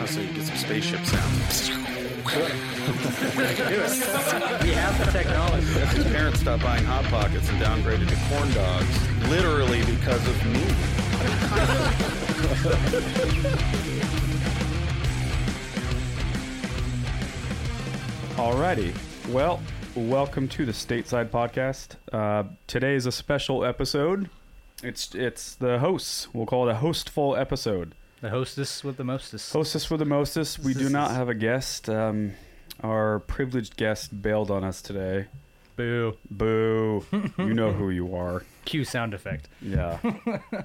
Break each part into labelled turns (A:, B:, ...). A: Oh, so you get some spaceship sound. we have the technology. His parents stopped buying Hot Pockets and downgraded to corn dogs, literally because of me.
B: Alrighty. Well, welcome to the Stateside Podcast. Uh, today is a special episode. It's it's the hosts. We'll call it a hostful episode.
C: The hostess with the mostest.
B: Hostess with the mostest. We do not have a guest. Um, our privileged guest bailed on us today.
C: Boo.
B: Boo! you know who you are.
C: Cue sound effect.
B: Yeah.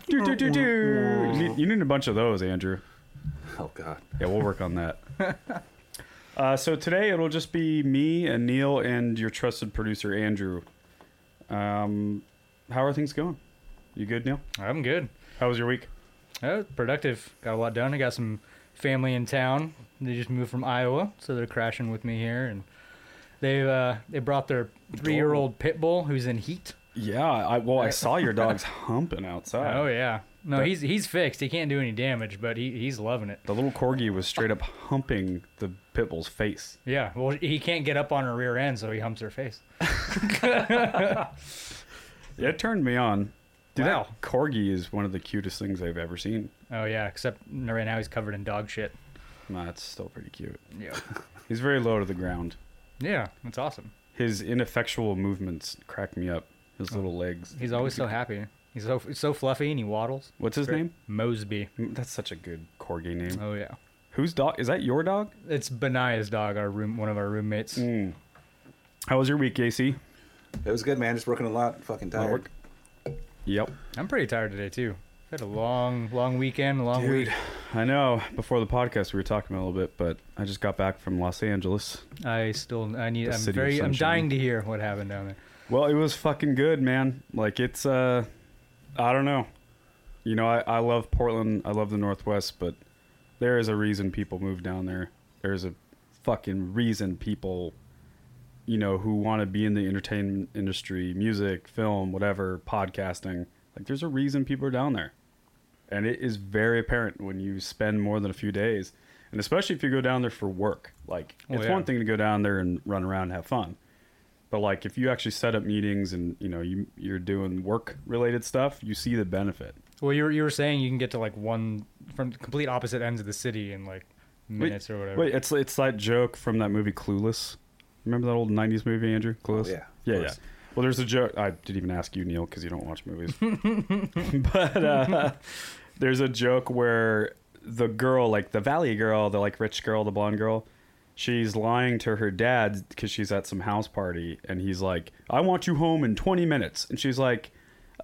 B: do do do do. You need, you need a bunch of those, Andrew.
A: Oh God.
B: Yeah, we'll work on that. uh, so today it'll just be me and Neil and your trusted producer Andrew. Um, how are things going? You good, Neil?
C: I'm good.
B: How was your week?
C: Uh, productive. Got a lot done. I got some family in town. They just moved from Iowa, so they're crashing with me here, and they uh, they brought their three year old pit bull who's in heat.
B: Yeah, I well I saw your dogs humping outside.
C: Oh yeah. No, he's he's fixed. He can't do any damage, but he, he's loving it.
B: The little corgi was straight up humping the pit bull's face.
C: Yeah. Well, he can't get up on her rear end, so he humps her face.
B: It turned me on. Dude,
C: Wow.
B: that corgi is one of the cutest things I've ever seen.
C: Oh yeah. Except right now he's covered in dog shit.
B: Nah, it's still pretty cute.
C: Yeah.
B: He's very low to the ground.
C: yeah. That's awesome.
B: His ineffectual movements crack me up. His little legs.
C: He's always so happy. He's so so fluffy and he waddles.
B: What's his name?
C: Mosby.
B: Mm, That's such a good corgi name.
C: Oh yeah.
B: Whose dog? Is that your dog?
C: It's Benaya's dog, our room, one of our roommates.
B: Mm. How was your week, AC?
D: It was good, man. Just working a lot. Fucking tired.
B: work. Yep.
C: I'm pretty tired today too. Had a long, long weekend, a long week.
B: I know. Before the podcast, we were talking a little bit, but I just got back from Los Angeles.
C: I still, I need.
B: The
C: I'm
B: city of
C: very, I'm
B: sunshine.
C: dying to hear what happened down there.
B: Well, it was fucking good, man. Like it's, uh, I don't know. You know, I, I love Portland. I love the Northwest, but there is a reason people move down there. There's a fucking reason people, you know, who want to be in the entertainment industry, music, film, whatever, podcasting. Like there's a reason people are down there. And it is very apparent when you spend more than a few days, and especially if you go down there for work. Like
C: Oh,
B: it's
C: yeah.
B: one thing to go down there and run around and have fun. But like if you actually set up meetings and you know you you're doing work related stuff, you see the benefit.
C: Well, you were, you were saying you can get to like one from complete opposite ends of the city in like
B: Wait-
C: minutes or whatever.
B: Wait, it's it's that joke from that movie Clueless. Remember that old '90s movie, Andrew? Clueless.
D: yeah, of
B: yeah, yeah.
D: course.
B: Well, there's a joke. I didn't even ask you, Neil, because you don't watch movies. but uh, there's a joke where the girl, like the valley girl, the like rich girl, the blonde girl, she's lying to her dad because she's at some house party, and he's like, "I want you home in 20 minutes," and she's like,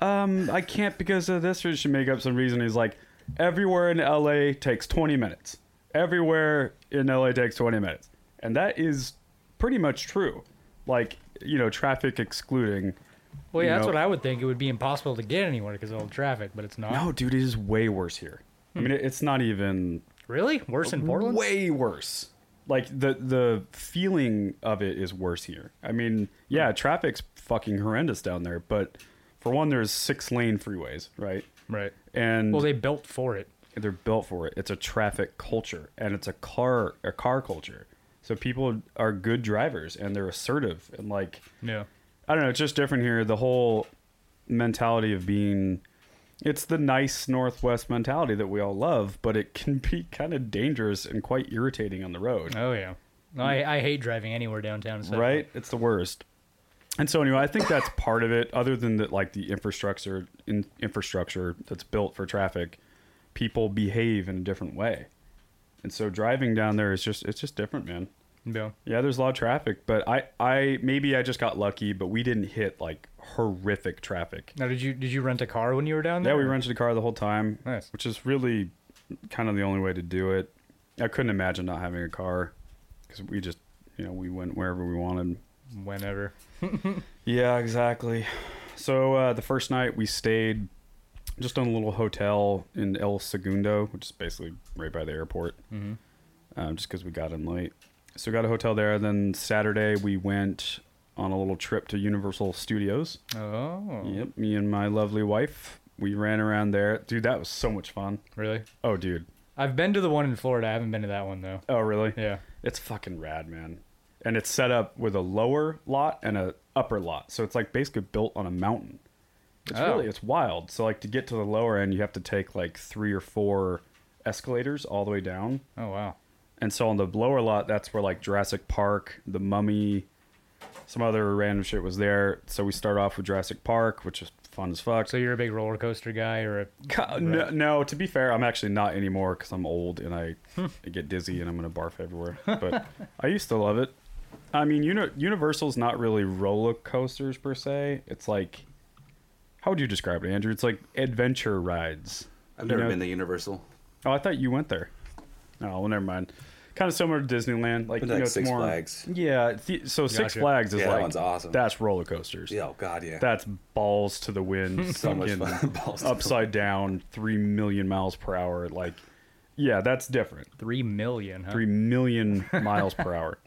B: "Um, I can't because of this," or she make up some reason. He's like, "Everywhere in LA takes 20 minutes. Everywhere in LA takes 20 minutes," and that is pretty much true. Like you know, traffic excluding.
C: well, yeah,
B: you
C: that's
B: know-
C: what I would think. It would be impossible to get anywhere because of all the traffic, but it's not.
B: No, dude, it is way worse here. I mean, it- it's not even
C: Really? Worse in Portland?
B: way worse. Like the the feeling of it is worse here. I mean, yeah, traffic's fucking horrendous down there, but for one, there's six lane freeways, right?
C: Right.
B: And
C: Well, they built for it.
B: they're built for it. It's a traffic culture, and it's a car a car culture. So people are good drivers, and they're assertive, and like
C: Yeah.
B: I don't know. It's just different here. The whole mentality of being. It's the nice Northwest mentality that we all love, but it can be kind of dangerous and quite irritating on the road,
C: Oh yeah. No, I, I hate driving anywhere downtown. especially.
B: right? It's the worst. And so, anyway, I think that's part of it. Other than that, like the infrastructure in, infrastructure that's built for traffic, people behave in a different way. And so driving down there is just it's just different, man.
C: Yeah.
B: Yeah, there's a lot of traffic, but I I maybe I just got lucky, but we didn't hit like horrific traffic.
C: Now, did you did you rent a car when you were down
B: Yeah,
C: there?
B: we rented a car the whole time,
C: Nice.
B: which is really kind of the only way to do it. I couldn't imagine not having a car because we just, you know, we went wherever we wanted.
C: Whenever.
B: Yeah, exactly. So uh, the first night we stayed just in a little hotel in El Segundo, which is basically right by the airport, mm-hmm. um, just because we got in late. So we got a hotel there. Then Saturday we went on a little trip to Universal Studios.
C: Oh.
B: Yep, me and my lovely wife. We ran around there. Dude, that was so much fun.
C: Really?
B: Oh, dude.
C: I've been to the one in Florida. I haven't been to that one though.
B: Oh, really?
C: Yeah.
B: It's fucking rad, man. And it's set up with a lower lot and a upper lot. So it's like basically built on a mountain. It's
C: Oh.
B: really it's wild. So like to get to the lower end, you have to take like three or four escalators all the way down.
C: Oh wow.
B: And so on the lower lot, that's where like Jurassic Park, The Mummy, some other random shit was there. So we start off with Jurassic Park, which is fun as fuck.
C: So you're a big roller coaster guy, or a
B: Co- No, no, to be fair, I'm actually not anymore because I'm old and I, I get dizzy and I'm gonna barf everywhere. But I used to love it. I mean, uni- Universal's not really roller coasters per se. It's like, how would you describe it, Andrew? It's like adventure rides.
D: I've never
B: You know-
D: been to Universal.
B: Oh, I thought you went there. Oh, well, never mind. Kind of similar to Disneyland, like, you
D: Been to,
B: know,
D: like,
B: it's
D: Six
B: more.
D: Flags.
B: Yeah, th- so Six
C: Gotcha.
B: Flags is
D: Yeah, that
B: like
D: one's awesome.
B: That's roller coasters.
D: Yeah, oh God, yeah.
B: That's balls to the wind,
D: So much
B: fucking
D: fun. Balls to the
B: upside down, three million miles per hour. Like, yeah, that's different.
C: three million? Huh?
B: Three million miles per hour.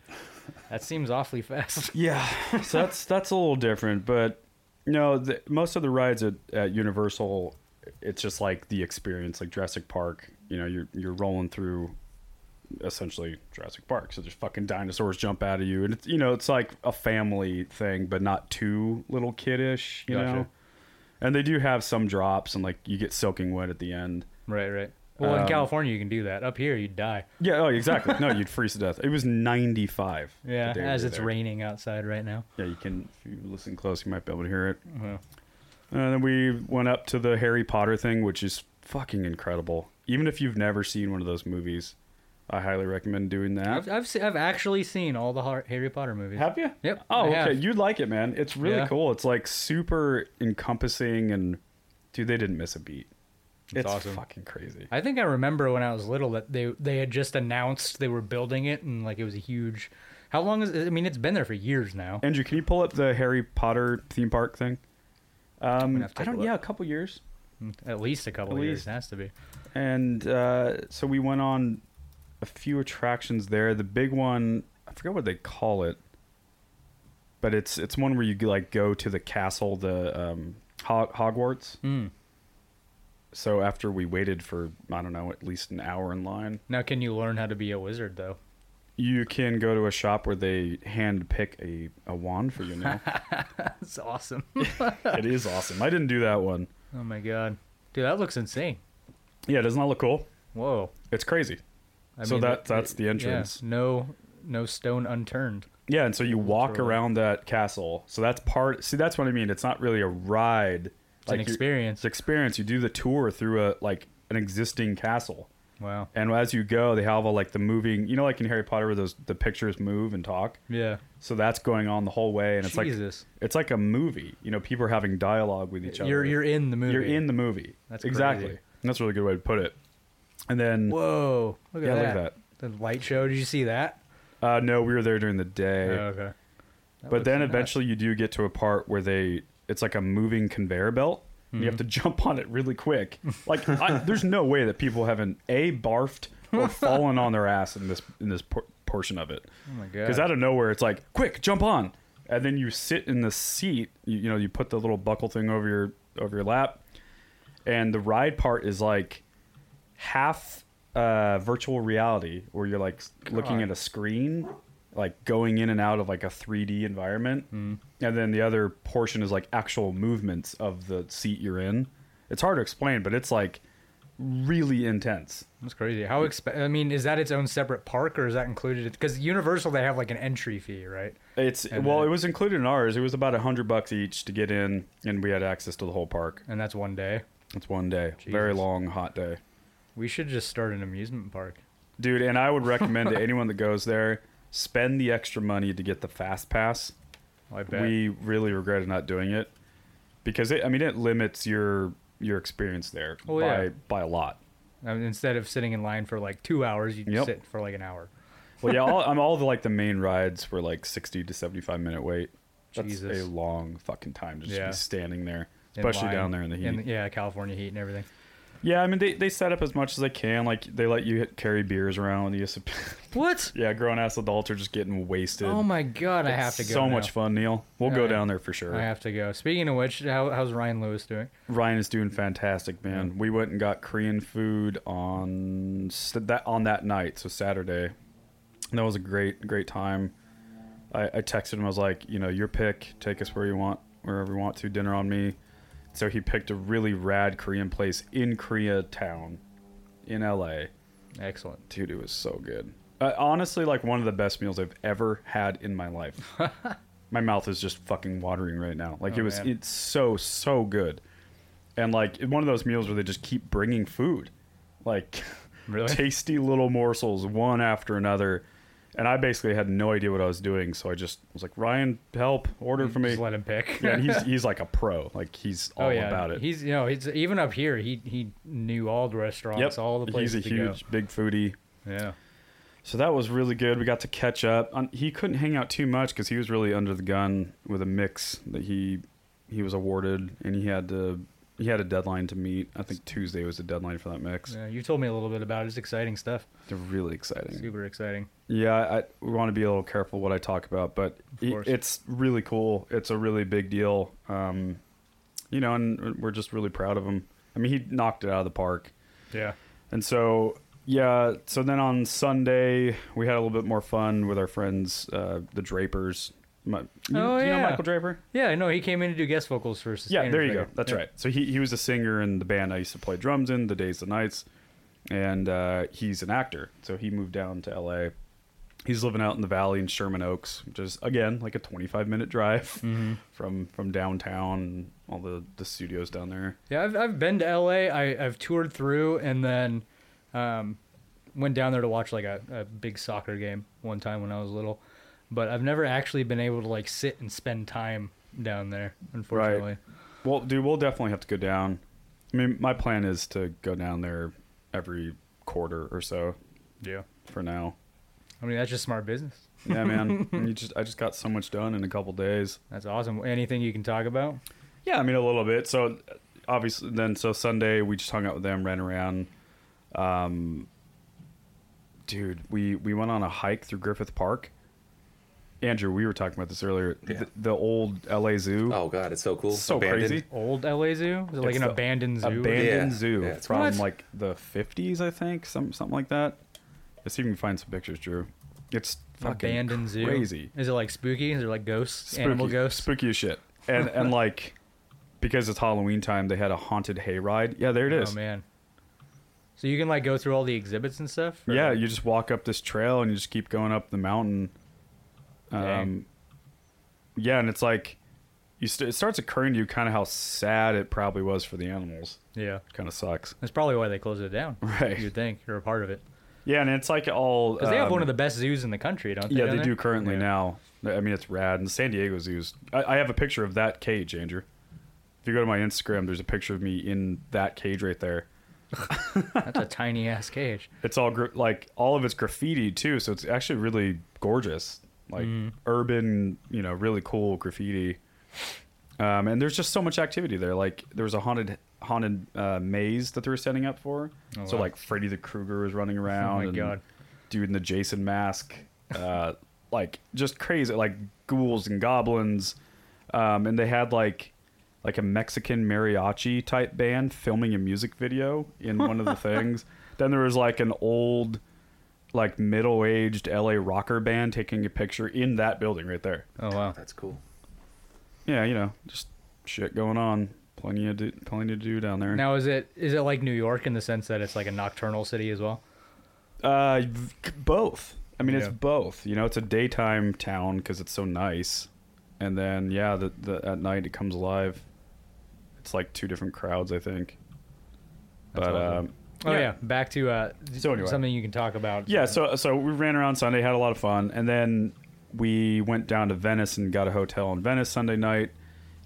C: That seems awfully fast.
B: Yeah, so that's that's a little different, but no, the, most of the rides at, at Universal, it's just like the experience, like Jurassic Park. You know, you're you're rolling through essentially Jurassic Park. So there's fucking dinosaurs jump out of you, and it's you know it's like a family thing, but not too little kiddish. You
C: Gotcha.
B: know, and they do have some drops, and like you get soaking wet at the end.
C: Right, right. Well, in
B: Um,
C: California, you can do that. Up here, you'd die.
B: Yeah, oh, exactly. No, you'd freeze to death. It was 95. the
C: Yeah,
B: day we
C: as
B: were
C: it's
B: there.
C: raining outside right now.
B: Yeah, you can. If you listen close, you might be able to hear it.
C: Well,
B: And then we went up to the Harry Potter thing, which is fucking incredible. Even if you've never seen one of those movies, I highly recommend doing that.
C: I've I've, se- I've actually seen all the Har- Harry Potter movies.
B: Have you?
C: Yep,
B: Oh,
C: I
B: okay.
C: have.
B: You'd like it, man. It's really
C: Yeah.
B: cool. It's like super encompassing, and dude, they didn't miss a beat. It's,
C: awesome.
B: fucking crazy.
C: I think I remember when I was little that they they had just announced they were building it and like it was a huge. How long is? I mean, it's been there for years now.
B: Andrew, can you pull up the Harry Potter theme park thing? Um,
C: have to
B: I
C: take a
B: don't.
C: look. Mm,
B: Yeah, a couple years.
C: At least a couple
B: At
C: of years
B: least.
C: it has to be.
B: and uh, so we went on a few attractions there. The big one, I forget what they call it, but it's it's one where you like go to the castle, the um, Hog- Hogwarts.
C: Hmm.
B: So after we waited for I don't know at least an hour in line,
C: Now, can you learn how to be a wizard though?
B: you can go to a shop where they hand pick a, a wand for you now.
C: That's awesome.
B: it is awesome. I didn't do that one.
C: oh my god, dude, that looks insane.
B: Yeah, doesn't that look cool?
C: Whoa.
B: It's crazy.
C: I
B: so
C: mean,
B: that that's the entrance.
C: Yeah, no, no stone unturned.
B: Yeah, and so you walk
C: Totally.
B: around that castle. So that's part. See, that's what I mean. It's not really a ride. It's
C: an experience.
B: It's experience. You do the tour through a like an existing castle,
C: Wow.
B: and as you go, they have all like the moving. You know, like in Harry Potter, where those the pictures move and talk.
C: Yeah.
B: So that's going on the whole way, and it's
C: Jesus.
B: like it's like a movie. You know, people are having dialogue with each other.
C: You're you're in the movie.
B: You're in the movie.
C: That's
B: exactly.
C: crazy.
B: That's a really good way to put it. And then
C: Whoa! Look at
B: Yeah, look
C: that.
B: at
C: The light show. Did you see that? Oh,
B: uh, no, we were there during the day.
C: okay. That
B: but
C: looks
B: then
C: nuts.
B: eventually you do get to a part where they it's like a moving conveyor belt and you
C: Hmm.
B: have to jump on it really quick like I, there's no way that people haven't a barfed or fallen on their ass in this in this por- portion of it
C: Oh my god.
B: because out of nowhere it's like quick jump on and then you sit in the seat you, you know you put the little buckle thing over your over your lap and the ride part is like half uh, virtual reality where you're like s- looking
C: God.
B: at a screen like going in and out of like a 3d environment
C: Mm-hmm.
B: and then the other portion is like actual movements of the seat you're in it's hard to explain but it's like really intense
C: That's crazy. How exp- I mean, is that its own separate park or is that included? Because Universal, they have like an entry fee, right?
B: It's
C: And
B: well,
C: then-
B: it was included in ours. It was about a hundred bucks each to get in, and we had access to the whole park.
C: And that's one day.
B: It's one day, very
C: Jesus.
B: long, hot day.
C: We should just start an amusement park.
B: dude. And I would recommend to anyone that goes there, spend the extra money to get the fast pass.
C: I bet.
B: We really regretted not doing it because it, I mean it limits your your experience there
C: Oh,
B: by
C: yeah.
B: by a lot.
C: I mean, instead of sitting in line for like two hours, you
B: Yep.
C: sit for like an hour.
B: Well, yeah, all, I'm all the like the main rides were like 60 to 75 minute wait. That's
C: Jesus.
B: a long fucking time to just
C: Yeah.
B: be standing there,
C: in
B: especially
C: line.
B: down there in the heat.
C: yeah, California heat and everything.
B: yeah, I mean they, they set up as much as they can. Like they let you hit- carry beers around. with You just-
C: What?
B: yeah, grown ass adults are just getting wasted.
C: Oh my god, I have to go.
B: So
C: now.
B: much fun, Neil. We'll
C: All
B: go
C: right.
B: down there for sure.
C: I have to go. Speaking of which, how, how's Ryan Lewis doing?
B: Ryan is doing fantastic, man. We went and got Korean food on s- that on that night, so Saturday. And that was a great great time. I, I texted him. I was like, you know, your pick. Take us where you want, wherever you want to. Dinner on me. So he picked a really rad Korean place in Koreatown, in LA.
C: Excellent.
B: Dude, it was so good. Uh, honestly, like one of the best meals I've ever had in my life. my mouth is just fucking watering right now. Like it
C: Oh,
B: was,
C: man.
B: it's so so good, and like one of those meals where they just keep bringing food, like
C: Really?
B: tasty little morsels one after another. And I basically had no idea what I was doing, so I just was like, "Ryan, help! Order for me."
C: Just let him pick.
B: yeah, and he's he's like a pro. Like he's all
C: oh yeah,
B: about it.
C: He's you know he's even up here. He he knew all the restaurants,
B: yep.
C: all the places
B: he's a
C: to
B: huge big foodie.
C: go. Yeah.
B: So that was really good. We got to catch up. Um, He couldn't hang out too much because he was really under the gun with a mix that he he was awarded, and he had to he had a deadline to meet. I think Tuesday was the deadline for that mix.
C: Yeah, you told me a little bit about it. It's exciting stuff.
B: They're really exciting.
C: Super exciting.
B: Yeah, I we want to be a little careful what I talk about, but i-
C: course.
B: it's really cool. It's a really big deal. Um, you know, and we're just really proud of him. I mean, he knocked it out of the park.
C: Yeah.
B: And so, yeah. So then on Sunday, we had a little bit more fun with our friends, uh, the Drapers. My, you,
C: Oh,
B: do you know
C: yeah.
B: Michael Draper?
C: Yeah, no, he came in to do guest vocals for
B: Yeah,
C: Sustainer
B: there you
C: Figure.
B: go. That's
C: Yeah.
B: right. So he, he was a singer in the band I used to play drums in, the Days the Nights, and uh, he's an actor. So he moved down to LA. He's living out in the valley in Sherman Oaks, which is again like a 25 minute drive from from downtown, and all the the studios down there.
C: Yeah, I've, I've been to LA. I, I've toured through and then um, went down there to watch like a, a big soccer game one time when I was little. But I've never actually been able to like sit and spend time down there, unfortunately.
B: Well, dude, we'll definitely have to go down. I mean, my plan is to go down there every quarter or so
C: Yeah.
B: for now.
C: I mean, that's just smart business.
B: Yeah, man. And you just I just got so much done in a couple days.
C: That's awesome. Anything you can talk about?
B: Yeah, I mean a little bit. So uh, obviously, then so Sunday we just hung out with them, ran around. Um, dude, we we went on a hike through Griffith Park. Andrew, we were talking about this earlier.
D: Yeah.
B: The, the old LA Zoo,
D: Oh god, it's so cool.
B: so
D: Abandoned.
B: crazy,
C: Old LA Zoo? Is it like
B: It's
C: an
B: the
C: abandoned zoo?
B: abandoned
D: Yeah.
B: zoo
D: Yeah, it's
B: from
C: What?
B: like the 50s, I think, some something like that. Let's see if you can find some pictures, Drew. It's fucking
C: abandoned zoo.
B: crazy.
C: Is it like spooky? Is there like ghosts? Animal
B: Spooky-
C: ghosts?
B: Spooky as shit. And and like because it's Halloween time, they had a haunted hayride. Yeah, there it is.
C: Oh man. So you can like go through all the exhibits and stuff? or-
B: Yeah, you just walk up this trail and you just keep going up the mountain. Um,
C: Dang.
B: yeah, and it's like you st- it starts occurring to you kind of how sad it probably was for the animals.
C: yeah.
B: Kind of sucks.
C: That's probably why they closed it down.
B: Right.
C: You'd think you're a part of it
B: Yeah, and it's like all
C: because they have
B: um,
C: one of the best zoos in the country, don't they?
B: Yeah,
C: down
B: they
C: there?
B: do currently
C: Yeah.
B: now. I mean, it's rad. And San Diego's used. I, I have a picture of that cage, Andrew. If you go to my Instagram, there's a picture of me in that cage right there.
C: That's a tiny ass cage.
B: It's all gra- like all of it's graffiti too, so it's actually really gorgeous, like urban, you know, really cool graffiti. Um, and there's just so much activity there. Like there was a haunted haunted uh, maze that they were setting up for.
C: Oh,
B: so
C: wow. Oh
B: like Freddy the Krueger was running around.
C: my
B: and
C: God.
B: Dude in the Jason mask, uh, like just crazy, like ghouls and goblins. Um, and they had like like a Mexican mariachi type band filming a music video in one of the things. Then there was like an old, like middle aged LA rocker band taking a picture in that building right there.
C: Oh wow.
D: That's cool.
B: Yeah, you know, just shit going on. Plenty of do, plenty to do down there.
C: Now is it is it like New York in the sense that it's like a nocturnal city as well?
B: Uh, v- both. I mean, it's
C: Yeah.
B: both. You know, it's a daytime town because it's so nice, and then yeah, the, the at night it comes alive. It's like two different crowds, I think.
C: That's
B: but
C: awesome.
B: um,
C: Oh yeah, back to uh,
B: So anyway.
C: something you can talk about.
B: Yeah, so so we ran around Sunday, had a lot of fun, and then we went down to Venice and got a hotel in Venice Sunday night,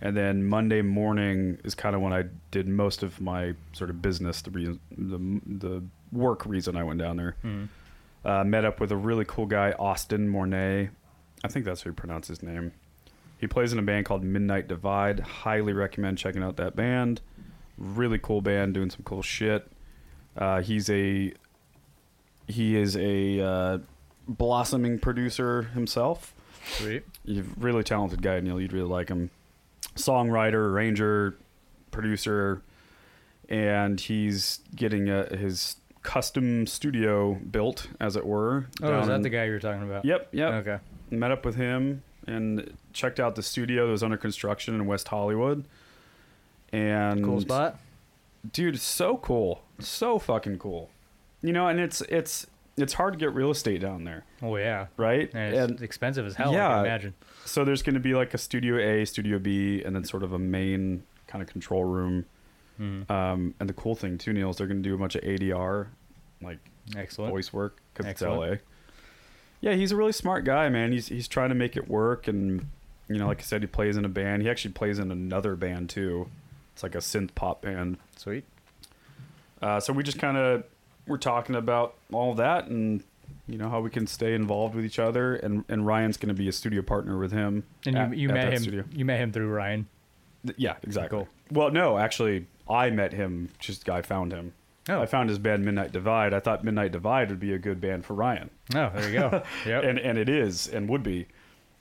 B: and then Monday morning is kind of when I did most of my sort of business, the reason, the the work reason I went down there. Uh, met up with a really cool guy, Austin Mornay. I think that's how you pronounce his name. He plays in a band called Midnight Divide. Highly recommend checking out that band. Really cool band, doing some cool shit. Uh, he's a he is a uh, blossoming producer himself.
C: Sweet.
B: He's a really talented guy, Neil. You'd really like him. Songwriter, arranger, producer, and he's getting uh his custom studio built, as it were.
C: Oh, is
B: down
C: that
B: in-
C: the guy you were talking about?
B: Yep, yep.
C: Okay.
B: Met up with him and checked out the studio that was under construction in West Hollywood. And
C: Cool spot.
B: dude it's so cool so fucking cool you know and it's it's it's hard to get real estate down there
C: Oh yeah.
B: right
C: And it's expensive as hell. I
B: Yeah.
C: can imagine.
B: so there's going to be like a studio a studio b and then sort of a main kind of control room
C: Mm-hmm.
B: um, and the cool thing too neil is they're going to do a bunch of adr like
C: Excellent.
B: voice work eh? because it's la
C: Excellent.
B: yeah he's a really smart guy man he's he's trying to make it work and you know like i said he plays in a band he actually plays in another band too it's like a synth pop band
C: Sweet.
B: Uh, so we just kind of we're talking about all that and you know how we can stay involved with each other and and Ryan's going to be a studio partner with him.
C: And
B: at-
C: you, you
B: at
C: met
B: that
C: him.
B: studio.
C: You met him through Ryan.
B: Th- Yeah, exactly. Well, no, actually, I met him. Just I found him.
C: Oh.
B: I found his band Midnight Divide. I thought Midnight Divide would be a good band for Ryan,
C: Oh, there you go. yep.
B: and and it is and would be.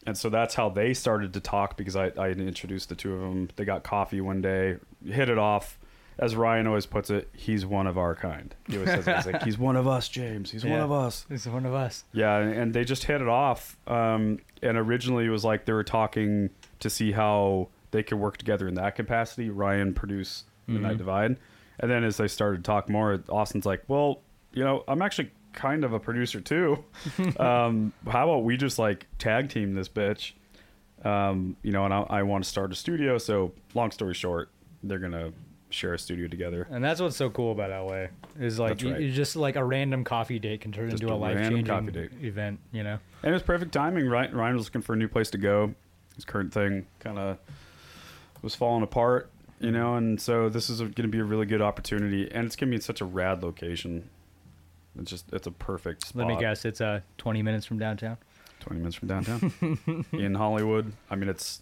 B: And so that's how they started to talk because I, I had introduced the two of them. They got coffee one day, hit it off. As Ryan always puts it, he's one of our kind. He always says, that. he's like, he's one of us, James. He's one
C: Yeah.
B: of us.
C: This is one of us.
B: Yeah, and and they just hit it off. Um, and originally it was like they were talking to see how they could work together in that capacity. Ryan produced Midnight Divide, and then as they started to talk more, Austin's like, "Well, you know, I'm actually kind of a producer too. um, how about we just like tag team this bitch? Um, you know, and I, I want to start a studio. So, long story short, they're gonna share a studio together.
C: And that's what's so cool about LA is like
B: That's
C: you,
B: right.
C: you just like a random coffee date can turn
B: Just
C: into
B: a
C: a life
B: random
C: changing
B: coffee date.
C: event. You know.
B: And it was perfect timing. Ryan, Ryan was looking for a new place to go. His current thing kind of was falling apart, you know, and so this is going to be a really good opportunity. And it's going to be in such a rad location. It's just, it's a perfect spot.
C: Let me guess. It's uh 20 minutes from downtown.
B: 20 minutes from downtown in Hollywood. I mean, it's,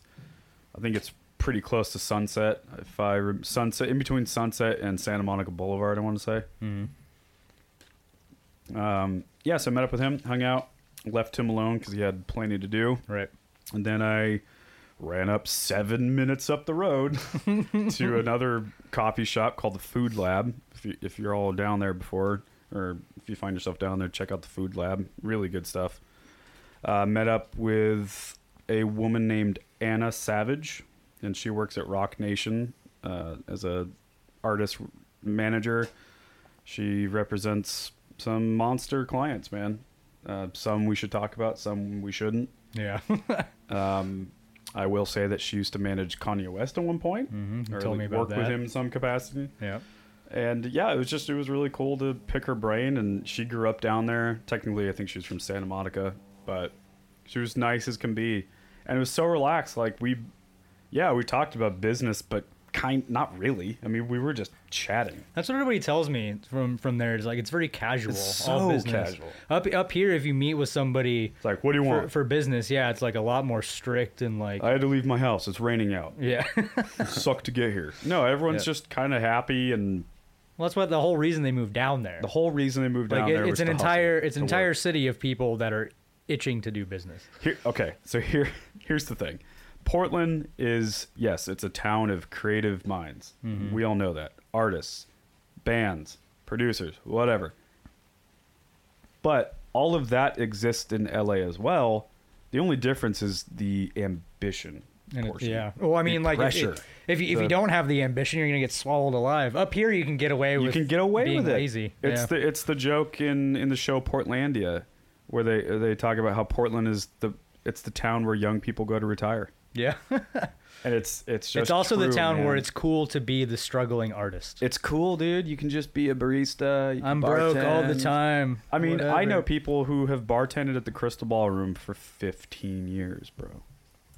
B: I think it's pretty close to Sunset. If I, rem- Sunset, in between Sunset and Santa Monica Boulevard, I want to say.
C: Mm-hmm.
B: Um, yeah, so I met up with him, hung out, left him alone because he had plenty to do.
C: Right.
B: And then I ran up seven minutes up the road to another coffee shop called the Food Lab. If, you, if you're all down there before, or if you find yourself down there, check out the Food Lab. Really good stuff. Uh, met up with a woman named Anna Savage, and she works at Rock Nation uh, as a artist manager. She represents some monster clients, man. Uh, some we should talk about, some we shouldn't.
C: Yeah.
B: I will say that she used to manage Kanye West at one point,
C: Mm-hmm. you
B: or
C: told
B: like,
C: me about
B: work with
C: that.
B: him in some capacity.
C: yeah.
B: And yeah, it was just it was really cool to pick her brain. And she grew up down there. Technically, I think she was from Santa Monica, but she was nice as can be, and it was so relaxed. Like we, yeah, we talked about business, but kind not really. I mean, we were just chatting.
C: That's what everybody tells me from from there. It's like it's very casual.
B: It's
C: all
B: so
C: business.
B: casual.
C: Up up here, if you meet with somebody
B: It's like, what do you
C: for,
B: want?
C: for business, yeah, it's like a lot more strict and like
B: I had to leave my house. It's raining out.
C: yeah. well,
B: Suck to get here. No, everyone's
C: Yeah.
B: just kind of happy, and
C: that's what the whole reason they moved down there.
B: the whole reason they moved
C: like
B: down
C: it-
B: there
C: it's
B: was
C: an
B: to hustle,
C: entire it's an
B: to work.
C: entire city of people that are itching to do business.
B: Here, okay, so here, here's the thing. Portland is yes, it's a town of creative minds.
C: Mm-hmm.
B: We all know that artists, bands, producers, whatever. But all of that exists in LA as well. The only difference is the ambition.
C: And it-
B: portion.
C: yeah. Well, I mean, like if,
B: pressure.
C: if, if you, if
B: The-
C: you don't have the ambition, you're gonna get swallowed alive. Up here, you can get away with
B: you can get away
C: being
B: with it.
C: lazy.
B: It's
C: yeah.
B: the it's the joke in in the show Portlandia, where they they talk about how Portland is the it's the town where young people go to retire.
C: Yeah.
B: and it's it's just
C: it's also the
B: true,
C: town where
B: man.
C: it's cool to be the struggling artist.
B: it's cool, dude. You can just be a barista. you can
C: I'm broke all the
B: bartend.
C: time.
B: I mean, I
C: whatever.
B: know people who have bartended at the Crystal Ballroom for 15 years, bro.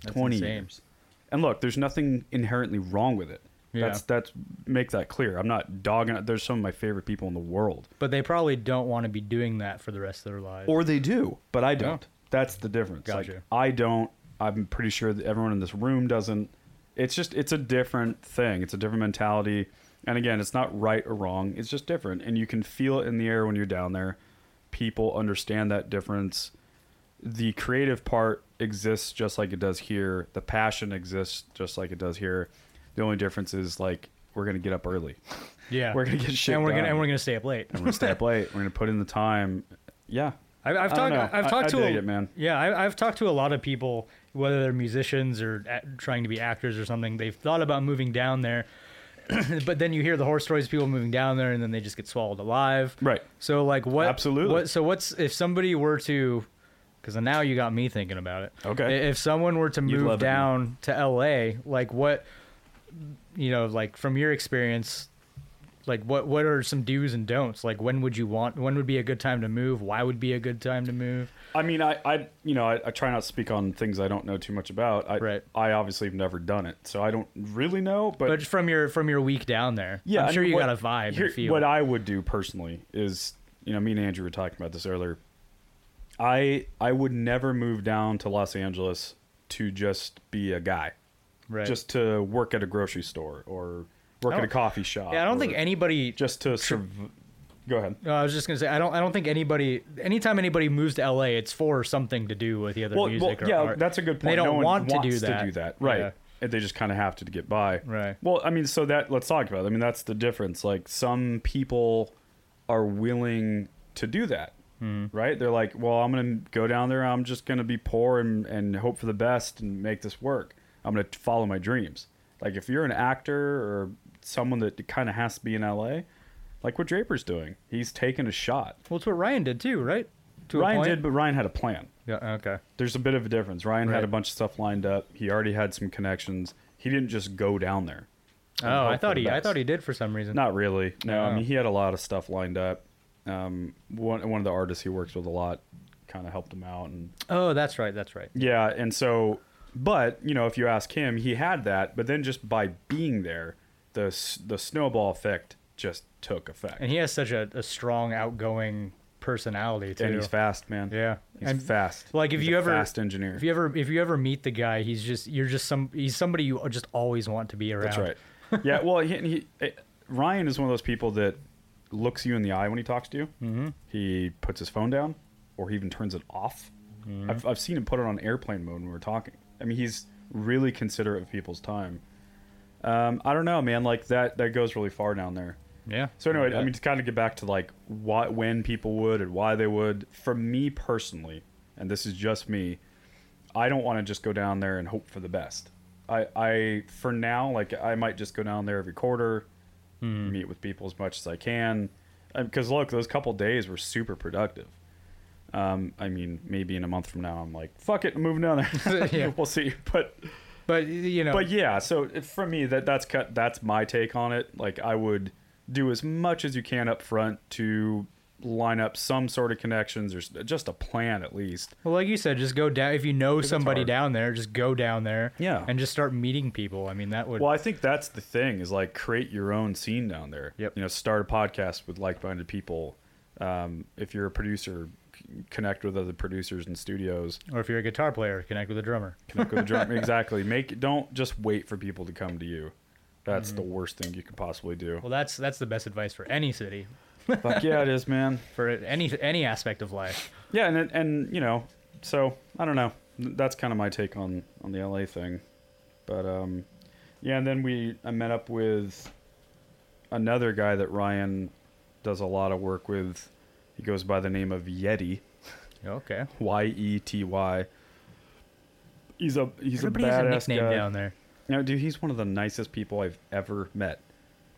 C: That's
B: 20
C: insane.
B: years. And look, there's nothing inherently wrong with it.
C: Yeah.
B: That's that's make that clear. I'm not dogging it. There's some of my favorite people in the world.
C: But they probably don't want to be doing that for the rest of their lives.
B: Or they do, but I don't. That's the difference. Like,
C: Gotcha.
B: I don't. I'm pretty sure that everyone in this room doesn't. It's just it's a different thing. It's a different mentality. And again, it's not right or wrong. It's just different, and you can feel it in the air when you're down there. People understand that difference. The creative part exists just like it does here. The passion exists just like it does here. The only difference is like we're gonna get up early.
C: yeah,
B: we're gonna get shit
C: and we're
B: done.
C: gonna and we're gonna stay up late.
B: We're gonna stay up late. We're gonna put in the time. Yeah.
C: I've, I've
B: I don't
C: talked.
B: know.
C: I've
B: I-
C: talked
B: I
C: to
B: dig
C: a,
B: it, man.
C: Yeah, I, I've talked to a lot of people, whether they're musicians or a- trying to be actors or something. They've thought about moving down there, but then you hear the horror stories of people moving down there, and then they just get swallowed alive.
B: Right.
C: So like what?
B: Absolutely.
C: What, so what's if somebody were to? Because now you got me thinking about it.
B: Okay.
C: I- If someone were to
B: love
C: move
B: it.
C: down to L.A., like what? You know, like from your experience, like what what are some do's and don'ts like when would you want when would be a good time to move why would be a good time to move
B: I mean, I, I you know, I, I try not to speak on things I don't know too much about. I,
C: Right.
B: I obviously have never done it, so I don't really know. But,
C: but from your from your week down there
B: yeah,
C: i'm
B: I
C: sure
B: mean,
C: you
B: what-
C: got a vibe
B: here-
C: and feel
B: What I would do personally is, you know, me and Andrew were talking about this earlier. I I would never move down to Los Angeles to just be a guy,
C: right
B: just to work at a grocery store or work at a
C: don't-
B: coffee shop.
C: yeah i don't
B: or
C: think anybody
B: just to serve. Go ahead.
C: no, i was just gonna say i don't i don't think anybody anytime anybody moves to la it's for something to do with the other music or
B: yeah,
C: art.
B: that's a good point.
C: they don't
B: No one
C: want to
B: wants
C: do that
B: right?
C: Yeah.
B: And they just kind of have to to get by,
C: Right.
B: Well, I mean, so that let's talk about. It. I mean, that's the difference. Like some people are willing to do that,
C: Mm-hmm.
B: right? They're like, well, I'm gonna go down there. I'm just gonna be poor and and hope for the best and make this work. I'm gonna follow my dreams. Like if you're an actor or someone that kind of has to be in LA, like what Draper's doing, he's taking a shot.
C: well it's what ryan did too right to a
B: Ryan
C: point?
B: did, but Ryan had a plan
C: yeah okay
B: there's a bit of a difference. Ryan had
C: Right.
B: a bunch of stuff lined up. He already had some connections. He didn't just go down there. and
C: oh
B: hope
C: i
B: for
C: thought
B: the
C: he i
B: best.
C: thought he did for some reason
B: Not really. No, I
C: Oh.
B: mean he had a lot of stuff lined up. Um, one one of the artists he works with a lot kind of helped him out, and
C: oh that's right that's right
B: yeah, and so, but you know, if you ask him, he had that. But then just by being there, the s- the snowball effect just took effect.
C: and he has such a, a strong outgoing personality too
B: And he's fast, man.
C: Yeah,
B: he's
C: And,
B: fast.
C: Like if
B: He's
C: you
B: a
C: ever
B: fast engineer.
C: if you ever if you ever meet the guy, he's just you're just some he's somebody you just always want to be around.
B: That's right. yeah. Well, he, he, eh, Ryan is one of those people that looks you in the eye when he talks to you. Mm-hmm. He puts his phone down, or he even turns it off. I've, I've seen him put it on airplane mode when we're talking. I mean, he's really considerate of people's time. Um, I don't know, man. Like that that goes really far down there.
C: Yeah.
B: So anyway, I mean, to kind of get back to like why, when people would and why they would. For me personally, and this is just me, I don't want to just go down there and hope for the best. I, I for now, like I might just go down there every quarter,
C: Mm-hmm.
B: meet with people as much as I can, because look, those couple days were super productive. Um, I mean, maybe in a month from now, I'm like, fuck it, I'm moving down there.
C: Yeah.
B: We'll see. But
C: But you know,
B: but yeah, so it- for me, that that's cut. That's my take on it. Like I would do as much as you can up front to line up some sort of connections or s- just a plan at least.
C: well, like you said, just go down if you know somebody
B: hard.
C: down there, just go down there.
B: Yeah.
C: And just start meeting people. I mean, that would
B: Well, I think that's the thing is like create your own scene down there.
C: Yep.
B: You know, start a podcast with like-minded people. Um, if you're a producer, c- connect with other producers and studios.
C: or if you're a guitar player, connect with a drummer.
B: Connect with the drum. exactly. Make don't just wait for people to come to you. That's the worst thing you could possibly do.
C: Mm-hmm. Well, that's that's the best advice for any city,
B: Fuck yeah, it is, man.
C: for any any aspect of life.
B: Yeah, and it- and you know, so I don't know. That's kind of my take on on the LA thing, but um, yeah. And then we I met up with another guy that Ryan does a lot of work with. He goes by the name of Yeti,
C: Okay.
B: Y E T Y. He's a he's
C: Everybody
B: a
C: has a
B: badass
C: nickname
B: guy.
C: down there.
B: No, dude, he's one of the nicest people I've ever met.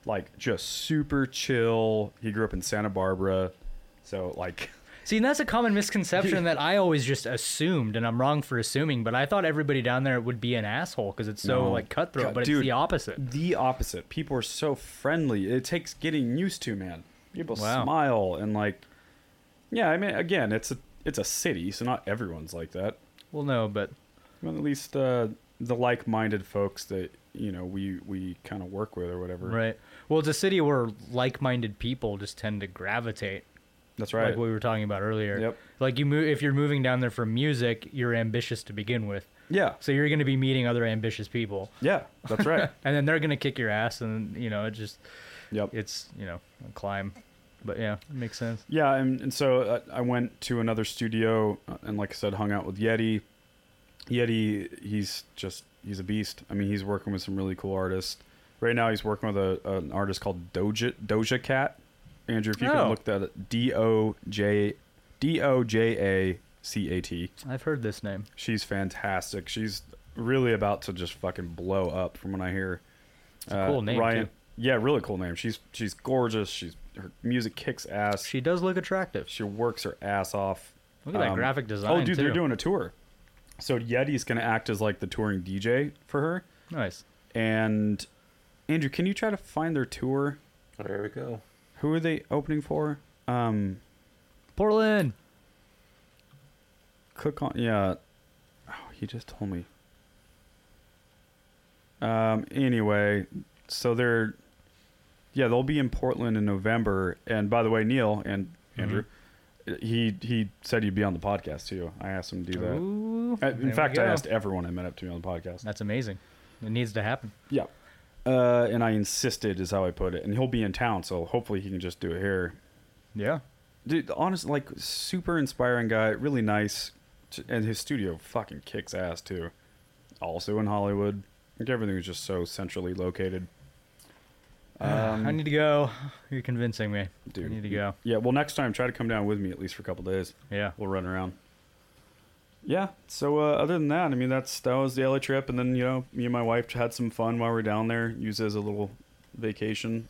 B: Like, just super chill. He grew up in Santa Barbara, so like,
C: See, and that's a common misconception that I always just assumed, and I'm wrong for assuming, but I thought everybody down there would be an asshole because it's so
B: No.
C: like cutthroat,
B: God,
C: but it's
B: dude.
C: the opposite.
B: The opposite. People are so friendly. It takes getting used to, man. People
C: Wow.
B: smile and like, yeah. I mean, again, it's a it's a city, so not everyone's like that.
C: Well, no, but
B: Well, at least uh, the like-minded folks that you know we we kind of work with or whatever.
C: right. Well, it's a city where like-minded people just tend to gravitate,
B: That's right.
C: like what we were talking about earlier.
B: Yep.
C: Like you move if you're moving down there for music, you're ambitious to begin with,
B: yeah.
C: so you're going to be meeting other ambitious people,
B: Yeah. That's right.
C: and then they're going to kick your ass, and you know it just
B: yep.
C: it's you know a climb, but yeah, it makes sense.
B: Yeah, and, and so uh, I went to another studio, uh, and like I said, hung out with Yeti. Yeti, he's just he's a beast. I mean, he's working with some really cool artists. Right now, he's working with a, an artist called Doja Doja Cat. Andrew, if you
C: Oh.
B: can look that up, D O J D O J A C A T.
C: I've heard this name.
B: She's fantastic. She's really about to just fucking blow up from what I hear. It's
C: a cool name, too.
B: Yeah, really cool name. She's she's gorgeous. She's her music kicks ass.
C: She does look attractive.
B: She works her ass off.
C: Look at that graphic
B: Oh,
C: design,
B: dude, they're
C: too.
B: doing a tour. So Yeti's going to act as like the touring DJ for her.
C: Nice.
B: And Andrew, can you try to find their tour?
D: There we go.
B: Who are they opening for? Um,
C: Portland.
B: click on yeah. Oh, he just told me. Um. Anyway, so they're yeah they'll be in Portland in November. And by the way, Neil and
C: Mm-hmm.
B: Andrew, he he said you'd be on the podcast too. I asked him to do that.
C: Ooh,
B: I,
C: there we
B: Uh, in fact, I
C: go.
B: asked everyone I met up to me on the podcast.
C: That's amazing. It needs to happen.
B: yeah. Uh, and I insisted, is how I put it. And he'll be in town, so hopefully he can just do it here.
C: Yeah.
B: Dude, honestly, like, super inspiring guy, really nice. T- And his studio fucking kicks ass, too. Also in Hollywood. Like, everything is just so centrally located.
C: I need to go. You're convincing me.
B: Um, Dude.
C: I need to go.
B: Yeah, well, next time, try to come down with me at least for a couple days.
C: Yeah.
B: We'll run around. Yeah. So uh, other than that, I mean, that's that was the LA trip, and then you know, me and my wife had some fun while we were down there. Used it as a little vacation.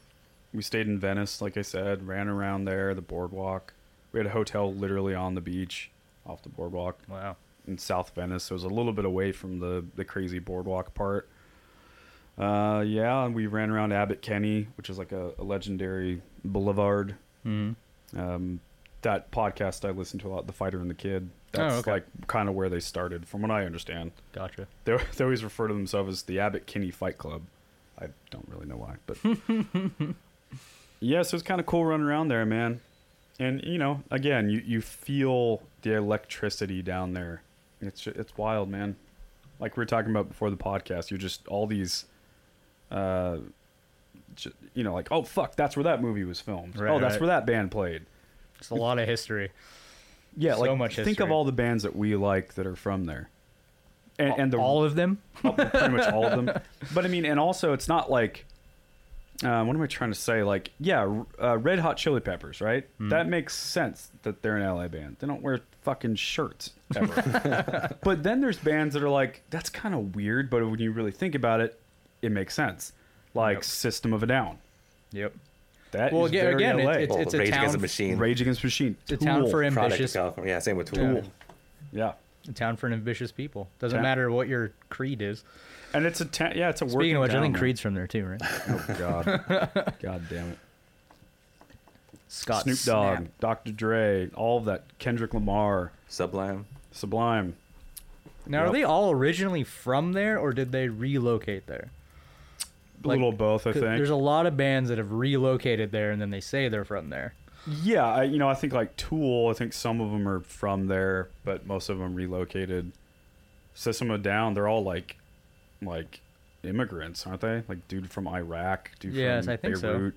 B: We stayed in Venice, like I said, ran around there, the boardwalk. We had a hotel literally on the beach, off the boardwalk
C: Wow.
B: in South Venice. So it was a little bit away from the the crazy boardwalk part. Uh, yeah, and we ran around Abbot Kenny, which is like a, a legendary boulevard. Um, that podcast I listened to a lot, The Fighter and the Kid. That's
C: okay.
B: like kind of where they started, from what I understand.
C: Gotcha.
B: They, they always refer to themselves as the Abbott Kinney Fight Club. I don't really know why, but yeah, so it's kind of cool running around there, man. And you know, again, you, you feel the electricity down there. It's ju- it's wild, man. Like we were talking about before the podcast, you're just all these, uh, ju- you know, like oh fuck, that's where that movie was filmed.
C: Right,
B: oh, that's
C: right.
B: where that band played.
C: It's a lot of history.
B: Yeah,
C: So
B: like
C: much
B: think of
C: history.
B: all the bands that we like that are from there, and, and the
C: all of them.
B: pretty much all of them. But I mean, and also it's not like, uh, what am I trying to say? Like, yeah, uh, Red Hot Chili Peppers, right?
C: Mm.
B: That makes sense that they're an LA band. They don't wear fucking shirts ever. but then there's bands that are like, that's kind of weird. But when you really think about it, it makes sense. Like
C: Yep.
B: System of a Down.
C: Yep.
B: That
C: Well,
B: is
C: aga-
B: very
C: again,
B: LA.
C: it's-
D: Well,
C: a
D: Rage Against
C: town-
D: the Machine.
B: Rage Against the Machine.
C: It's a town
B: Tool.
C: for
D: Product of
C: ambitious.
D: California. Yeah, same with Tool.
C: Yeah.
B: yeah,
C: A town for ambitious people. Doesn't
B: Town-
C: matter what your creed is.
B: and it's a ta- yeah, it's a
C: Speaking
B: working
C: of which, I
B: town,
C: think
B: man.
C: Creed's from there too, right?
B: Oh god, god damn it.
C: Scott
B: Snoop Dogg, Dr. Dre, all of that, Kendrick Lamar,
D: Sublime.
B: Sublime.
C: Now, are
B: Yep.
C: they all originally from there, or did they relocate there?
B: A
C: Like,
B: little of both, I
C: 'Cause
B: think.
C: There's a lot of bands that have relocated there, and then they say they're from there.
B: yeah, I, you know, I think like Tool, I think some of them are from there, but most of them relocated. System of a Down, they're all like, like immigrants, aren't they? Like dude from Iraq, dude
C: Yes,
B: from
C: I think so.
B: Beirut.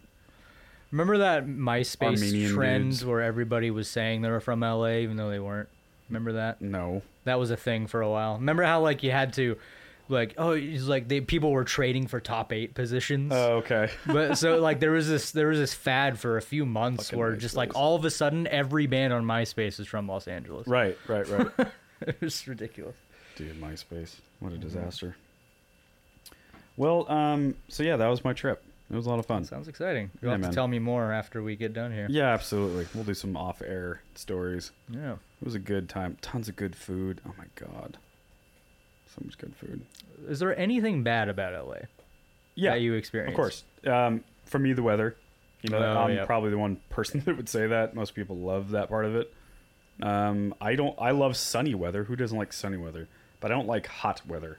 C: Remember that MySpace
B: Armenian
C: trend
B: dudes.
C: where everybody was saying they were from LA even though they weren't? Remember that?
B: No.
C: That was a thing for a while. Remember how like you had to like oh it's like they people were trading for top 8 positions.
B: Oh, okay.
C: but so like there was this there was this fad for a few months
B: Fucking
C: where just like
B: MySpace.
C: all of a sudden every band on MySpace is from Los Angeles.
B: right, right, right.
C: it was ridiculous.
B: Dude,
C: Mm-hmm.
B: MySpace. What a disaster. Well, um, so yeah, that was my trip. It was a lot of fun.
C: Sounds exciting. You'll have
B: man.
C: to tell me more after we get done here.
B: Yeah, absolutely. We'll do some off-air stories.
C: Yeah.
B: It was a good time. Tons of good food. Oh my god, so much good food.
C: Is there anything bad about LA?
B: Yeah,
C: that you
B: Of
C: experienced?
B: course. Um, for me, the weather. You know,
C: Oh,
B: I'm
C: yeah.
B: probably the one person that would say that. Most people love that part of it. Um, I don't. I love sunny weather. Who doesn't like sunny weather? But I don't like hot weather,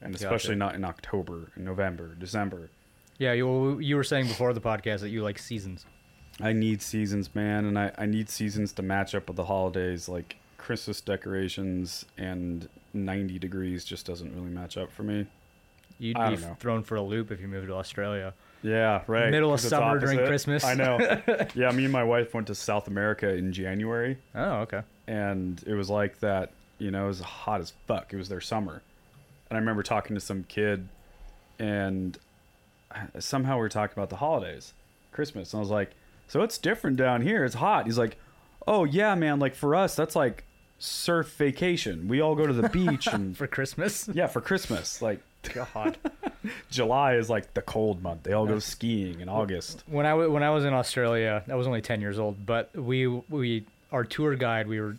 B: and especially not
C: Gotcha.
B: in October, and November, December.
C: Yeah, you you were saying before the podcast that you like seasons.
B: I need seasons, man, and I, I need seasons to match up with the holidays. Like Christmas decorations and 90 degrees just doesn't really match up for me.
C: You'd
B: I
C: be
B: don't know.
C: thrown for a loop if you moved to Australia.
B: Yeah, right.
C: Middle of
B: 'cause it's
C: summer during Christmas.
B: I know. yeah, me and my wife went to South America in January,
C: Oh, okay.
B: and it was like that. You know, it was hot as fuck. It was their summer, and I remember talking to some kid, and somehow we were talking about the holidays, Christmas, and I was like, "So it's different down here. It's hot." He's like, "Oh yeah, man. Like for us, that's like surf vacation. We all go to the beach and
C: For Christmas?
B: yeah for Christmas. Like
C: God.
B: July is like the cold month. They all go skiing in August.
C: when I w- when I was in Australia, I was only ten years old, but we we our tour guide we were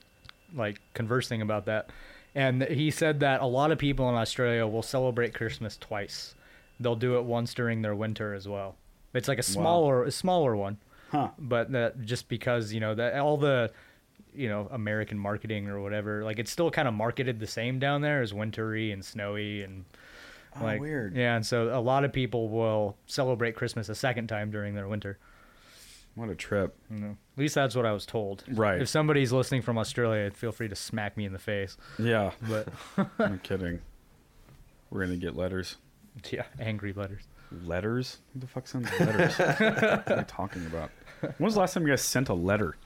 C: like conversing about that, and he said that a lot of people in Australia will celebrate Christmas twice. They'll do it once during their winter as well. It's like a smaller a smaller one,
B: Huh.
C: but that just because you know that all the you know American marketing or whatever, like it's still kind of marketed the same down there as wintry and snowy and like
B: Ah, weird.
C: yeah and so a lot of people will celebrate christmas a second time during their winter
B: What a trip.
C: at least that's what i was told
B: Right.
C: if somebody's listening from australia feel free to smack me in the face
B: Yeah,
C: but
B: I'm kidding. We're gonna get letters.
C: yeah angry letters
B: Letters? Who the fuck sends letters? what are you talking about? When was the last time you guys sent a letter?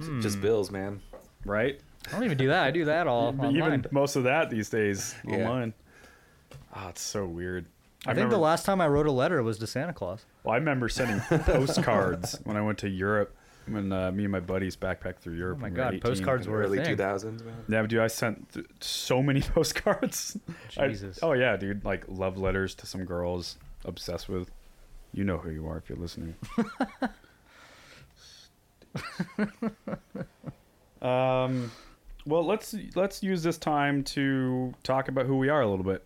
B: Hmm.
D: Just bills, man.
B: Right?
C: i don't even do that i do that all online
B: Even most of that these days
D: Yeah.
B: online. Ah, it's so weird.
C: i think
B: remember,
C: the last time i wrote a letter was to santa claus
B: Well, I remember sending postcards when I went to Europe. When uh, me and my buddies backpacked through Europe.
C: Oh my
B: when we were
C: God,
B: 18.
C: postcards were- Or a
D: Early
C: thing.
D: two thousands, man.
B: Yeah, dude, I sent th- so many postcards. I-
C: Jesus.
B: oh yeah, dude, like love letters to some girls obsessed with. You know who you are if you're listening. um, well, let's let's use this time to talk about who we are a little bit.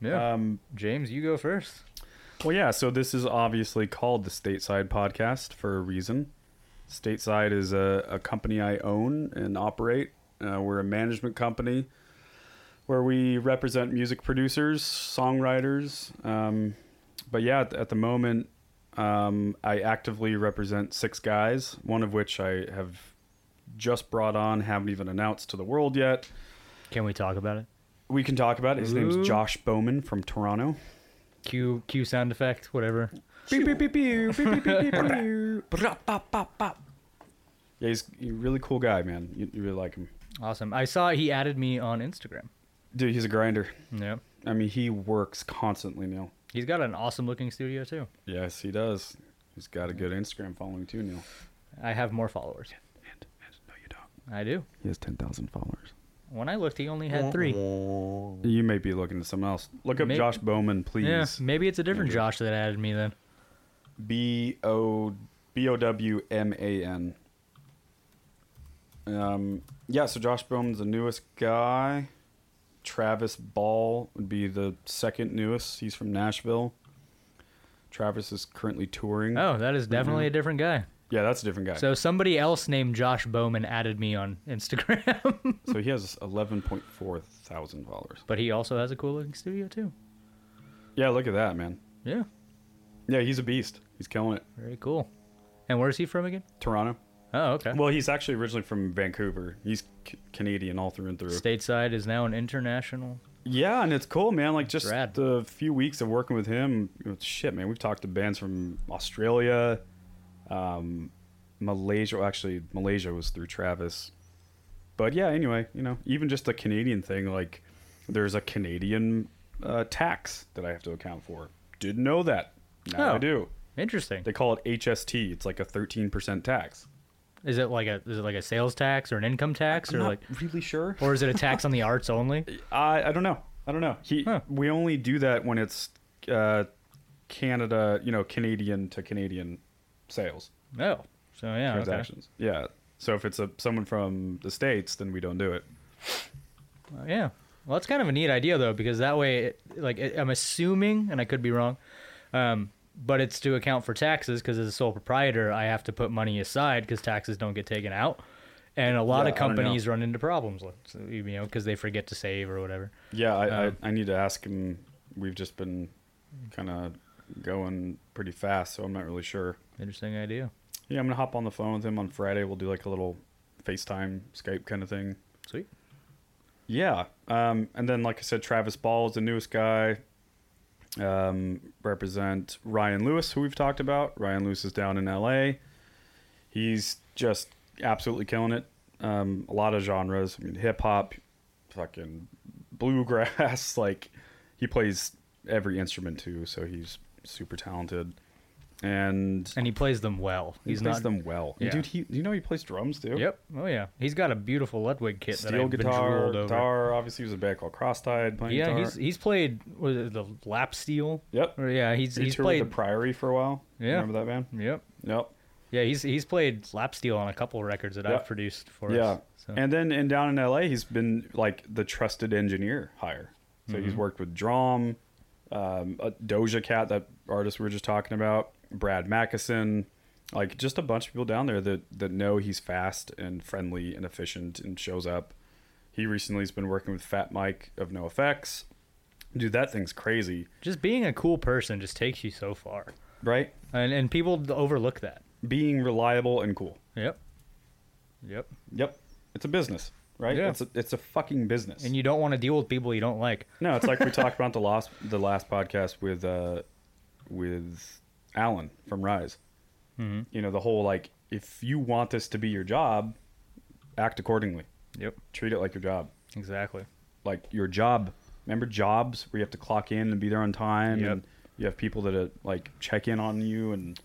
C: yeah
B: Um,
C: james you go first
B: well, yeah. So this is obviously called the Stateside Podcast for a reason. Stateside is a, a company I own and operate. Uh, we're a management company where we represent music producers, songwriters. Um, but yeah, at, at the moment, um, I actively represent six guys, one of which I have just brought on, haven't even announced to the world yet.
C: can we talk about it
B: We can talk about it. His name's
C: Ooh.
B: Josh Bowman from Toronto.
C: q q sound effect whatever
B: Pew, pew, pew, pew, pew, pew, pew, pew. Bra, bop, bop, bop. Yeah, he's a really cool guy, man. You, you really like him.
C: awesome i saw he added me on instagram
B: Dude, he's a grinder.
C: yeah
B: I mean, he works constantly, Neil.
C: he's got an awesome looking studio too
B: Yes, he does. He's got a good Instagram following too, Neil.
C: i have more followers
B: And, and no, you don't.
C: i do
B: He has 10,000 followers.
C: When I looked, he only had three.
B: You may be looking to someone else. Look up
C: Maybe-
B: Josh Bowman,
C: Yeah,
B: please.
C: maybe it's a different Josh that added me then.
B: B O B O W M A N. Um, yeah, so Josh Bowman's the newest guy. Travis Ball would be the second newest. He's from Nashville. Travis is currently touring.
C: Oh, that is definitely a different guy.
B: yeah, that's a different guy. So,
C: So somebody else named Josh Bowman added me on Instagram,
B: he has 11.4 thousand followers.
C: but he also has a cool looking studio too.
B: Yeah, look at that, man.
C: Yeah,
B: Yeah, he's a beast. He's killing it.
C: very cool. And where's he from again?
B: Toronto.
C: Oh, okay.
B: Well, he's actually originally from Vancouver. He's c- Canadian all through and through.
C: Stateside is now an international.
B: Yeah, and it's cool, man. Like just
C: Rad.
B: the few weeks of working with him, you know, shit, man. We've talked to bands from Australia, um, Malaysia. Well, actually, Malaysia was through Travis. But yeah, anyway, you know, even just the Canadian thing, like there's a Canadian uh, tax that I have to account for. Didn't know that. Now I
C: Oh.
B: do.
C: Interesting.
B: They call it HST. It's like a 13% tax.
C: Is it like a is it like a sales tax or an income tax or
B: Not
C: like
B: really sure.
C: or is it a tax on the arts only?
B: I I don't know. I don't know. He
C: Huh.
B: we only do that when it's uh, Canada, you know, Canadian to Canadian sales
C: Oh, so yeah. okay.
B: transactions. Yeah. So if it's a someone from the states, then we don't do it.
C: Uh, yeah. Well, that's kind of a neat idea though, because that way, it, like, it, I'm assuming, and I could be wrong, um, but it's to account for taxes because as a sole proprietor, I have to put money aside because taxes don't get taken out, and a lot
B: Yeah,
C: of
B: I don't know.
C: companies run into problems, like, so, you know, because they forget to save or whatever.
B: Yeah, I, I, I need to ask him. We've just been kind of going pretty fast, so I'm not really sure.
C: Interesting idea.
B: Yeah, I'm gonna hop on the phone with him on Friday. We'll do like a little FaceTime Skype kind of thing.
C: Sweet.
B: Yeah, um, and then like I said, Travis Ball is the newest guy. Um, represent Ryan Lewis, who we've talked about. Ryan Lewis is down in L.A. He's just absolutely killing it. Um, a lot of genres. I mean, hip hop, fucking bluegrass. Like he plays every instrument too, so he's super talented. And
C: And he plays them well.
B: he
C: He's
B: plays
C: not.
B: them well. And
C: yeah.
B: Dude, he you know he plays drums too.
C: Yep. Oh yeah. He's got a beautiful Ludwig kit that
B: Steel
C: I've
B: guitar,
C: been drooled over.
B: guitar. Obviously, he was a band called Cross-Tide playing
C: Yeah,
B: guitar.
C: he's he's played was it the lap steel.
B: Yep.
C: Or, yeah, he's
B: he
C: he's
B: toured
C: played.
B: with the Priory for a while.
C: Yeah.
B: remember that band?
C: yep.
B: Yep.
C: Yeah, he's he's played lap steel on a couple records that
B: Yeah.
C: I've produced for
B: yeah.
C: us. So.
B: And then and down in L.A., he's been like the trusted engineer hire. So he's worked with Drum, um, uh, Doja Cat, that artist we were just talking about, Brad Mackison, like just a bunch of people down there that that know he's fast and friendly and efficient and shows up. He recently has been working with Fat Mike of No Effects. Dude, that thing's crazy,
C: just being a cool person just takes you so far,
B: right?
C: and and people d- overlook that.
B: Being reliable and cool.
C: Yep. Yep.
B: Yep. It's a business, right?
C: Yeah.
B: It's a, it's a fucking business.
C: And you don't want to deal with people you don't like.
B: no, it's like we talked about the last the last podcast with uh with Alan from Rise.
C: Mm-hmm.
B: You know, the whole like if you want this to be your job, act accordingly.
C: Yep.
B: Treat it like your job.
C: Exactly.
B: Like your job. Remember jobs where you have to clock in and be there on time
C: Yep.
B: and you have people that uh, like check in on you and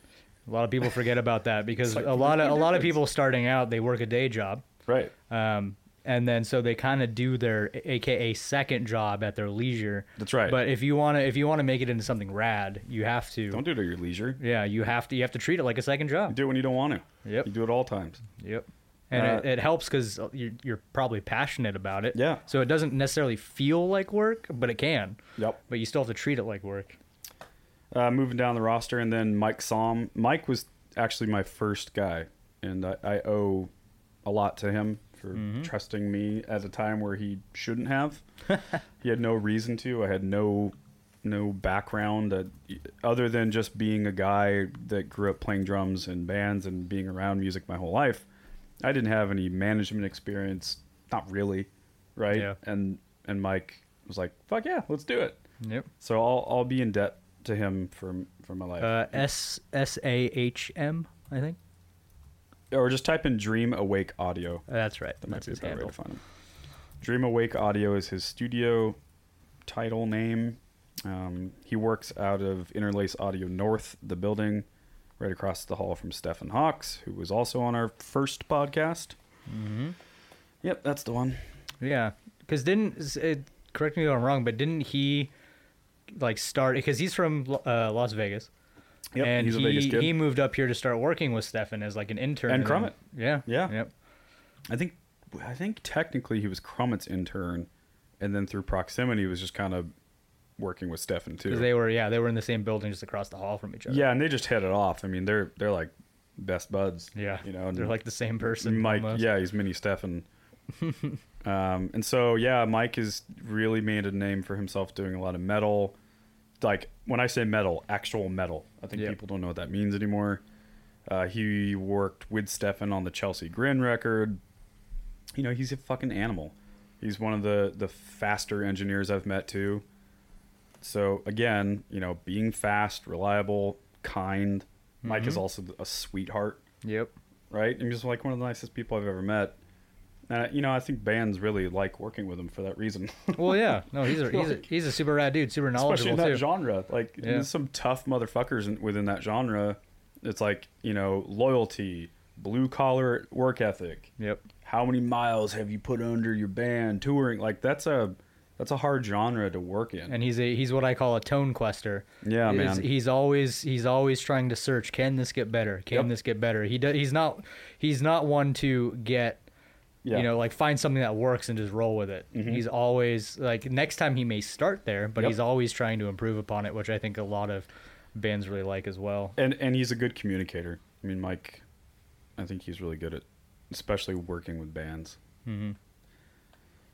C: A lot of people forget about that because
B: like
C: a lot of a
B: working
C: lot of
B: records.
C: people starting out they work a day job.
B: right.
C: um, and then so they kind of do their AKA second job at their leisure.
B: That's right.
C: But if you want to, if you want to make it into something rad, you have to.
B: Don't do it at your leisure.
C: yeah, you have to. You have to treat it like a second job.
B: Do it when you don't want to.
C: Yep.
B: You do it all times.
C: Yep. And
B: Uh,
C: it, it helps because you're, you're probably passionate about it.
B: Yeah.
C: So it doesn't necessarily feel like work, but it can.
B: Yep.
C: But you still have to treat it like work.
B: uh, moving down the roster, and then Mike Som. Mike was actually my first guy, and I, I owe a lot to him for trusting me at a time where he shouldn't have. he had no reason to. I had no no background uh, other than just being a guy that grew up playing drums and bands and being around music my whole life. I didn't have any management experience, not really, right?
C: Yeah.
B: And and Mike was like, "Fuck yeah, let's do it."
C: Yep.
B: So I'll I'll be in debt to him for for my life.
C: Uh, S S A H M, I think.
B: or just type in Dream Awake Audio.
C: That's right.
B: That might
C: That's
B: be a
C: his
B: better way
C: handle.
B: to find him. Dream Awake Audio is his studio title name. Um, he works out of Interlace Audio North, the building right across the hall from Stephen Hawks, who was also on our first podcast. Mm-hmm. Yep, that's the one.
C: Yeah, because didn't s- it, correct me if I'm wrong, but didn't he like start because he's from Lo- uh, Las Vegas,
B: Yep,
C: and
B: he's a
C: he
B: Vegas kid.
C: he moved up here to start working with Stefan as like an intern
B: And
C: then-
B: Crummett.
C: Yeah,
B: Yeah.
C: yep.
B: I think I think technically he was Crummett's intern, and then through proximity was just kind of working with Stefan too.
C: 'Cause they were yeah they were in the same building just across the hall from each other.
B: Yeah, and they just hit it off. I mean, they're they're like best buds.
C: yeah,
B: you know, and
C: they're like the same person.
B: Mike.
C: almost.
B: Yeah, he's mini Stefan. um, and so yeah, Mike has really made a name for himself doing a lot of metal. Like when I say metal, actual metal. I think
C: Yeah.
B: people don't know what that means anymore. Uh, he worked with Stefan on the Chelsea Grin record. You know, he's a fucking animal. He's one of the the faster engineers I've met too. So again, you know, being fast, reliable, kind. Mike
C: Mm-hmm.
B: is also a sweetheart
C: yep.
B: right? And he's like one of the nicest people I've ever met. And I- you know, I think bands really like working with him for that reason,
C: Well, yeah, no, he's a, he's a, he's a super rad dude, super
B: especially
C: knowledgeable
B: in that
C: too.
B: genre. Like,
C: Yeah.
B: there's some tough motherfuckers in, within that genre. It's like you know, loyalty, blue collar work ethic.
C: Yep.
B: How many miles have you put under your band touring? Like, that's a that's a hard genre to work in.
C: and he's a he's what I call a tone quester.
B: Yeah,
C: He's-
B: man.
C: He's always he's always trying to search. Can this get better? Can
B: Yep.
C: this get better? He does, he's not he's not one to get
B: Yeah. Mm-hmm.
C: you know like find something that works and just roll with it. He's always like next time he may start there, but
B: Yep.
C: he's always trying to improve upon it, which I think a lot of bands really like as well.
B: and and he's a good communicator. I mean, Mike, I think he's really good at, especially working with bands. Mm-hmm.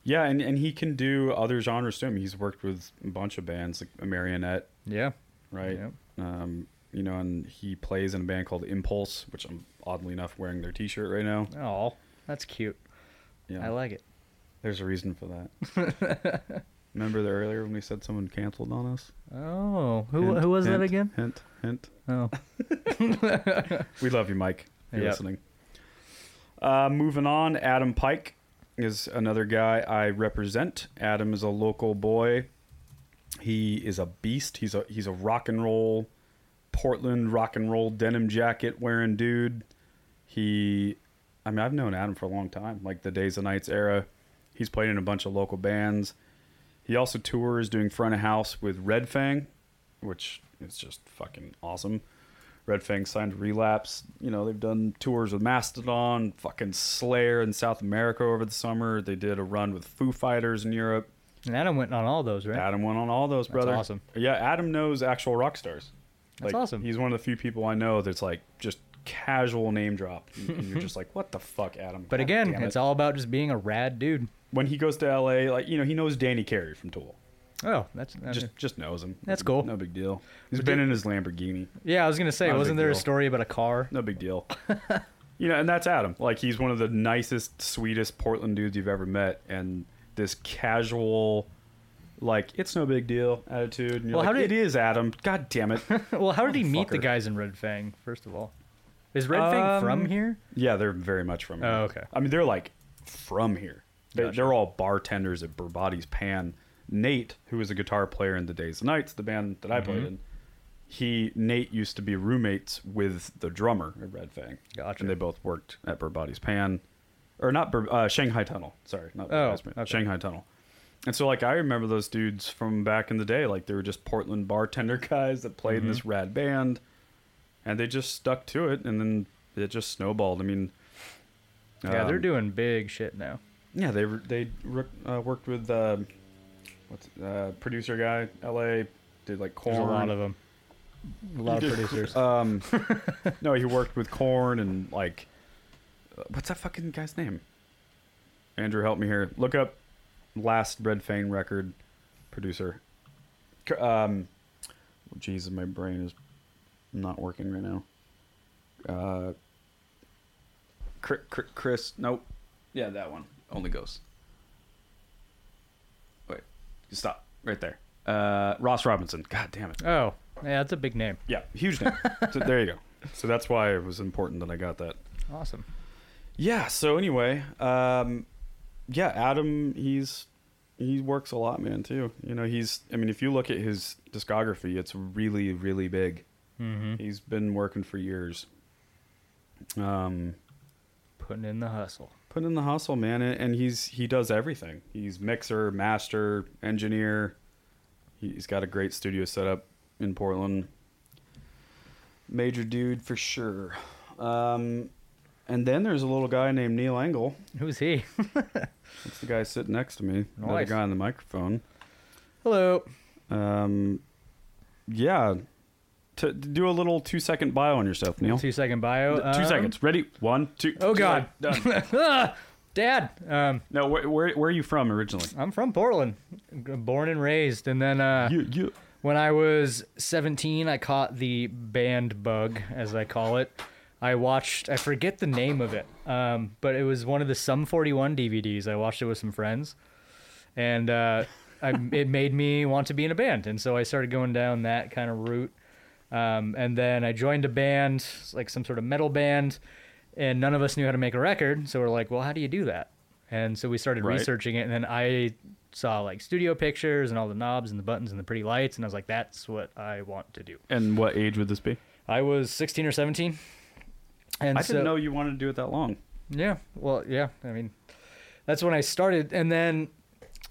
B: Yeah, and and he can do other genres too. I mean, he's worked with a bunch of bands like a Marionette,
C: Yeah.
B: right?
C: Yep.
B: Um, you know, and he plays in a band called Impulse, which I'm oddly enough wearing their T-shirt right now.
C: Oh, that's cute.
B: Yeah,
C: I like it.
B: There's a reason for that. Remember the earlier when we said someone canceled on us?
C: Oh, who
B: Hint,
C: who was
B: hint,
C: that again?
B: Hint, hint.
C: Oh,
B: We love you, Mike. You're
C: Yep.
B: listening. Uh, moving on, Adam Pike is another guy I represent. Adam is a local boy. He is a beast. He's a he's a rock and roll, Portland rock and roll denim jacket wearing dude. He, I mean, I've known Adam for a long time, like the Days and Nights era. He's played in a bunch of local bands. He also tours doing front of house with Red Fang, which is just fucking awesome. Red Fang signed to Relapse. You know, they've done tours with Mastodon, fucking Slayer in South America over the summer. They did a run with Foo Fighters in Europe.
C: and Adam went on all those, right?
B: Adam went on all those, brother.
C: awesome.
B: Yeah, Adam knows actual rock stars.
C: That's
B: Like,
C: awesome.
B: He's one of the few people I know that's like just casual name drop. And you're just like, what the fuck, Adam?
C: But
B: God
C: again,
B: damn it.
C: it's all about just being a rad dude.
B: when he goes to LA, like you know, he knows Danny Carey from Tool.
C: Oh, that's
B: Just just knows him.
C: That's cool.
B: No big deal. He's
C: But
B: been
C: did-
B: in his Lamborghini.
C: Yeah, I was gonna say,
B: Not a
C: wasn't
B: big
C: there a
B: deal.
C: story about a car?
B: No big deal. you know, and that's Adam. Like he's one of the nicest, sweetest Portland dudes you've ever met, and this casual, like it's no big deal attitude. And you're
C: Well, how
B: like,
C: did-
B: it is Adam? God damn it.
C: Well, how did he meet the
B: Motherfucker.
C: guys in Red Fang? First of all, is Red Fang from
B: Um,
C: here?
B: yeah, they're very much from. Here.
C: Oh, okay.
B: I mean, they're like from here. They,
C: Gotcha.
B: They're all bartenders at Burbotti's Pan. Nate, who is a guitar player in the Days and Nights, the band that I played
C: Mm-hmm.
B: in, he Nate used to be roommates with the drummer at Red Fang.
C: Gotcha.
B: And they both worked at Burbotti's Pan, or not Bur- uh, Shanghai Tunnel. Sorry, not Burbotti's Pan,
C: Oh, okay.
B: Shanghai Tunnel. And so, like, I remember those dudes from back in the day. Like, they were just Portland bartender guys that played
C: Mm-hmm.
B: in this rad band, and they just stuck to it, and then it just snowballed. I mean,
C: yeah, they're
B: um,
C: doing big shit now.
B: yeah, they re- they re- uh, worked with uh, what's uh, producer guy L.A. did like corn.
C: There's a lot of them. A lot of producers.
B: Um, no, he worked with corn and like uh, what's that fucking guy's name? Andrew, help me here. Look up last Red Fang record producer. C- Um, Jesus, my brain is not working right now. Uh, Cri- Cri- Chris, nope. Yeah, that one. Only Ghost. Wait, stop right there. Uh, Ross Robinson. God damn it.
C: oh, yeah, that's a big name.
B: Yeah, huge name. so there you go. So that's why it was important that I got that.
C: Awesome.
B: Yeah. So anyway, um, yeah, Adam, he's he works a lot, man. Too. You know, he's. I mean, if you look at his discography, it's really, really big. Mm-hmm. He's been working for years. Um,
C: Putting in the hustle.
B: put in the hustle, man, and, and he's he does everything. He's mixer, master, engineer. He's got a great studio setup in Portland. Major dude for sure. Um, and then there's a little guy named Neil Engel.
C: Who's he?
B: That's the guy sitting next to me. Another
C: Nice.
B: guy on the microphone.
C: Hello.
B: Um, yeah. To do a little two second bio on yourself, Neil. Uh,
C: Two
B: Two,
C: second bio. um,
B: seconds. Ready? One, two.
C: Oh God.
B: Done.
C: ah, Dad. Um,
B: no, where, where where are you from originally?
C: I'm from Portland, born and raised, and then uh,
B: You you.
C: When I was 17, I caught the band bug, as I call it. I watched, I forget the name of it, um, but it was one of the Sum 41 DVDs. I watched it with some friends, and uh, I, it made me want to be in a band. And so I started going down that kind of route. Um, and then I joined a band, like some sort of metal band, and none of us knew how to make a record. So we're like, well, how do you do that? And so we started
B: Right.
C: researching it. And then I saw like studio pictures and all the knobs and the buttons and the pretty lights. And I was like, that's what I want to do.
B: And what age would this be?
C: I was 16 or 17. And
B: I
C: so-
B: didn't know you wanted to do it that long.
C: yeah. Well, yeah. I mean, that's when I started, and then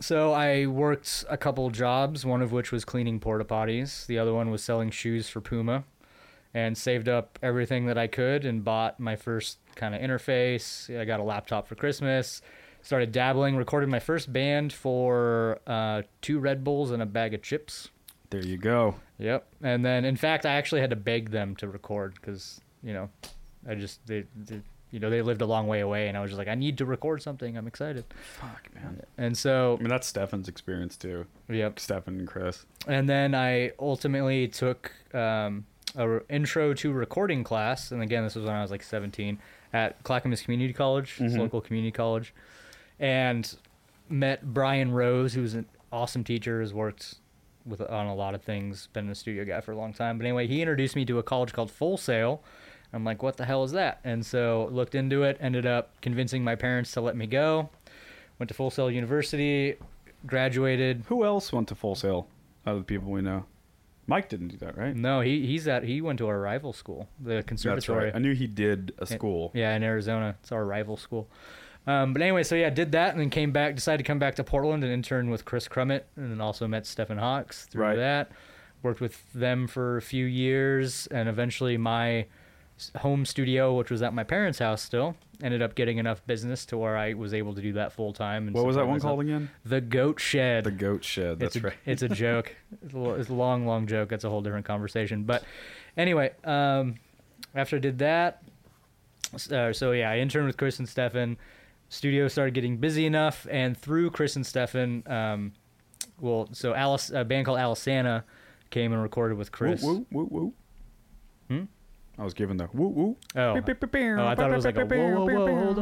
C: So I worked a couple jobs, one of which was cleaning porta potties. The other one was selling shoes for Puma, and saved up everything that I could and bought my first kind of interface. I got a laptop for Christmas. Started dabbling, recorded my first band for uh, two Red Bulls and a bag of chips.
B: There you go.
C: Yep. And then, in fact, I actually had to beg them to record because you know, I just they, they you know they lived a long way away, and I was just like, I need to record something. I'm excited.
B: Fuck, man.
C: And so,
B: I mean, that's Stefan's experience too.
C: yep.
B: Stefan and Chris.
C: And then I ultimately took um, a re- intro to recording class, and again, this was when I was like 17 at Clackamas Community College, it's a local community college, and met Brian Rose, who's an awesome teacher, has worked with on a lot of things, been a studio guy for a long time. But anyway, he introduced me to a college called Full Sail. I'm like, what the hell is that? And so looked into it, ended up convincing my parents to let me go. Went to Full Sail University, graduated,
B: Who else went to Full Sail? Out of the people we know, Mike didn't do that, right?
C: No, he he's at he went to our rival school, the
B: That's
C: conservatory.
B: right. I knew he did a school.
C: Yeah, in Arizona, it's our rival school. Um, but anyway, so yeah, did that and then came back, decided to come back to Portland and intern with Chris Crummett, and then also met Stephen Hawks through
B: Right.
C: that. Worked with them for a few years, and eventually my s- home studio, which was at my parents' house still, ended up getting enough business to where I was able to do that full time. and
B: What was that
C: support
B: one
C: myself.
B: called again?
C: The Goat Shed
B: The Goat Shed. That's
C: it's a,
B: right.
C: It's a joke. It's a, lo- it's a long, long joke. That's a whole different conversation. But anyway, um, after I did that, s- uh, so yeah, I interned with Chris and Stefan. Studio started getting busy enough, and through Chris and Stefan, um, well, so Alice, a band called Alisana came and recorded with Chris.
B: Woo, woo, woo, woo. Hmm? I was given the woo, woo.
C: Oh. Oh, I thought it was like a whoa, whoa, whoa, hold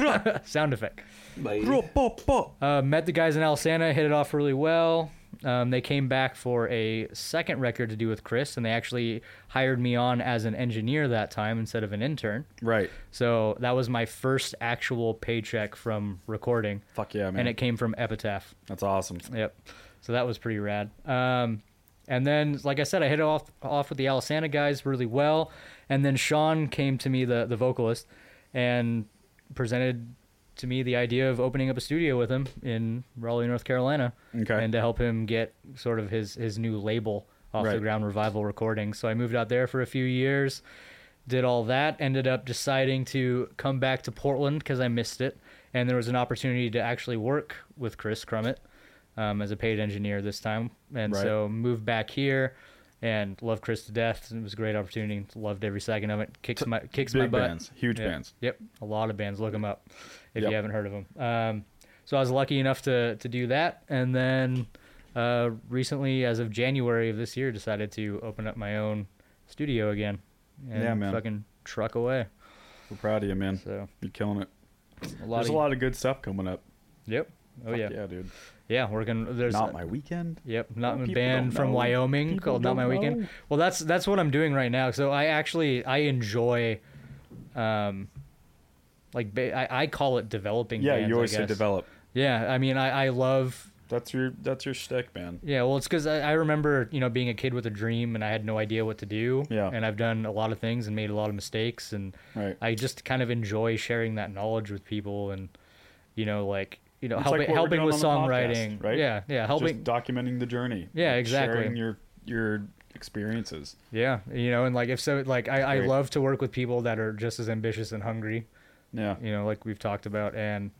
C: on. Sound effect.
D: Bye.
C: Uh, met the guys in Alisana, hit it off really well. Um, they came back for a second record to do with Chris, and they actually hired me on as an engineer that time instead of an intern.
B: Right.
C: So that was my first actual paycheck from recording,
B: Fuck yeah, man.
C: and it came from Epitaph.
B: That's awesome.
C: Yep. So that was pretty rad. Um, and then, like I said, I hit it off off with the Alisana guys really well. And then Sean came to me, the the vocalist, and presented to me the idea of opening up a studio with him in Raleigh, North Carolina,
B: Okay.
C: and to help him get sort of his his new label off the
B: Right.
C: ground, Revival Recordings. So I moved out there for a few years, did all that, ended up deciding to come back to Portland because I missed it, and there was an opportunity to actually work with Chris Crummett um, as a paid engineer this time, and
B: Right.
C: so moved back here. And loved Chris to death. It was a great opportunity. Loved every second of it. Kicks my kicks my
B: Big
C: butt.
B: bands, huge
C: Yeah.
B: bands.
C: Yep, a lot of bands. Look them up if
B: Yep.
C: you haven't heard of them. Um, so I was lucky enough to to do that, and then uh, recently, as of January of this year, decided to open up my own studio again. And
B: Yeah, man.
C: Fucking truck away.
B: We're proud of you, man.
C: So
B: You're killing it.
C: a lot
B: there's
C: of
B: a lot of good stuff coming up.
C: Yep. Oh
B: Fuck
C: yeah. yeah.
B: yeah, dude.
C: Working. There's
B: Not my weekend.
C: Yep, not a
B: People
C: band
B: don't
C: from
B: know.
C: Wyoming
B: People
C: called Not
B: don't
C: My Weekend.
B: know.
C: Well, that's that's what I'm doing right now. So I actually I enjoy, um, like ba- I, I call it developing.
B: Yeah,
C: bands,
B: you always
C: I
B: say
C: guess.
B: develop.
C: Yeah, I mean I I love
B: That's your that's your shtick, man.
C: yeah. Well, it's because I, I remember you know being a kid with a dream and I had no idea what to do.
B: Yeah.
C: and I've done a lot of things and made a lot of mistakes and
B: Right.
C: I just kind of enjoy sharing that knowledge with people and you know like you know
B: It's
C: helping
B: like what we're
C: helping
B: doing
C: with
B: on the podcast,
C: songwriting
B: right?
C: Yeah, yeah,
B: Just
C: helping
B: documenting the journey.
C: Yeah,
B: Like,
C: exactly.
B: Sharing your your experiences.
C: Yeah, you know, and like if so, like I, I
B: Great.
C: love to work with people that are just as ambitious and hungry,
B: Yeah.
C: you know, like we've talked about, and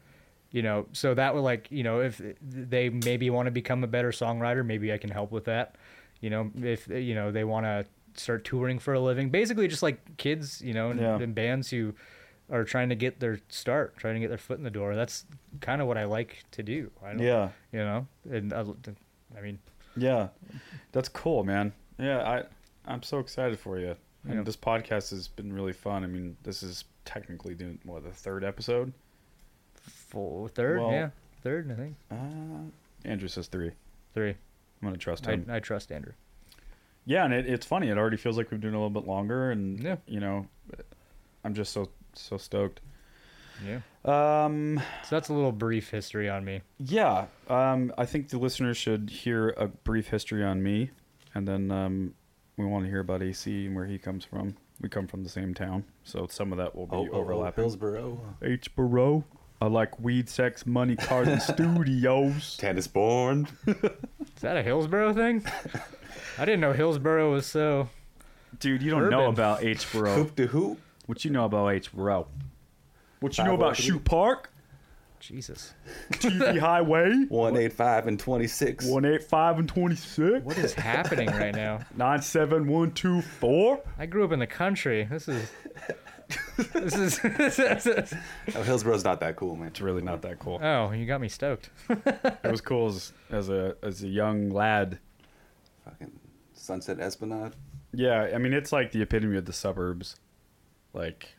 C: you know, so that would like you know if they maybe want to become a better songwriter, maybe I can help with that, you know, if you know they want to start touring for a living, basically just like kids, you know, and,
B: Yeah.
C: and bands who are trying to get their start, trying to get their foot in the door. That's kind of what I like to do. I don't,
B: Yeah.
C: you know, and I, I mean,
B: Yeah, that's cool, man. Yeah, I I'm so excited for you. And
C: Yeah.
B: this podcast has been really fun. I mean, this is technically doing what the third episode.
C: full third,
B: Well-
C: yeah, third, I think
B: Uh, Andrew says three. I'm
C: three.
B: gonna trust
C: I,
B: him.
C: I trust Andrew.
B: yeah, and it, it's funny. It already feels like we've been doing a little bit longer, and
C: Yeah.
B: you know, I'm just so so stoked.
C: Yeah.
B: Um,
C: So that's a little brief history on me.
B: yeah. Um, I think the listeners should hear a brief history on me, and then um, we want to hear about AC and where he comes from. We come from the same town, so some of that will be
D: Oh, oh, oh,
B: overlapping.
D: Hillsboro.
B: H Burrow. I like weed, sex, money, cars, and studios.
D: Tennis born.
C: Is that a Hillsboro thing? I didn't know Hillsboro was so.
B: Dude, you don't know
C: Urban.
B: about H bro.
D: Hoop to hoop.
B: What you know about H bro? What you know
D: Five
B: about
D: oh three.
B: Shoot Park,
C: Jesus.
B: TV Highway,
D: 185 and 26.
B: one eight five and twenty six,
C: What is happening right now?
B: nine seven one two four.
C: I grew up in the country. This is. This is. this is-
D: Oh, Hillsboro's not that cool, man.
B: It's really not that cool.
C: oh, you got me stoked.
B: It was cool as, as a as a young lad.
D: Fucking Sunset Esplanade.
B: Yeah, I mean it's like the epitome of the suburbs. Like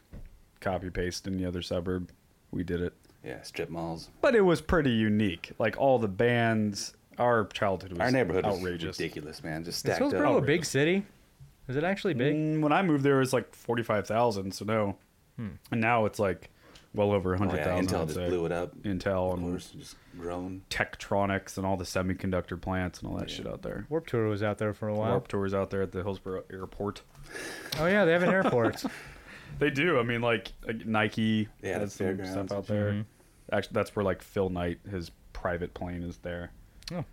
B: copy paste in the other suburb. We did it.
D: Yeah, strip malls.
B: But it was pretty unique. Like all the bands our childhood was
D: Our neighborhood
B: outrageous.
D: is ridiculous, man. Just
C: Is
D: stacked up.
C: Hillsboro a big city? Is it actually big?
B: Mm, When I moved there it was like forty five thousand, so no. And now it's like well over a
D: Oh,
B: hundred
D: yeah,
B: thousand.
D: Intel just blew it up.
B: Intel
D: Of
B: and
D: course, just grown.
B: Tektronics and all the semiconductor plants and all that shit out there.
C: Warp Tour was out there for a while.
B: Warp tours out there at the Hillsborough Airport.
C: Oh yeah, they have an airport.
B: They do. I mean, like, like Nike
D: Yeah,
B: has
D: the
B: some
D: fairgrounds
B: stuff
D: and
B: out there. Actually, that's where like Phil Knight, his private plane is there.
C: Oh.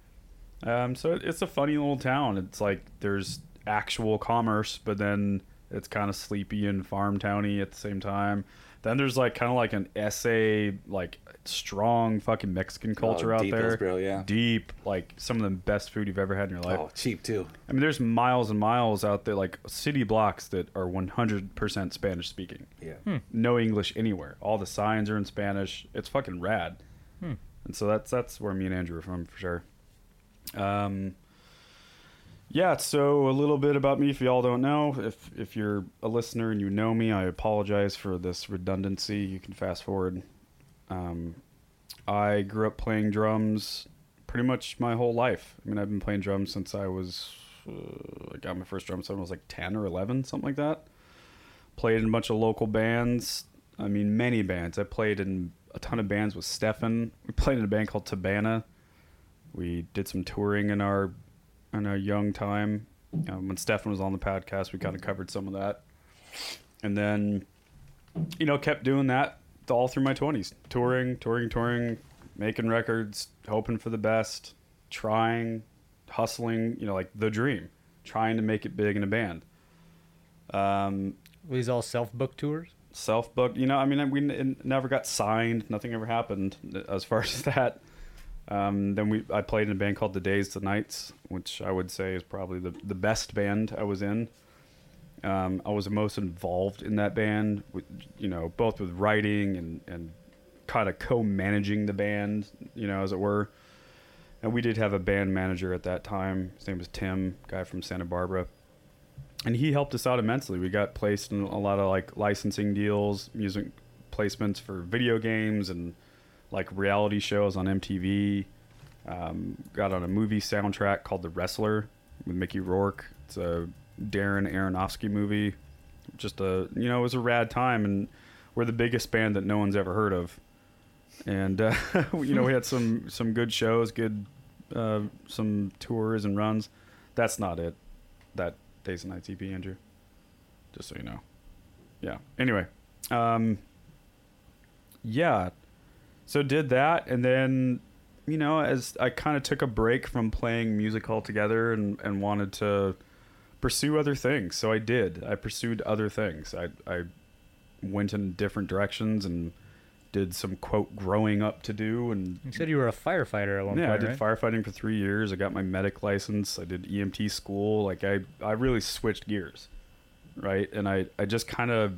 B: Um, so it- it's a funny little town. It's like there's actual commerce, but then it's kind of sleepy and farm towny at the same time. Then there's like kind of like an essay, like strong fucking Mexican culture out
D: Oh, deep
B: there.
D: Hillsboro, yeah.
B: Deep, like some of the best food you've ever had in your life.
D: Oh, cheap too.
B: I mean, there's miles and miles out there, like city blocks that are 100% Spanish speaking.
D: Yeah.
B: No English anywhere. All the signs are in Spanish. It's fucking rad. And so that's that's where me and Andrew are from for sure. Um, yeah. So a little bit about me, if y'all don't know, if if you're a listener and you know me, I apologize for this redundancy. You can fast forward. Um, I grew up playing drums pretty much my whole life. I mean, I've been playing drums since I was, uh, I got my first drum set when I was like 10 or 11, something like that. Played in a bunch of local bands. I mean, many bands. I played in a ton of bands with Stefan. We played in a band called Tabana. We did some touring in our in our young time. Um, when Stefan was on the podcast, we kind of covered some of that. And then you know, kept doing that all through my 20s. Touring, touring, touring, making records, hoping for the best, trying, hustling, you know, like the dream, trying to make it big in a band. Um,
C: Were these all self-book tours?
B: self booked, you know, I mean, we n- never got signed, nothing ever happened as far as that. Um, then we, I played in a band called The Days to Nights, which I would say is probably the, the best band I was in. Um, I was most involved in that band, with, you know, both with writing and, and kind of co-managing the band, you know, as it were. And we did have a band manager at that time. His name was Tim, guy from Santa Barbara, and he helped us out immensely. We got placed in a lot of like licensing deals, music placements for video games and like reality shows on MTV Um, got on a movie soundtrack called The Wrestler with Mickey Rourke. It's a Darren Aronofsky movie. Just a you know, it was a rad time, and we're the biggest band that no one's ever heard of. And uh, you know, we had some some good shows, good uh, some tours and runs. That's not it. That Days and Nights EP, Andrew. Just so you know. Yeah. Anyway, um, yeah. So did that, and then you know, as I kind of took a break from playing music altogether and, and wanted to pursue other things. So I did. I pursued other things. I, I went in different directions and did some, quote, growing up to do. And
C: You said you were a firefighter at one
B: yeah,
C: point,
B: I did
C: right?
B: firefighting for three years. I got my medic license. I did EMT school. Like, I, I really switched gears, right? And I, I just kind of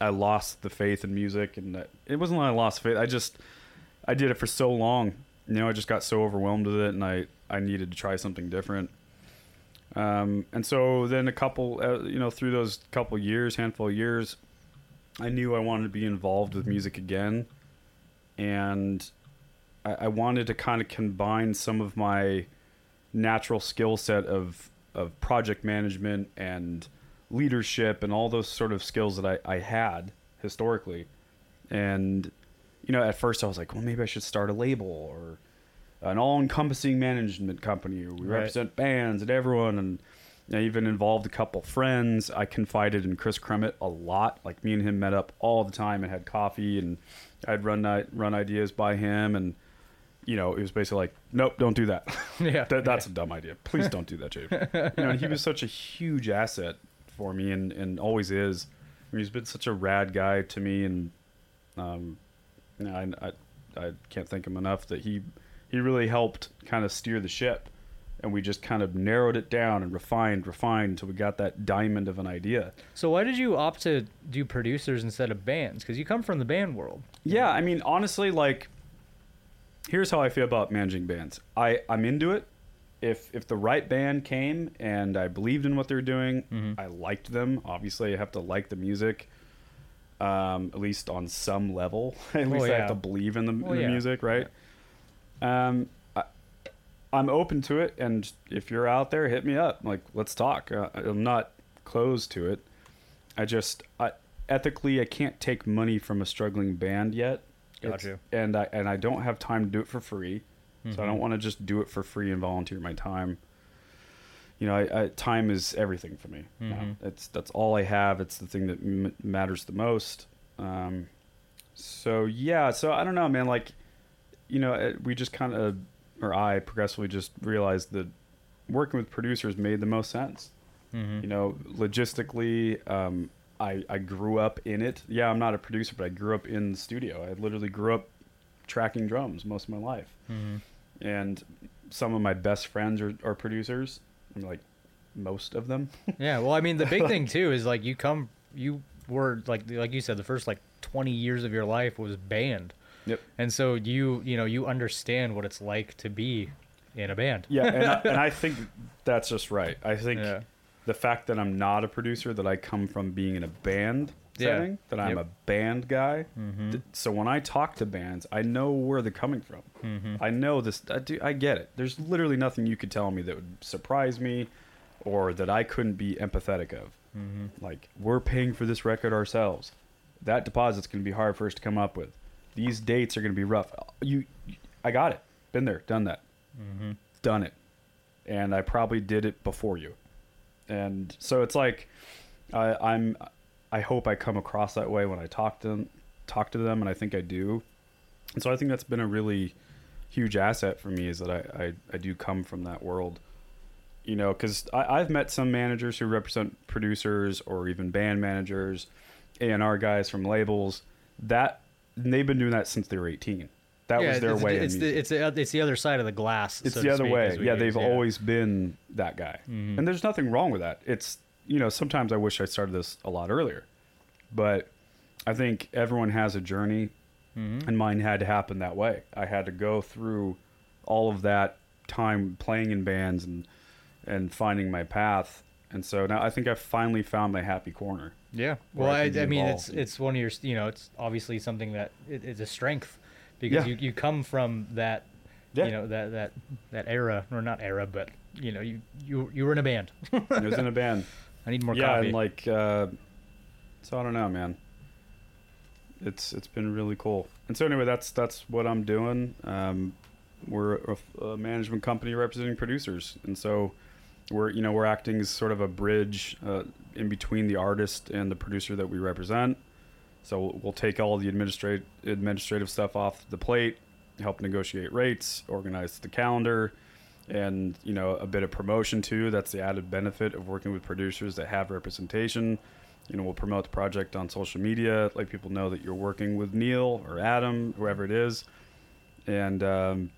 B: I lost the faith in music. And I- it wasn't like I lost faith. I just. I did it for so long. You know, I just got so overwhelmed with it, and I I needed to try something different. Um, and so then a couple, uh, you know, through those couple years, handful of years, I knew I wanted to be involved with music again, and I, I wanted to kind of combine some of my natural skill set of of project management and leadership and all those sort of skills that I, I had historically and you know at first i was like well maybe i should start a label or an all-encompassing management company where we
C: Right.
B: represent bands and everyone and i even involved a couple friends i confided in chris Kremet a lot like me and him met up all the time and had coffee and I'd run i- run ideas by him, and you know, it was basically like, nope, don't do that.
C: Yeah.
B: that, that's a dumb idea. Please don't do that, Jake. you know, and he was such a huge asset for me, and and always is. I mean, he's been such a rad guy to me, and um, you know, I, I I can't thank him enough that he he really helped kind of steer the ship, and we just kind of narrowed it down and refined, refined until we got that diamond of an idea.
C: So why did you opt to do producers instead of bands? Because you come from the band world.
B: Yeah, I mean, honestly, like, here's how I feel about managing bands. I I'm into it. If if the right band came and I believed in what they're doing,
C: Mm-hmm.
B: I liked them. Obviously, I have to like the music, um, at least on some level. at least I
C: Oh, yeah.
B: have to believe in the, in
C: Well,
B: the
C: yeah.
B: music, right? Um, I, I'm open to it, and if you're out there, hit me up. Like, let's talk. Uh, I'm not closed to it. I just I, ethically I can't take money from a struggling band yet. It's-
C: Gotcha.
B: And I and I don't have time to do it for free, so I don't want to just do it for free and volunteer my time. You know, I, I, time is everything for me. now. It's that's all I have. It's the thing that m- matters the most. Um, so yeah, so I don't know, man. Like, you know, it- we just kind of, or I progressively just realized that working with producers made the most sense. You know, logistically, um, I I grew up in it. Yeah, I'm not a producer, but I grew up in the studio. I literally grew up tracking drums most of my life, and some of my best friends are, are producers. I'm like most of them.
C: Yeah. Well, I mean, the big thing too is like you come, you were like like you said, the first like 20 years of your life was band,
B: Yep.
C: and so you you know you understand what it's like to be in a band.
B: Yeah, and I, and I think that's just right. I think
C: Yeah.
B: the fact that I'm not a producer, that I come from being in a band
C: Yeah.
B: setting, that I'm
C: Yep. Mm-hmm.
B: a band guy. th- so when I talk to bands, I know where they're coming from.
C: Mm-hmm.
B: I know this. I, do, I get it. There's literally nothing you could tell me that would surprise me, or that I couldn't be empathetic of.
C: Mm-hmm.
B: Like we're paying for this record ourselves. That deposit's going to be hard for us to come up with. These dates are going to be rough. You, I got it. Been there, done that
C: Mm-hmm.
B: done it and i probably did it before you and so it's like I, i'm i hope i come across that way when i talk to them talk to them and i think i do and so i think that's been a really huge asset for me is that i i, I do come from that world you know because i've met some managers who represent producers or even band managers a&r guys from labels that and they've been doing that since they were 18 that was their
C: it's,
B: way in
C: It's
B: music
C: the, it's the it's the other side of the glass.
B: it's
C: so
B: the
C: to
B: other
C: speak,
B: way.
C: as we
B: Yeah,
C: use,
B: they've always been that guy,
C: Mm-hmm.
B: and there's nothing wrong with that. It's you know sometimes I wish I started this a lot earlier, but I think everyone has a journey,
C: Mm-hmm.
B: and mine had to happen that way. I had to go through all of that time playing in bands and and finding my path, and so now I think I finally found my happy corner.
C: Yeah.
B: where
C: Well,
B: I
C: I,
B: can be
C: I mean, it's
B: involved.
C: it's one of your you know it's obviously something that it, it's a strength because
B: Yeah.
C: you, you come from that
B: Yeah.
C: you know that that that era or not era but you know you you you were in a band.
B: I was in a band.
C: I need more
B: yeah,
C: coffee.
B: and like uh, so I don't know, man. It's it's been really cool. And so anyway, that's that's what I'm doing. Um, we're a, a management company representing producers, and so we're you know we're acting as sort of a bridge uh, in between the artist and the producer that we represent. So we'll, we'll take all the administrate administrative stuff off the plate, help negotiate rates, organize the calendar, and you know a bit of promotion too. That's the added benefit of working with producers that have representation. You know, we'll promote the project on social media, let people know that you're working with Neil or Adam, whoever it is, and um,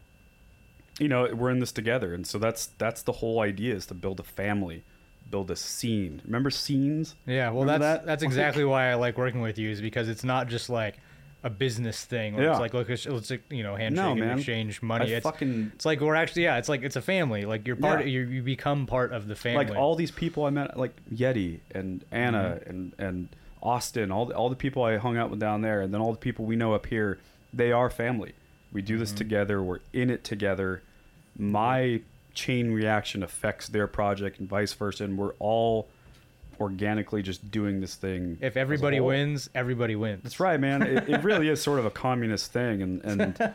B: you know we're in this together. And so that's that's the whole idea is to build a family, build a scene. Remember scenes?
C: Yeah, well,
B: Remember
C: that's
B: that?
C: that's exactly why I like working with you is because it's not just like a business thing. Where
B: Yeah.
C: It's like look, let's, let's you know handshake
B: No,
C: and
B: man.
C: exchange money.
B: I
C: it's
B: fucking-
C: it's like we're actually yeah, it's like it's a family. Like you're part
B: Yeah.
C: you you become part of the family.
B: like all these people I met, like Yeti and Anna
C: Mm-hmm.
B: and and Austin, all the, all the people I hung out with down there, and then all the people we know up here, they are family. We do
C: Mm-hmm.
B: this together. We're in it together. My chain reaction affects their project and vice versa, and we're all organically just doing this thing. as
C: if
B: a
C: everybody
B: whole.
C: wins, everybody wins.
B: that's right, man. It, it really is sort of a communist thing, and and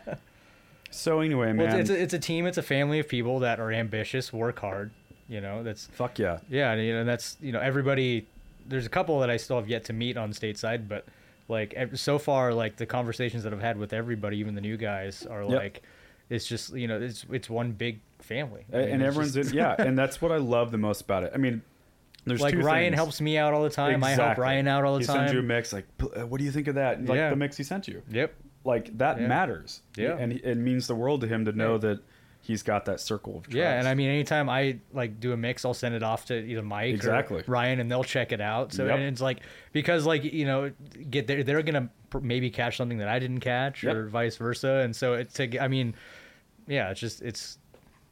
B: so anyway, man.
C: Well, it's, it's a, it's a team. It's a family of people that are ambitious, work hard. You know, that's
B: fuck yeah.
C: yeah, and, you know, that's you know everybody. There's a couple that I still have yet to meet on stateside, but Like ev- so far, like the conversations that I've had with everybody, even the new guys, are like, it's just you know, it's it's one big family. I
B: A-
C: mean,
B: and
C: it's
B: everyone's
C: just-
B: in, yeah, and that's what I love the most about it. I mean, there's
C: like
B: two
C: Ryan
B: things.
C: helps me out all the time. I help
B: Exactly.
C: Ryan out all the
B: he
C: time.
B: sends you a mix, like, "P- uh, what do you think of that? And, Like
C: Yeah.
B: the mix he sent you.
C: Yep.
B: Like that
C: Yeah.
B: matters.
C: Yeah.
B: and he- it means the world to him to know
C: Yeah.
B: that he's got that circle of trust.
C: Yeah, and I mean, anytime I like do a mix, I'll send it off to either Mike
B: Exactly.
C: or Ryan, and they'll check it out. So
B: Yep.
C: and it's like because like you know, get there, they're gonna pr- maybe catch something that I didn't catch,
B: Yep.
C: or vice versa. And so it's to, I mean, yeah, it's just it's,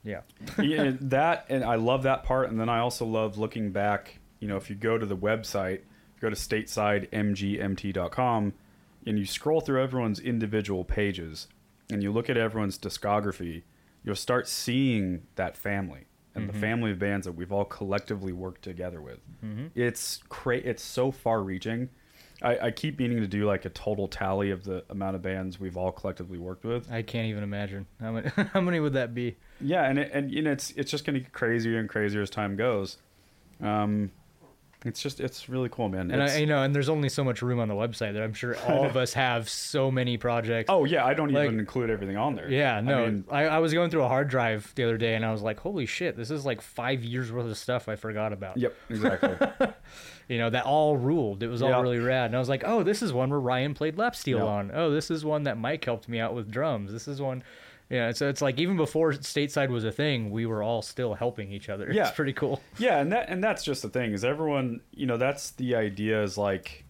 C: yeah,
B: yeah, and that and I love that part, and then I also love looking back. You know, if you go to the website, go to statesidemgmt.com, and you scroll through everyone's individual pages, and you look at everyone's discography, you'll start seeing that family and the family of bands that we've all collectively worked together with. It's cra- It's so far-reaching. I, I keep meaning to do like a total tally of the amount of bands we've all collectively worked with.
C: I can't even imagine how many how many would that be?
B: Yeah, and it, and you know it's it's just gonna get crazier and crazier as time goes. Um, it's just it's really cool, man.
C: And
B: It's-
C: I you know, and there's only so much room on the website that I'm sure all of us have so many projects.
B: oh yeah, I don't
C: like-
B: even include everything on there.
C: Yeah,
B: I
C: no, I,
B: mean,
C: I, was going through a hard drive the other day, and I was like, "Holy shit, this is like five years worth of stuff I forgot about."
B: yep, exactly.
C: you know, that all ruled. It was all
B: Yeah.
C: really rad. And I was like, oh, this is one where Ryan played lap steel
B: Yeah.
C: on. Oh, this is one that Mike helped me out with drums. This is one. Yeah, so it's like even before stateside was a thing, we were all still helping each other.
B: Yeah.
C: It's pretty cool.
B: yeah, and that and that's just the thing is everyone you know that's the idea is like,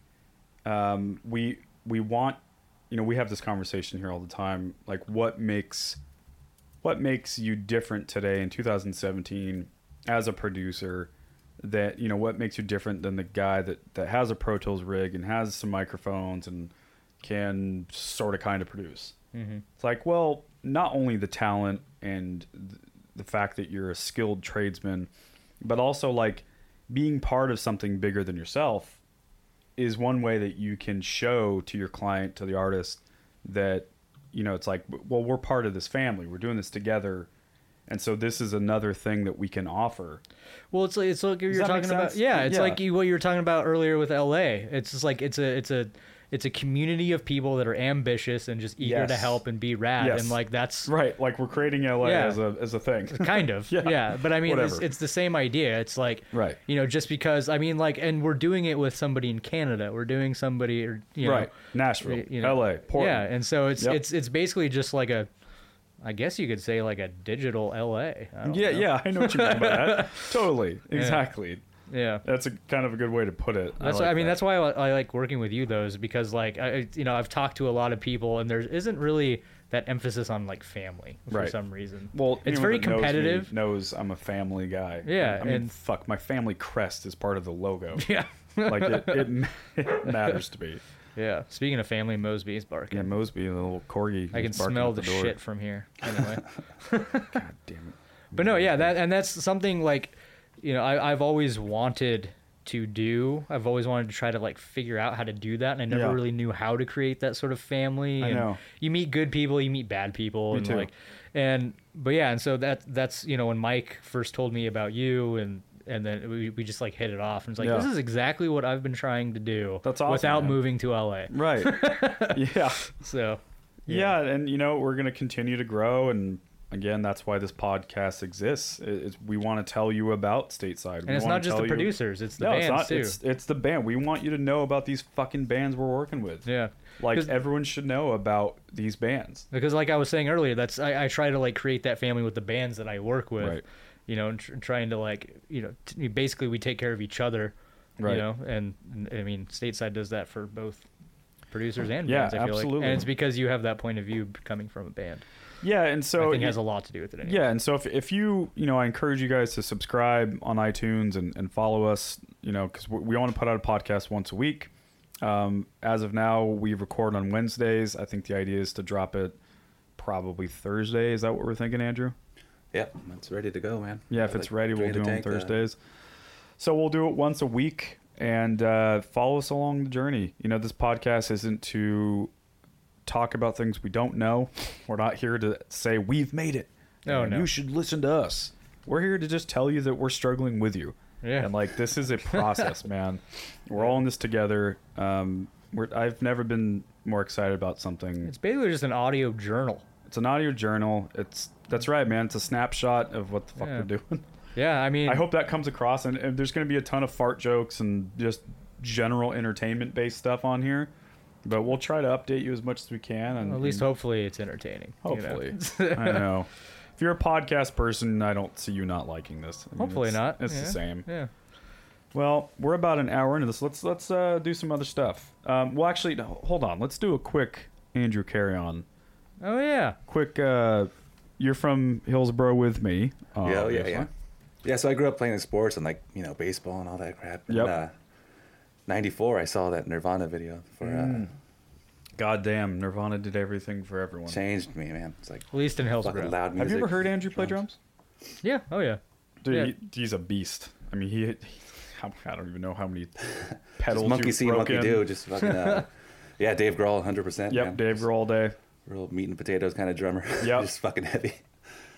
B: um, we we want you know we have this conversation here all the time like what makes what makes you different today in 2017 as a producer that you know what makes you different than the guy that that has a pro tools rig and has some microphones and can sort of kind of produce it's like well not only the talent and th- the fact that you're a skilled tradesman but also like being part of something bigger than yourself is one way that you can show to your client to the artist that you know it's like well we're part of this family we're doing this together and so this is another thing that we can offer
C: Well, it's like it's like you're
B: that make
C: talking about
B: sense?
C: yeah, it's
B: Yeah.
C: like you, what you were talking about earlier with LA. It's just like it's a it's a it's a community of people that are ambitious and just eager to
B: Yes.
C: help and be rad
B: Yes.
C: and like that's
B: right like we're creating la
C: Yeah.
B: as a as a thing
C: kind of yeah.
B: Yeah.
C: but i mean it's,
B: Whatever.
C: it's the same idea it's like
B: Right.
C: you know just because i mean like and we're doing it with somebody in canada we're doing somebody or you
B: right
C: know,
B: nashville
C: you know,
B: la portland
C: yeah and so it's
B: Yep.
C: it's it's basically just like a i guess you could say like a digital la I don't
B: yeah
C: know.
B: yeah i know what you mean by that totally exactly
C: yeah
B: that's a kind of a good way to put it
C: That's why,
B: like
C: I mean
B: that.
C: that's why I, I like working with you though is because like I I- you know I've talked to a lot of people and there isn't really that emphasis on like family for
B: Right.
C: some reason.
B: Well,
C: it's
B: anyone
C: very
B: that knows me
C: competitive.
B: Knows, I'm a family guy.
C: Yeah,
B: I mean,
C: and-
B: fuck, my family crest is part of the logo.
C: Yeah,
B: like it, it, ma- it matters to me.
C: yeah. Speaking of family, Mosby's barking.
B: Yeah, Mosby, the little corgi.
C: I can
B: is barking
C: smell
B: at
C: the,
B: door.
C: shit from here. Anyway,
B: God damn it.
C: but no, yeah, that and that's something like, you know, I, I've always wanted to do. I've always wanted to try to like figure out how to do that, and I never
B: Yeah.
C: really knew how to create that sort of family.
B: I
C: and
B: know.
C: You meet good people, you meet bad people, and
B: too.
C: like, and but yeah, and so that that's you know when Mike first told me about you and. And then we, we just like hit it off, and it's like
B: Yeah.
C: this is exactly what I've been trying to do.
B: That's awesome,
C: Without
B: man.
C: moving to LA,
B: Right. yeah.
C: so
B: yeah. and you know we're gonna continue to grow, and again, that's why this podcast exists. It- it's, we want to tell you about stateside,
C: and it's not just the producers, it's the bands
B: it's not.
C: too.
B: It's, it's the band. We want you to know about these fucking bands we're working with.
C: yeah,
B: Like
C: 'Cause-
B: everyone should know about these bands.
C: because like i was saying earlier that's i, I try to like create that family with the bands that i work with
B: Right.
C: you know and tr- trying to like you know t- basically we take care of each other
B: Right.
C: you know and, and i mean stateside does that for both producers and
B: Yeah,
C: bands i feel like
B: absolutely.
C: and it's because you have that point of view b- coming from a band
B: Yeah, and so
C: i think it
B: you-
C: has a lot to do with it anyway.
B: Yeah, and so if, if you, you know, I encourage you guys to subscribe on iTunes and, and follow us, you know, because we, we want to put out a podcast once a week. Um, as of now, we record on Wednesdays. I think the idea is to drop it probably Thursday. Is that what we're thinking, Andrew?
D: Yep, it's ready to go, man.
B: Yeah, if
D: Got
B: it's
D: like
B: ready,
D: three
B: we'll
D: in the
B: do it on
D: tank, uh,
B: Thursdays. So we'll do it once a week and uh, follow us along the journey. You know, this podcast isn't to talk about things we don't know. We're not here to say we've made it.
C: No,
B: and
C: Oh, no.
B: You should listen to us. We're here to just tell you that we're struggling with you.
C: Yeah.
B: And like, this is a process, man. We're all in this together. Um, We're, I've never been more excited about something.
C: It's basically just an audio journal.
B: It's an audio journal. It's that's right, man. It's a snapshot of what the fuck
C: Yeah.
B: we're doing.
C: Yeah, I mean,
B: I hope that comes across, and, and there's going to be a ton of fart jokes and just general entertainment based stuff on here. But we'll try to update you as much as we can, and
C: at least hopefully it's entertaining. you know?
B: Mm-hmm. hopefully. I know. If you're a podcast person, I don't see you not liking this. I mean,
C: hopefully
B: it's-
C: not.
B: It's
C: yeah,
B: the same.
C: Yeah.
B: Well, we're about an hour into this. Let's let's uh, do some other stuff. Um, well, actually, no, hold on. Let's do a quick Andrew carry on.
C: Oh yeah.
B: Quick. Uh, you're from Hillsboro with me. Uh,
D: yeah, oh, yeah,
B: obviously.
D: yeah. Yeah, so I grew up playing sports and like, you know, baseball and all that crap. And,
B: Yep.
D: uh, 94, I saw that Nirvana video for uh,
B: Hmm. Goddamn, Nirvana did everything for everyone.
D: changed me, man. It's like
C: At least in
D: fucking
C: Hillsborough.
D: loud
B: Have
D: music.
B: you ever heard Andrew play drums?
C: Yeah. Oh yeah.
B: Dude,
C: Yeah.
B: he, he's a beast. I mean, he, he- I don't even know how many pedals
D: Just monkey
B: you've
D: see,
B: broken.
D: monkey do. Just fucking, uh, yeah, Dave Grohl, 100%.
B: Yep,
D: man.
B: Dave
D: Just
B: Grohl day.
D: Real meat and potatoes kind of drummer.
B: Yep.
D: just fucking heavy.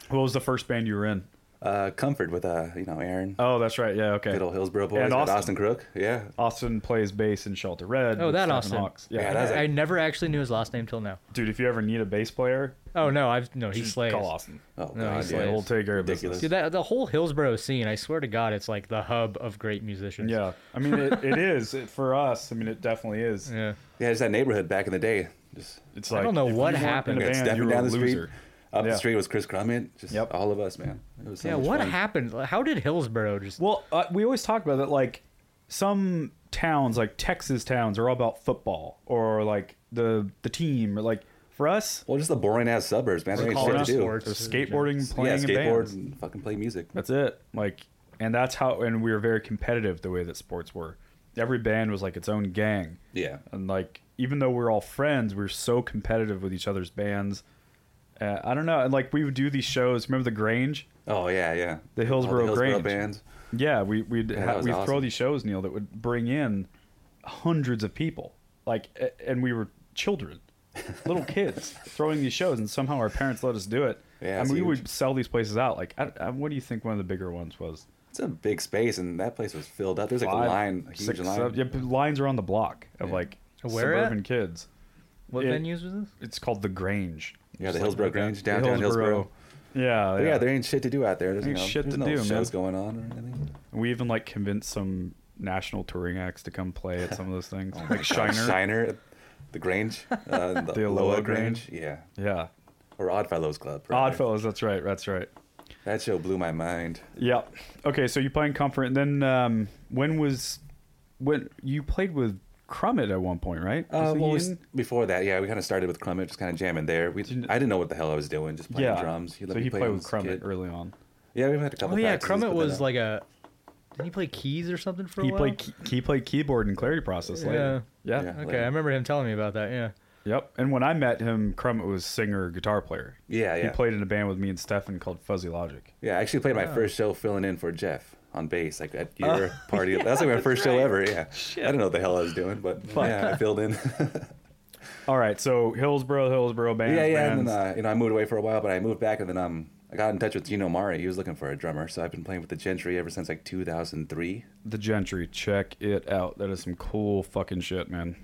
B: What was the first band you were in?
D: Uh, Comfort with, uh, you know, Aaron,
B: Oh, that's right. Yeah, okay.
D: good old Hillsborough Boys,
B: And
D: and
B: Austin.
D: Austin. Crook. Yeah.
B: Austin plays bass in Shelter Red.
C: Oh,
B: with
C: that
B: Seven
C: Austin.
B: Hawks. Yeah,
D: Yeah,
C: I,
D: that's like-
C: never actually knew his last name till now.
B: dude. If you ever need a bass player,
C: Oh no, I've no. He
B: just
C: slays.
B: call Austin.
D: Oh,
C: No,
D: God,
C: he's
D: yeah.
C: like-
B: We'll take care of business.
D: Ridiculous.
C: Dude, that the whole Hillsborough scene. I swear to God, it's like the hub of great musicians.
B: Yeah, I mean, it, it is it, for us. I mean, it definitely is.
C: Yeah.
D: Yeah, just that neighborhood back in the day. Just
B: It's
C: I
B: like
C: don't know
B: if you
C: what
B: weren't in a
C: happened.
B: band,
D: Yeah,
B: you
D: stepping
B: were a
D: down the street.
B: loser.
D: Up
B: Yeah.
D: the street was Chris Grummet. Just
B: Yep.
D: all of us, man. It was so
C: Yeah.
D: much
C: What
D: fun.
C: happened? How did Hillsborough just?
B: Well, uh, we always talk about that. Like some towns, like Texas towns, are all about football or like the the team. Or like for us,
D: Well, just the boring ass suburbs, man. That's
C: Call
D: what
C: it
D: you
B: us
D: to do.
C: sports.
B: there's skateboarding,
D: Yeah,
B: playing, in
D: skateboards
B: bands.
D: and fucking play music.
B: That's it. Like, and that's how. And we were very competitive the way that sports were. Every band was like its own gang.
D: yeah.
B: and like even though we're all friends we are so competitive with each other's bands uh, i don't know and like we would do these shows remember the grange
D: Oh yeah, yeah.
B: The
D: All
B: Hillsborough Grange.
D: bands.
B: yeah we, we'd
D: Yeah, that
B: ha-
D: was
B: we'd throw
D: awesome.
B: these shows neil that would bring in hundreds of people like a- and we were children little kids throwing these shows and somehow our parents let us do it
D: Yeah,
B: i
D: it's
B: mean we
D: huge.
B: would sell these places out like I, I, what do you think one of the bigger ones was
D: It's a big space, and that place was filled up. There's like a line, a huge
B: six,
D: line.
B: seven- yeah, but lines are on the block of
D: Yeah.
B: like
C: Where at?
B: suburban kids
C: What
B: it-
C: venues was this?
B: it's called the Grange.
D: Yeah, the
B: Just
D: Hillsborough
B: like that.
D: Grange,
B: The
D: downtown Hillsborough.
B: Yeah,
D: But
B: yeah.
D: yeah, there ain't shit to do out there. There's,
B: Ain't
D: you know,
B: shit
D: there's
B: to
D: no
B: do, man.
D: shows going on or anything.
B: we even like convinced some national touring acts to come play at some of those things, like Shiner.
D: Oh Shiner, the Grange, uh, the,
B: The Aloha
D: Aloha
B: Grange.
D: Grange. Yeah,
B: Yeah,
D: or Oddfellows Club. probably.
B: Oddfellows. That's right. That's right.
D: That show blew my mind.
B: Yeah. Okay, so you playing Comfort, and then um, when was when you played with Crummett at one point, right?
D: Uh,
B: Was he
D: well, we, s-
B: in?
D: before that, yeah, we kind of started with Crummett, just kind of jamming there. We,
B: Didn't-
D: I didn't know what the hell I was doing, just playing
B: yeah.
D: drums. let
B: so
D: me
B: he
D: play
B: played
D: on
B: with
D: this
B: Crummett
D: kit.
B: early on.
D: Yeah, we had a couple.
C: Oh yeah,
D: practices, but
C: Crummett
D: then,
C: was
D: uh,
C: like a. Didn't he play keys or something for a
B: He
C: while?
B: played key- he played keyboard and Clarity Process later.
D: Yeah.
B: yeah.
C: Okay, I remember him telling me about that. Yeah.
B: Yep. And when I met him, Crummett was singer guitar player.
D: Yeah,
B: He
D: yeah.
B: played in a band with me and Stefan called Fuzzy Logic.
D: Yeah, I actually played my first show filling in for Jeff on bass, like at your party. that's like my first show ever. Yeah, I don't know what the hell I was doing, but yeah, I filled in.
B: All right, so Hillsboro, Hillsboro band.
D: yeah, yeah, and
B: bands.
D: then uh, you know I moved away for a while, but I moved back, and then um I got in touch with Gino Mari. He was looking for a drummer, so I've been playing with the Gentry ever since like 2003.
B: the Gentry. Check it out. That is some cool fucking shit, man.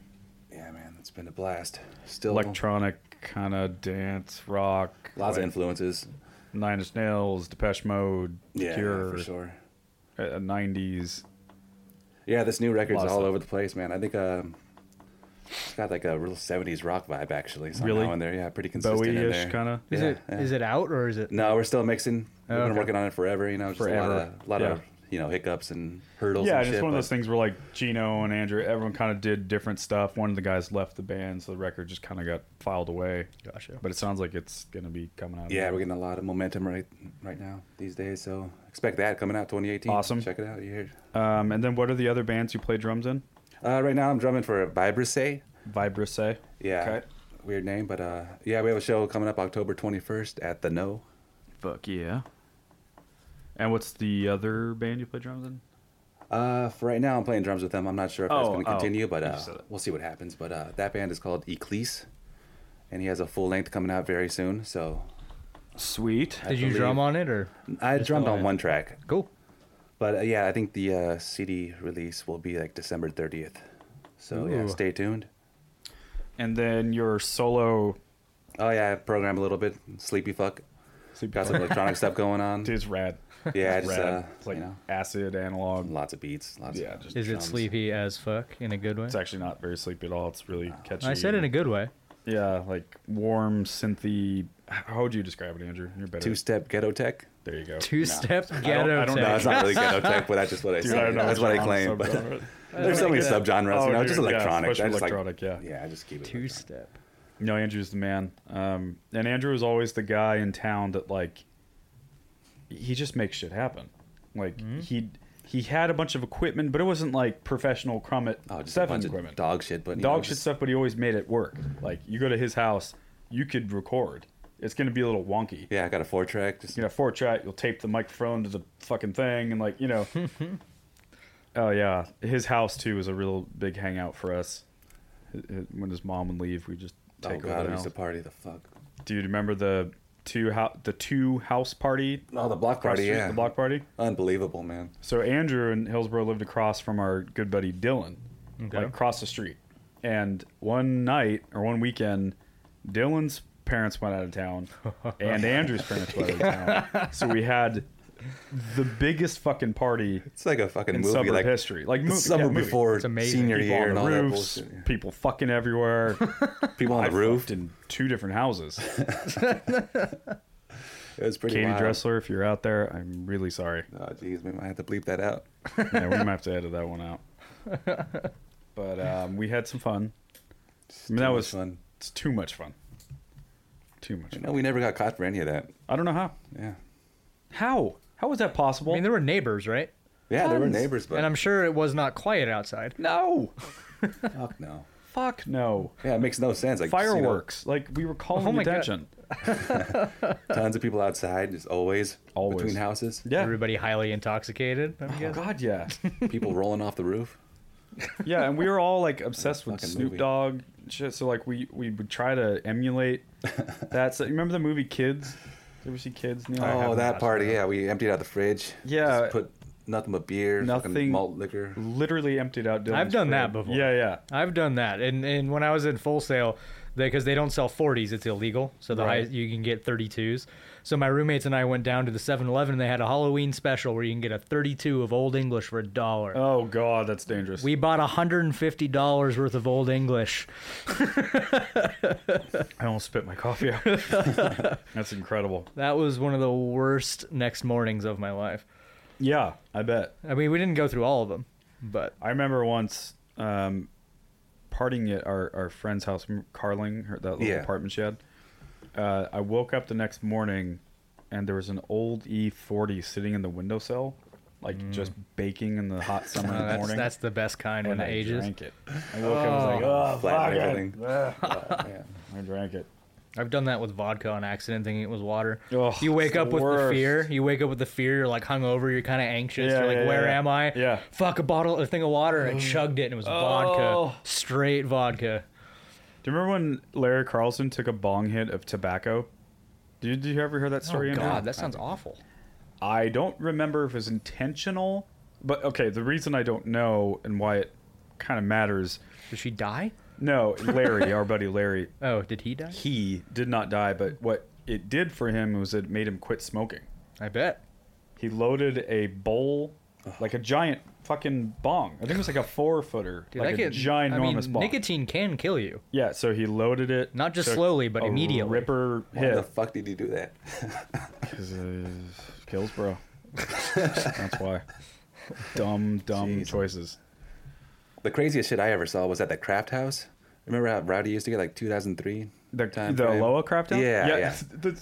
D: Yeah, man, it's been a blast. Still
B: Electronic kind of dance, rock,
D: lots of
B: like
D: influences.
B: Nine Inch Nails, Depeche Mode,
D: Yeah,
B: Cure,
D: yeah, for sure.
B: uh, '90s.
D: Yeah, this new record's
B: Lot of
D: all
B: stuff.
D: over the place, man. I think um, it's got like a real '70s rock vibe, actually. Somehow
B: Really?
D: in there, yeah, pretty consistent. in
B: Bowie-ish
D: there.
B: kind of.
C: Is
D: Yeah,
C: it is it out or is it?
D: No, we're still mixing. We've
C: Okay.
D: been working on it forever. You know, just a lot
B: Forever.
D: of, lot of
B: Yeah.
D: you know hiccups and hurdles.
B: Yeah,
D: and
B: and it's
D: shit,
B: one of
D: but
B: those things where like Gino and Andrew, everyone kind of did different stuff. One of the guys left the band, so the record just kind of got filed away.
C: Gotcha.
B: But it sounds like it's gonna be coming out.
D: Yeah, we're getting a lot of momentum right right now these days. So expect that coming out 2018.
B: Awesome.
D: Check it out. You hear?
B: Um, and then what are the other bands you play drums in?
D: Uh, right now, I'm drumming for Vibrisse.
B: Vibrisse.
D: Yeah.
B: Okay.
D: Weird name, but uh, yeah, we have a show coming up October 21st at the No.
B: Fuck yeah. And what's the other band you play drums in?
D: Uh, for right now, I'm playing drums with them. I'm not sure if that's
B: Oh,
D: going to
B: oh.
D: continue, but
B: You
D: uh,
B: just said it.
D: we'll see what happens. But uh, that band is called Eclise, and he has a full length coming out very soon. So
B: Sweet.
C: Did you
D: believe-
C: drum on it or?
D: I drummed
C: go
D: on
C: ahead.
D: one track.
C: Cool.
D: But uh, yeah, I think the uh, CD release will be like December 30th. So yeah,
C: Ooh.
D: stay tuned.
B: and then your solo
D: Oh yeah, I program a little bit. Sleepy fuck.
B: Sleepy
D: Got some electronic stuff going on.
B: dude's rad.
D: Yeah, just
B: Rad.
D: uh,
B: it's like
D: you know,
B: acid analog.
D: lots of beats. Lots
B: Yeah,
D: Of,
B: just
C: Is it
B: drums.
C: sleepy as fuck in a good way?
B: It's actually not very sleepy at all. It's really catchy.
C: I said in a good way.
B: yeah, like warm synthy. How would you describe it, Andrew? You're better.
D: two-step ghetto tech.
B: there you go.
C: Two step
B: I
C: ghetto
B: don't
C: tech.
B: know.
D: No, it's not really ghetto tech, but that's just what I
B: Dude,
D: said.
B: I don't know
D: that's what I
B: I'm so
D: claim. But
B: dumb.
D: there's so many subgenres,
B: Oh,
D: you know,
B: dude,
D: just
B: yeah,
D: electronic.
B: especially
D: I just
B: electronic, yeah.
D: like, yeah, I just keep it.
C: Two
D: electronic.
C: step.
B: No, Andrew's the man. Um, and Andrew is always the guy in town that like he just makes shit happen. Like
C: Mm-hmm.
B: he he had a bunch of equipment, but it wasn't like professional Crummet
D: Oh, just a
B: seven
D: bunch
B: equipment.
D: of dog shit, but you know,
B: dog shit
D: just-
B: stuff, but he always made it work. Like you go to his house, you could record. It's gonna be a little wonky.
D: Yeah, I got a four track. Just
B: You know, four track, you'll tape the microphone to the fucking thing and like, you know. oh yeah. His house too was a real big hangout for us. H- h- When his mom would leave, we just
D: oh
B: take
D: god,
B: over
D: we
B: the
D: used
B: house.
D: to party the fuck.
B: Do you remember the two house the two house party?
D: Oh, the block
B: across the
D: party,
B: street,
D: yeah,
B: The block party.
D: unbelievable, man.
B: So Andrew in Hillsborough lived across from our good buddy Dylan, like across the street. And one night or one weekend, Dylan's parents went out of town, and Andrew's parents went out of town. So we had the biggest fucking party
D: It's like a fucking
B: in
D: movie,
B: suburb
D: like
B: history, like
D: the
B: movie,
D: summer
B: yeah, movie.
D: before
C: It's amazing.
D: senior
B: People
D: year
B: on
D: and all that
B: roofs,
D: bullshit. yeah.
B: people fucking everywhere.
D: People on
B: I
D: the roof.
B: fucked in two different houses.
D: It was pretty.
B: Katie
D: wild.
B: Dressler, if you're out there, I'm really sorry.
D: Oh jeez, we might have to bleep that out.
B: yeah, we might have to edit that one out. But um, we had some fun. I mean,
D: too
B: that
D: much
B: was
D: fun.
B: It's too much fun. Too much.
D: You
B: Fun.
D: know, we never got caught for any of that.
B: I don't know how.
D: Yeah,
B: How? How was that
C: I
B: possible?
C: mean, there were neighbors, right?
D: yeah, there were
B: Tons.
D: neighbors, but
C: And I'm sure it was not quiet outside.
B: no.
D: fuck no.
B: Fuck no.
D: Yeah, it makes no sense. Like just, you know,
B: Fireworks. like we were calling
C: Oh my God.
B: attention.
D: tons of people outside, just always,
B: Always.
D: between houses.
B: Yeah.
C: Everybody highly intoxicated. I'm
B: Oh
C: guessing.
B: God, yeah,
D: people rolling off the roof.
B: yeah, and we were all like obsessed with
D: Fucking
B: Snoop
D: movie.
B: Dogg and shit. So like we we would try to emulate that. So, you remember the movie Kids? Did you ever see Kids? Neil? I
D: Oh,
B: haven't
D: that
B: watched
D: party. Yeah, we emptied out the fridge.
B: Yeah.
D: just put nothing but beer, nothing
B: Nothing-
D: fucking malt liquor.
B: Literally emptied out. Dylan's
C: I've done that
B: crib.
C: before.
B: Yeah, yeah.
C: I've done that, and and when I was in full sale, because they, don't sell 40s, it's illegal. So the
B: Right.
C: high, you can get 32s. So my roommates and I went down to the 7-Eleven, and they had a Halloween special where you can get a 32 of Old English for a dollar.
B: Oh God, that's dangerous.
C: we bought $150 worth of Old English.
B: I almost spit my coffee out. that's incredible.
C: That was one of the worst next mornings of my life.
B: Yeah, I bet.
C: I mean, we didn't go through all of them, but
B: I remember once um, partying at our, our friend's house, m- Carling, her, that little
D: Yeah.
B: apartment she had. Uh, I woke up the next morning and there was an old E40 sitting in the windowsill, like just baking in the hot summer
C: uh, Mm. that's,
B: morning.
C: that's the best kind when
B: and
C: it
B: I
C: ages.
B: drank it. I woke up and was like, oh,
D: Flat
B: fuck
D: and
B: it.
D: everything. Yeah.
B: I drank it.
C: I've done that with vodka on accident, thinking it was water.
B: Ugh,
C: you wake
B: it's
C: up
B: the
C: with the
B: worst.
C: fear. You wake up with the fear. You're like hungover. You're kind of anxious.
B: Yeah,
C: you're like,
B: yeah,
C: where
B: yeah.
C: am I?
B: Yeah.
C: Fuck a bottle, a thing of water. I chugged it, and it was
B: Oh.
C: vodka, straight vodka.
B: Do you remember when Larry Carlson took a bong hit of tobacco? Did, did you ever hear that
C: Oh
B: story? Andrew?
C: God, that sounds awful.
B: I don't remember if it was intentional, but okay, the reason I don't know and why it kind of matters.
C: Did she die?
B: No, Larry, our buddy Larry,
C: Oh, did he die?
B: he did not die, but what it did for him was it made him quit smoking.
C: I bet.
B: He loaded a bowl, like a giant fucking bong. I think it was like a four footer,
C: Dude,
B: like
C: I
B: a
C: could, I mean,
B: ginormous bong.
C: nicotine can kill you.
B: Yeah, so he loaded it,
C: Not just
B: took
C: slowly, but
B: a
C: immediately.
B: Ripper
D: Why the
B: hit.
D: fuck did you do that?
B: 'Cause, uh, kills, bro. That's why. Dumb, dumb
D: Jeez.
B: choices.
D: The craziest shit I ever saw was at the craft house. Remember how rowdy used to get like 2003?
B: The,
D: time
B: the
D: frame?
B: Aloha craft house?
D: Yeah, yeah.
B: the-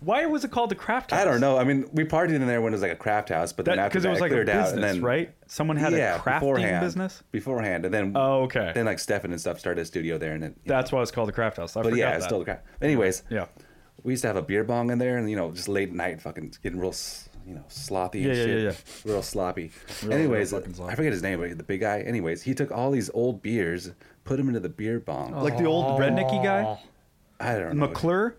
B: why was it called the craft house?
D: I don't know. I mean, we partied in there when it was like a craft house, but then after
B: Because
D: that,
B: it was like a
D: cleared
B: business,
D: out, and then
B: right? Someone had
D: yeah,
B: a crafting
D: beforehand,
B: business?
D: beforehand, and then
B: Oh, okay.
D: then like Stefan and stuff started a studio there, and then
B: That's why it's called the craft house. I
D: but
B: forgot
D: yeah,
B: that.
D: it's still the craft. Anyways,
B: Yeah.
D: we used to have a beer bong in there, and you know, just late night, fucking getting real, s- you know, slothy and
B: Yeah, yeah,
D: shit,
B: yeah,
D: real sloppy.
B: Real-
D: Anyways,
B: real fucking sloppy.
D: I forget his name, but the big guy. Anyways, he took all these old beers, put them into the beer bong.
B: Like the old rednecky guy?
D: I don't know.
B: McClure?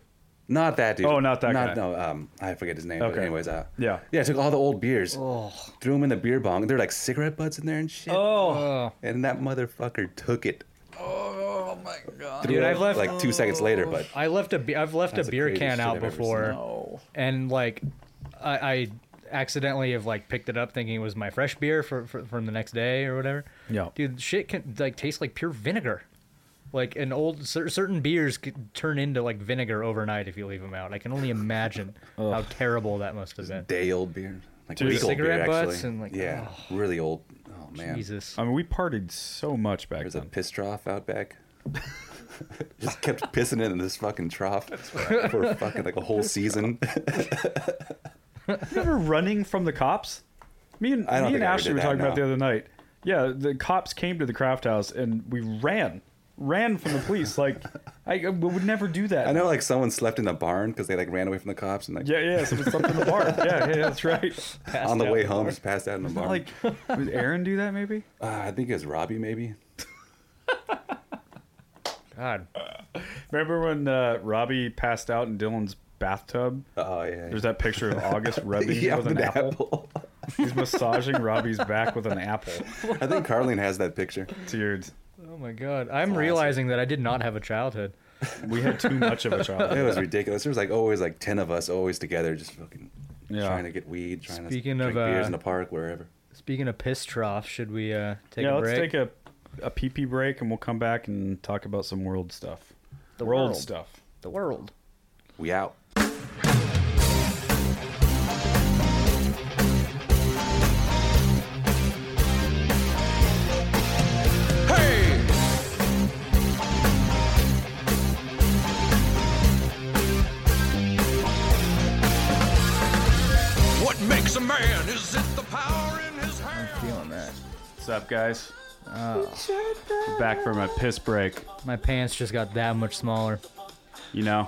D: Not that dude.
B: Oh, not that guy.
D: No, um, I forget his name. But
B: Okay.
D: anyways, uh,
B: Yeah.
D: yeah. I took all the old beers, threw them in the beer bong. There were like cigarette butts in there and shit.
B: Oh.
D: And that motherfucker took it.
B: oh,
E: my god.
D: Threw
C: Dude,
D: it
C: I've
D: out,
C: left- Oh.
D: like two seconds later, but
C: I left a be- I've left
D: That's
C: a
D: the
C: beer
D: craziest
C: can
D: shit
C: out
D: I've ever seen.
C: before,
B: Oh.
E: No.
C: and like I, I accidentally have like picked it up thinking it was my fresh beer for, for from the next day or whatever.
E: Yeah.
C: dude, shit can like taste like pure vinegar. Like an old cer- certain beers could turn into like vinegar overnight if you leave them out. I can only imagine how terrible that must have been.
D: day old beer, like
B: Dude,
D: week old beer,
C: cigarette butts
D: actually.
C: and, like,
D: yeah, really old. Oh man,
C: Jesus,
B: I mean, we partied so much back
D: There's a
B: then.
D: piss trough out back. Just kept pissing it in this fucking trough for fucking like a whole season.
B: Remember running from the cops? Me and
D: I don't
B: me and
D: think I ever
B: Ashley
D: did
B: were
D: that,
B: talking about
D: no.
B: the other night. Yeah, the cops came to the craft house and we ran, ran from the police. Like I, I would never do that.
D: I know like someone slept in a barn because they like ran away from the cops and like
B: Yeah, yeah. So we slept in the bar. Yeah, yeah, that's right.
D: on the
C: out
D: way
C: in the
D: home just passed out in the barn.
B: Like, would Aaron do that maybe?
D: uh, I think it was Robbie maybe.
C: God,
B: Remember when uh, Robbie passed out in Dylan's bathtub?
D: Oh yeah.
B: There's that picture of August rubbing
D: yeah,
B: it with an apple.
D: apple.
B: He's massaging Robbie's back with an apple.
D: I think Carlene has that picture.
B: Dude,
C: oh my God, I'm realizing that I did not have a childhood.
B: we had too much of a
D: It
B: childhood.
D: was ridiculous. There was like always like ten of us, always together, just fucking
B: Yeah.
D: trying to get weed, trying
C: Speaking
D: to
C: of,
D: drink beers
C: uh,
D: in the park, wherever.
C: Speaking of piss trough, should we uh, take
B: yeah,
C: a
B: let's
C: break?
B: take a a PP break and we'll come back and talk about some world stuff.
C: The
B: world,
C: world.
B: stuff.
C: the world.
D: We out.
E: What makes a man? Is it the power in his hand? Feeling that.
B: What's up, guys? Oh, Back from a piss break.
C: My pants just got that much smaller.
B: You know,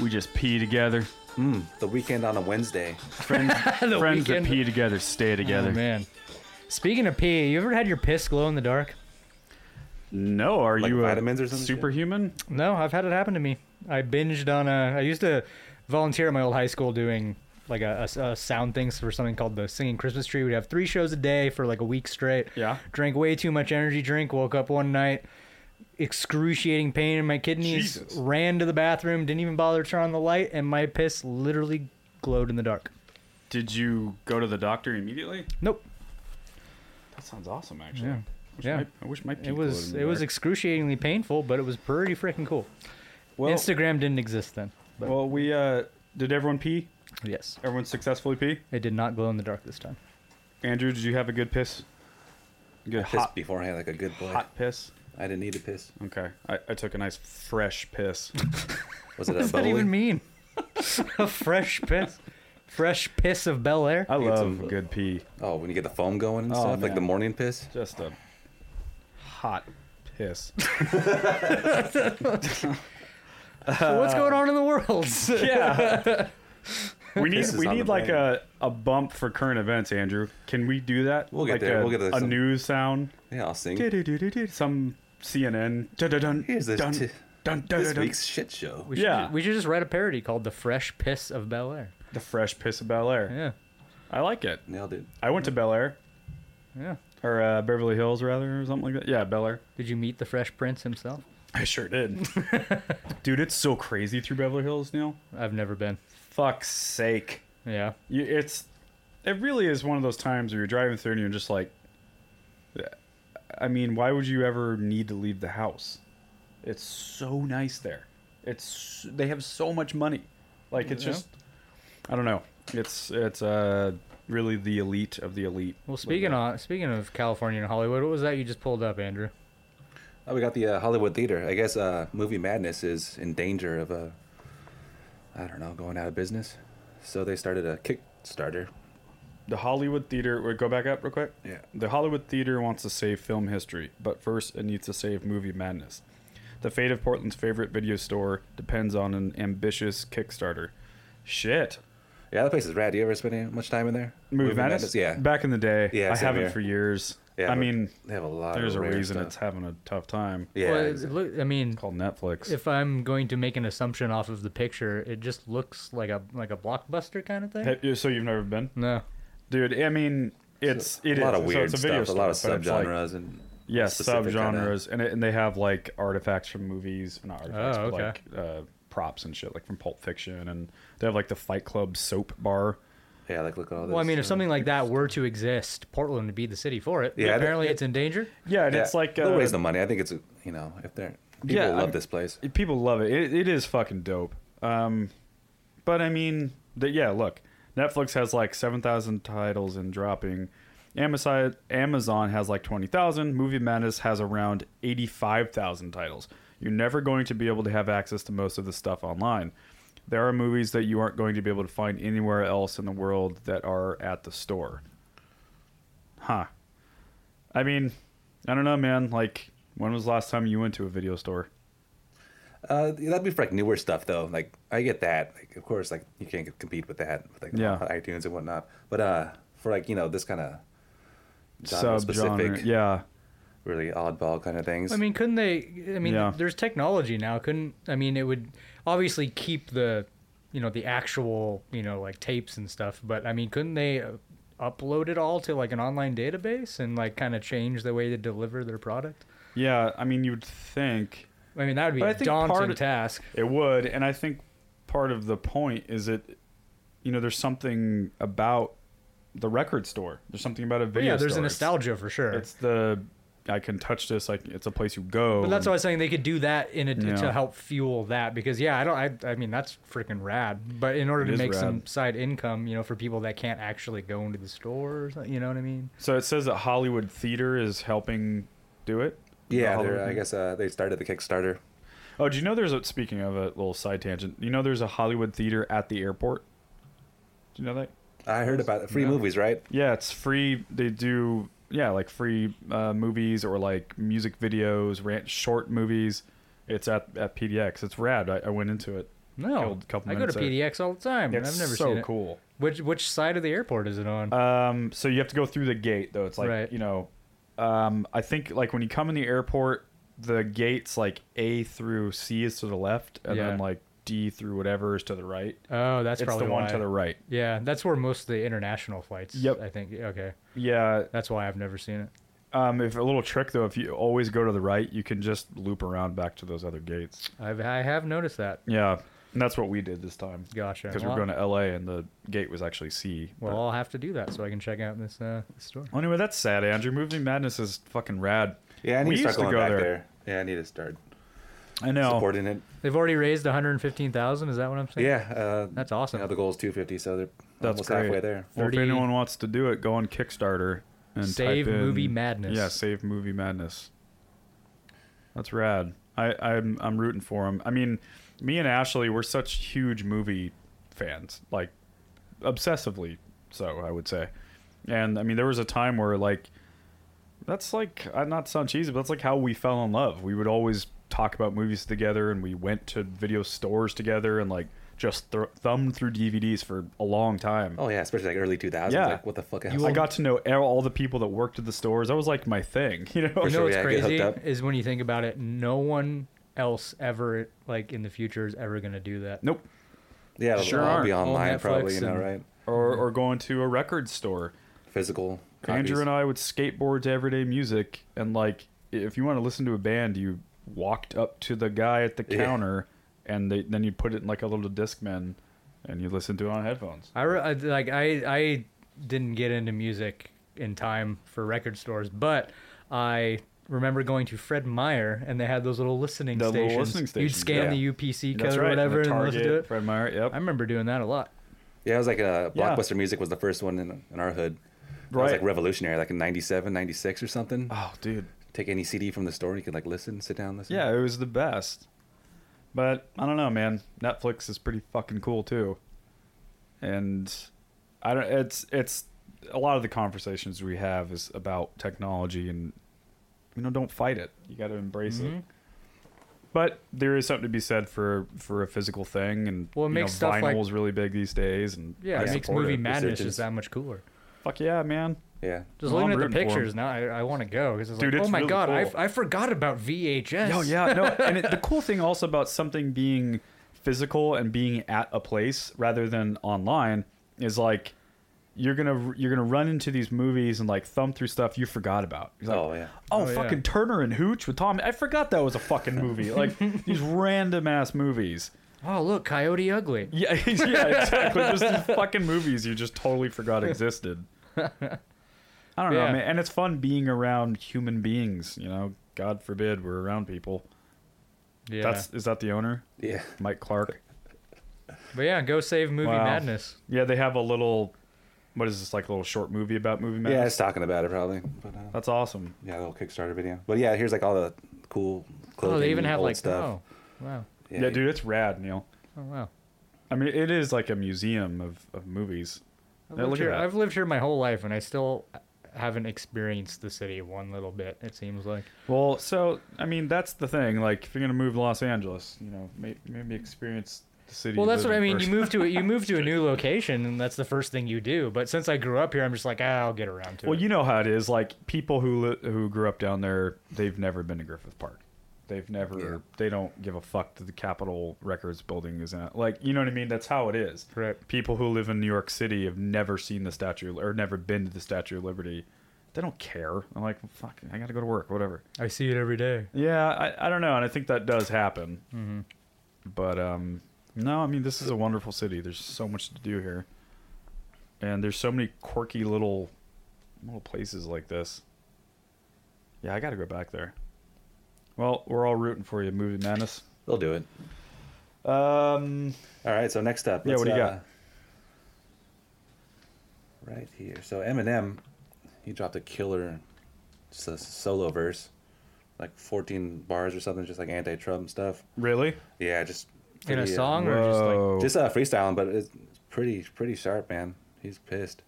B: we just pee together.
D: The weekend on a Wednesday.
B: Friends, friends that
C: weekend-
B: pee together stay
C: Oh
B: together.
C: man. Speaking of pee, you ever had your piss glow in the dark?
B: No, are
D: Like
B: you
D: vitamins
B: a
D: or some shit?
B: superhuman?
C: No, I've had it happen to me. I binged on a. I used to volunteer at my old high school doing like a, a- a sound things for something called the Singing Christmas Tree. We'd have three shows a day for like a week straight.
B: Yeah.
C: Drank way too much energy drink. Woke up one night, excruciating pain in my kidneys.
B: Jesus.
C: Ran to the bathroom. Didn't even bother to turn on the light, and my piss literally glowed in the dark.
B: Did you go to the doctor immediately?
C: Nope.
B: That sounds awesome, actually.
C: Yeah. Yeah.
B: My, I wish my pee
C: It was
B: glowed in the
C: it was
B: dark.
C: excruciatingly painful, but it was pretty freaking cool.
B: well,
C: Instagram didn't exist then. But
B: well, we uh, did everyone pee?
C: yes,
B: Everyone successfully pee?
C: it did not glow in the dark this time.
B: Andrew, did you have a good piss? Good
D: Pissed
B: hot,
D: beforehand like a good boy.
B: hot piss.
D: I didn't need to piss.
B: Okay, I, I took a nice fresh piss.
D: Was it a
C: What does that
D: bowling?
C: even mean? A fresh piss, fresh piss of Bel Air.
B: I
D: It's a-
B: love a good pee.
D: Oh, when you get the foam going and
B: Oh,
D: stuff, like
B: man.
D: the morning piss.
B: Just a hot piss.
C: So what's going on in the world?
B: yeah. We need
D: Piss is
B: we
D: on
B: need
D: the
B: like
D: brain.
B: a, a bump for current events, Andrew. Can we do that?
D: We'll get
B: like
D: there,
B: A,
D: we'll get there
B: a
D: some-
B: news sound.
D: Yeah, I'll sing.
B: Do-do-do-do-do. Some CNN. Dun, dun, dun,
D: Here's this
B: dun,
D: t-
B: dun, dun,
D: This
B: dun, dun.
D: week's shit show.
C: we should,
B: yeah.
C: we should just write a parody called "The Fresh Piss of Bel Air."
B: The fresh piss of Bel Air.
C: Yeah,
B: I like it.
D: Nailed it.
B: I went to Bel Air
C: yeah.
B: or uh, Beverly Hills rather or something like that. Yeah, Bel Air.
C: Did you meet the Fresh Prince himself?
B: I sure did. Dude, it's so crazy through Beverly Hills, Neil.
C: I've never been.
B: Fuck's sake.
C: Yeah,
B: You, it's it really is one of those times where you're driving through and you're just like I mean, why would you ever need to leave the house? It's so nice there. It's they have so much money. Like it's
C: Yeah.
B: just I don't know. It's it's uh really the elite of the elite.
C: Well, speaking of speaking of California and Hollywood, what was that you just pulled up, Andrew?
D: Oh, we got the uh, Hollywood Theater. I guess uh, movie madness is in danger of uh, I don't know, going out of business. So they started a Kickstarter.
B: The Hollywood Theater. Wait, go back up real quick.
D: Yeah.
B: The Hollywood Theater wants to save film history, but first it needs to save movie madness. The fate of Portland's favorite video store depends on an ambitious Kickstarter. Shit.
D: Yeah, that place is rad. You ever spend any, much time in there?
B: Movie, madness?
D: madness? Yeah.
B: Back in the day.
D: Yeah,
B: I
D: same
B: haven't
D: here.
B: for years.
D: Yeah,
B: I
D: but
B: mean,
D: they have a lot.
B: there's
D: of
B: a
D: rare
B: reason
D: stuff.
B: it's having a tough time.
D: Yeah.
C: well, it
D: exactly.
C: look, I mean,
B: Called Netflix.
C: if I'm going to make an assumption off of the picture, it just looks like a like a blockbuster kind of thing.
B: Have you- so you've never been,
C: no.
B: dude? I mean, it's it
D: a
B: is.
D: lot of
B: So
D: weird
B: it's a video
D: stuff. A lot of
B: store, but it's like-
D: subgenres and
B: Yes,
D: specific kinda-
B: subgenres, and it, and they have like artifacts from movies, not artifacts,
C: Oh,
B: but
C: okay.
B: like uh, props and shit, like from Pulp Fiction, and they have like the Fight Club soap bar.
D: Yeah, like look at all this.
C: Well, I mean,
B: uh,
C: if something like that were to exist, Portland would be the city for it.
D: Yeah, I-
C: apparently it's in danger.
B: Yeah, and
D: Yeah,
B: it's like
D: they'll
B: uh,
D: raise the money. I think it's a- you know if they're people
B: Yeah,
D: love
B: I'm-
D: this place.
B: people love it. it. It is fucking dope. Um, but I mean, the, yeah, look, Netflix has like seven thousand titles and dropping. Amazon Amazon has like twenty thousand. Movie Madness has around eighty five thousand titles. You're never going to be able to have access to most of the stuff online. There are movies that you aren't going to be able to find anywhere else in the world that are at the store. Huh. I mean, I don't know, man. Like, when was the last time you went to a video store?
D: Uh, that'd be for like newer stuff though. Like I get that. Like of course, like you can't compete with that with like
B: Yeah.
D: iTunes and whatnot. But uh, for like you know this kind of genre
B: Subgenre,
D: specific,
B: yeah.
D: really oddball kind of things.
C: I mean, couldn't they? I mean,
B: Yeah.
C: there's technology now. Couldn't I mean? It would obviously keep the, you know, the actual, you know, like tapes and stuff. But I mean, couldn't they uh, upload it all to like an online database and like kind of change the way they deliver their product?
B: Yeah, I mean, you'd think
C: I mean, that would be
B: But I
C: a
B: think part
C: daunting
B: of-
C: task.
B: it would, and I think part of the point is it, you know, there's something about the record store. There's something about a video.
C: Oh, yeah, there's a
B: store.
C: nostalgia for sure.
B: It's, it's the I can touch this. Like it's a place you go.
C: But that's
B: and-
C: why I was saying they could do that in a,
B: Yeah.
C: to help fuel that because yeah, I don't. I, I mean, that's freaking rad. But in order
B: It
C: to
B: is
C: make some
B: rad.
C: side income, you know, for people that can't actually go into the store, or something, you know what I mean?
B: So it says that Hollywood Theater is helping do it. The
D: yeah,
B: Hollywood
D: they're, I
B: Theater?
D: guess uh, they started the Kickstarter.
B: Oh, do you know there's a speaking of a little side tangent? You know there's a Hollywood Theater at the airport. Do you know that?
D: I heard about it. free movies, right?
B: Yeah, it's free. They do yeah, like free uh, movies or like music videos, rant, short movies. It's at at PDX. It's rad. I, I went into it.
C: No,
B: Killed a couple
C: I go
B: minutes
C: to
B: there.
C: PDX all the time.
B: It's
C: I've never
B: so
C: seen it.
B: cool.
C: Which which side of the airport is it on?
B: Um, so you have to go through the gate though. It's like
C: Right.
B: you know, um, I think like when you come in the airport, the gates like A through C is to the left, and
C: Yeah.
B: then like D through whatever is to the right.
C: oh, that's
B: it's
C: probably
B: the one
C: why.
B: to the right.
C: Yeah, that's where most of the international flights.
B: Yep.
C: I think. Okay,
B: Yeah,
C: that's why I've never seen it.
B: Um, if a little trick though, if you always go to the right, you can just loop around back to those other gates.
C: I've, I have noticed that.
B: Yeah, and that's what we did this time.
C: Gotcha.
B: Because we we're
C: Well-
B: going to LA, and the gate was actually C.
C: Well, I'll have to do that so I can check out this uh, this store.
B: But- anyway, that's sad, Andrew. Movie Madness is fucking rad.
D: Yeah, I need
B: we
D: to start
B: used
D: going
B: to go
D: back
B: there.
D: there. Yeah, I need to start
B: I know.
D: supporting it.
C: They've already raised 115,000. Is that what I'm saying?
D: Yeah, uh,
C: That's awesome.
D: Now the goal is 250, so they're
B: That's
D: almost
B: great.
D: halfway there.
B: Well, if
C: 30
B: anyone wants to do it, go on Kickstarter and
C: Save
B: type in-
C: Movie Madness.
B: Yeah, save Movie Madness. That's rad. I, I'm I'm rooting for him. I mean, me and Ashley, we're such huge movie fans, like obsessively so, I would say. And I mean, there was a time where like that's like I not to sound cheesy, but that's like how we fell in love. We would always talk about movies together, and we went to video stores together, and like just th- thumbed through DVDs for a long time.
D: Oh yeah, especially like early 2000s.
B: Yeah.
D: Like, what the fuck? else?
B: I got to know all the people that worked at the stores. That was like my thing, you know.
C: You know
D: sure,
C: what's
D: yeah, get
C: crazy
D: hooked up.
C: is when you think about it, no one else ever like in the future is ever gonna do that.
B: Nope.
D: yeah, it'll
B: Sure
D: all
B: are.
D: be
B: All
D: online
C: Netflix
D: probably. You know,
C: and-
D: right?
B: Or or going to a record store.
D: Physical.
B: Andrew
D: copies.
B: and I would skateboard to everyday music, and like if you want to listen to a band, you walked up to the guy at the
D: Yeah.
B: counter, and they, then you put it in like a little Discman, and you listen to it on headphones.
C: I re- I- like I I didn't get into music in time for record stores, but I remember going to Fred Meyer and they had those little listening
B: The little
C: stations.
B: listening
C: You'd
B: stations,
C: scan
B: yeah.
C: the UPC code
B: That's
C: or
B: right.
C: whatever
B: the
C: and
B: Target,
C: listen to it.
B: Fred Meyer. Yep.
C: I remember doing that a lot.
D: Yeah, it was like a
B: Yeah.
D: blockbuster music was the first one in, in our hood. It was
B: Right.
D: like revolutionary, like in 97, 96 or something.
B: oh, dude.
D: Take any CD from the store, you could like listen, sit down, listen.
B: Yeah, it was the best. But I don't know, man. Netflix is pretty fucking cool too. And I don't it's it's a lot of the conversations we have is about technology and you know, don't fight it. You got to embrace
C: Mm-hmm.
B: it. But there is something to be said for for a physical thing and
C: Well, it
B: you
C: makes
B: know,
C: stuff like-
B: vinyl's really big these days and
C: Yeah,
B: I
C: it makes
B: support
C: movie
B: it.
C: madness
D: Researches.
C: just that much cooler.
B: Fuck yeah, man.
D: Yeah.
C: Just
B: Well,
C: looking
B: I'm
C: at the
B: rooting for 'em.
C: pictures now, I, I want to go because it's
B: Dude,
C: like,
B: it's
C: oh my
B: really
C: god,
B: cool.
C: I, I forgot about VHS.
B: Oh yeah, no. And it, the cool thing also about something being physical and being at a place rather than online is like you're gonna you're gonna run into these movies and like thumb through stuff you forgot about. He's like,
D: Oh, yeah.
B: Oh,
C: Oh, yeah.
B: fucking Turner and Hooch with Tom. I forgot that was a fucking movie. Like these random ass movies.
C: Oh, look, Coyote Ugly.
B: Yeah, yeah, exactly. just these fucking movies you just totally forgot existed. I don't know,
C: Yeah.
B: man. And it's fun being around human beings. You know, God forbid we're around people.
C: Yeah. Uh,
B: That's is that the owner,
D: Yeah.
B: Mike Clark?
C: But yeah, go save Movie
B: Wow.
C: Madness.
B: Yeah, they have a little. What is this like a little short movie about movie
D: Yeah, I
B: madness?
D: was talking about it probably. But, uh,
B: that's awesome.
D: yeah, a little Kickstarter video. But yeah, here's like all the cool clothing.
C: Oh, they even have
D: old
C: like
D: stuff.
C: oh, wow,
B: Yeah, dude, it's rad, Neil.
C: oh wow.
B: I mean, it is like a museum of, of movies.
C: I've
B: Yeah,
C: lived,
B: look at
C: here,
B: that.
C: I've lived here my whole life, and I still haven't experienced the city one little bit. It seems like.
B: Well, so I mean, that's the thing. Like, if you're gonna move to Los Angeles, you know, may, maybe experience the city.
C: Well,
B: you
C: that's
B: live
C: what I
B: in
C: mean.
B: first.
C: You move to a, you move to a new location, and that's the first thing you do. But since I grew up here, I'm just like, ah, I'll get around to
B: Well,
C: it.
B: you know how it is. Like people who li- who grew up down there, they've never been to Griffith Park. They've never.
D: Yeah.
B: They don't give a fuck that the Capitol Records building is in. Like, you know what I mean? That's how it is.
C: Right.
B: People who live in New York City have never seen the Statue or never been to the Statue of Liberty. They don't care. I'm like, fuck, I gotta go to work, whatever.
C: I see it every day.
B: Yeah, I, I don't know, and I think that does happen. But um, no, I mean this is a wonderful city. There's so much to do here, and there's so many quirky little little places like this. Yeah, I got to go back there. Well, we're all rooting for you, movie madness.
D: They'll do it.
B: Um,
D: All right, so next up.
B: Yeah, what do you got?
D: got? uh, Right here. So Eminem, he dropped a killer s- solo verse, like 14 bars or something, just like anti-Trump stuff.
B: really? Oh.
D: Yeah, just
C: In a
D: pretty, uh,
C: song or just like
B: Whoa.
D: just uh, freestyling, but it's pretty pretty sharp, man. He's pissed.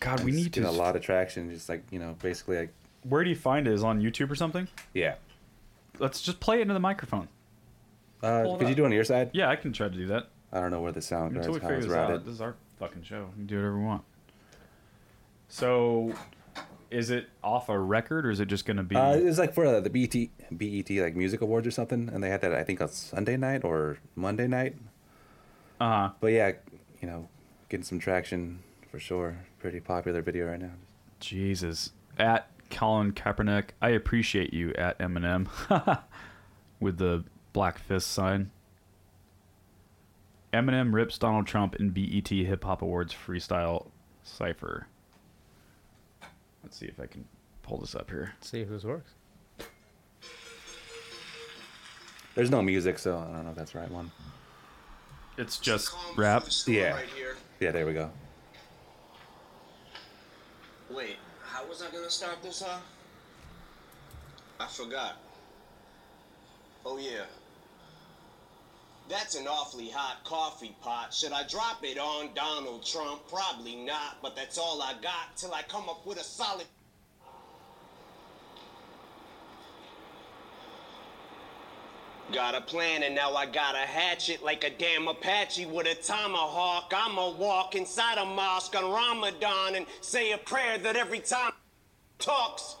B: God, we
D: It's
B: need to.
D: getting a lot of traction. Just like you know, basically like
B: Where do you find it? Is it on YouTube or something?
D: yeah.
B: Let's just play it into the microphone.
D: Uh,
B: Hold
D: could you
B: up.
D: do it on your side?
B: Yeah, I can try to do that.
D: I don't know where the sound
B: Until we
D: guards how
B: figure
D: it's
B: this out,
D: routed.
B: this is our fucking show. We can do whatever we want. So, is it off a record or is it just going to be?
D: Uh, it was like for uh, the BET, BET like music awards or something, and they had that I think on Sunday night or Monday night.
B: Uh-huh.
D: But yeah, you know, getting some traction for sure. Pretty popular video right now.
B: Jesus. At Colin Kaepernick, I appreciate you. At Eminem, with the black fist sign. Eminem rips Donald Trump in BET Hip Hop Awards freestyle cipher. Let's see if I can pull this up here.
C: see if this works.
D: There's no music, so I don't know if that's the right one.
B: It's just rap.
D: Yeah. Yeah, there we go.
F: Wait, how was I gonna start this off? I forgot. Oh yeah. That's an awfully hot coffee pot. Should I drop it on Donald Trump? Probably not, but that's all I got till I come up with a solid. Got a plan and now I got a hatchet like a damn Apache with a tomahawk. I'ma walk inside a mosque on Ramadan and say a prayer that every time talks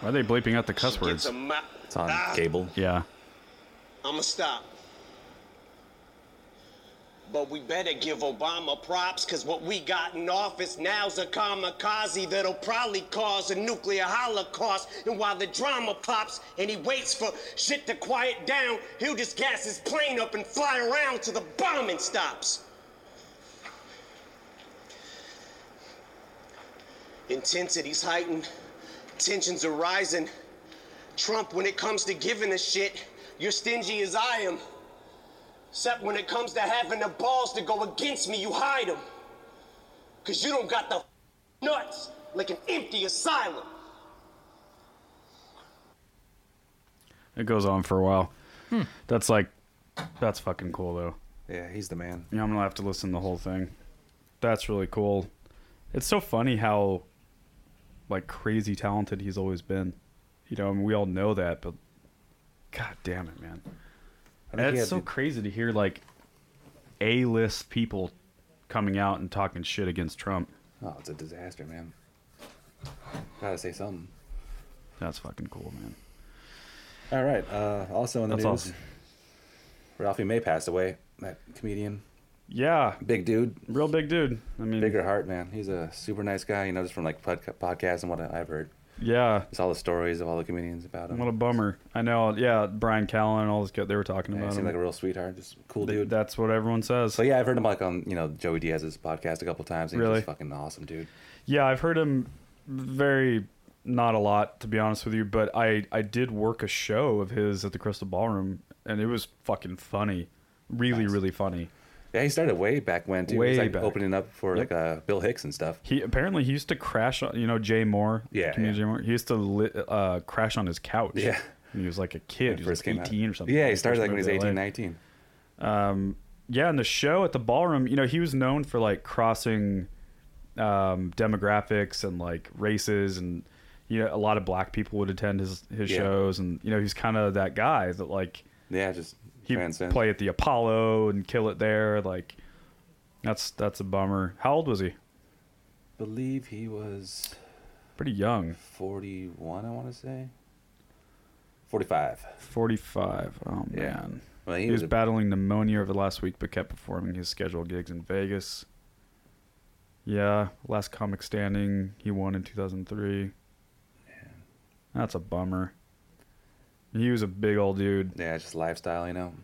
B: Why are they bleeping out the cuss
F: gets
B: words?
F: a mouth.
D: It's on
F: Ah!
D: cable.
B: Yeah.
F: I'ma stop. But we better give Obama props, cause what we got in office now's a kamikaze that'll probably cause a nuclear holocaust. And while the drama pops and he waits for shit to quiet down, he'll just gas his plane up and fly around till the bombing stops. Intensity's heightened, tensions are rising. Trump, when it comes to giving a shit, you're stingy as I am. Except when it comes to having the balls to go against me, you hide them. Cause you don't got the nuts like an empty asylum.
B: It goes on for a while. That's like, that's fucking cool though.
D: Yeah, he's the man.
B: Yeah, I'm gonna have to listen to the whole thing. That's really cool. It's so funny how, like, crazy talented he's always been. You know, I mean, we all know that, but god damn it, man.
D: I
B: And
D: think he
B: it's
D: had
B: so
D: the-
B: crazy to hear like A-list people coming out and talking shit against Trump.
D: Oh, it's a disaster, man. Gotta say something.
B: That's fucking cool, man.
D: All right. Uh, also in the
B: That's
D: news,
B: awesome.
D: Ralphie May passed away. That comedian.
B: Yeah,
D: Big dude,
B: real big dude. I mean,
D: bigger heart, man. He's a super nice guy. You know, just from like pod- podcasts and what I've heard.
B: yeah.
D: It's all the stories of all the comedians about him.
B: What a bummer. I know. Yeah, Brian Callen and all this. guy- They were talking
D: Yeah, he
B: about
D: seemed
B: him.
D: like a real sweetheart, just cool
B: Th-
D: dude.
B: That's what everyone says.
D: so yeah, I've heard him like on you know Joey Diaz's podcast a couple times. And
B: Really?
D: he's just fucking awesome, dude.
B: Yeah, I've heard him very not a lot to be honest with you, but I I did work a show of his at the Crystal Ballroom and it was fucking funny. Really, really funny.
D: Yeah, he started way back when, dude. he was
B: Way
D: like
B: back.
D: opening up for
B: Yep.
D: like uh, Bill Hicks and stuff.
B: He apparently he used to crash on you know Jay Moore,
D: Yeah,
B: comedian
D: yeah.
B: Jay Moore. He used to li- uh, crash on his couch.
D: Yeah.
B: when he was like a kid, he was like
D: out.
B: eighteen or something.
D: Yeah, he
B: First
D: started like when he
B: moved
D: was
B: to
D: 18,
B: LA.
D: 19.
B: yeah, and the show at the ballroom, you know, he was known for like crossing um, demographics and like races, and you know, a lot of black people would attend his his
D: Yeah.
B: shows, and you know, he's kind of that guy that like
D: Yeah, just
B: he
D: transcends.
B: play at the Apollo and kill it there. Like, that's that's a bummer. How old was he?
D: believe he was
B: Pretty young,
D: 41, I want to say. 45.
B: forty five. Oh
D: Yeah.
B: man,
D: Well,
B: he, was, battling pneumonia over the last week, but kept performing his scheduled gigs in Vegas. Yeah, last comic standing, he won in 2003. That's a bummer. He was a big old dude.
D: Yeah, just lifestyle, you know.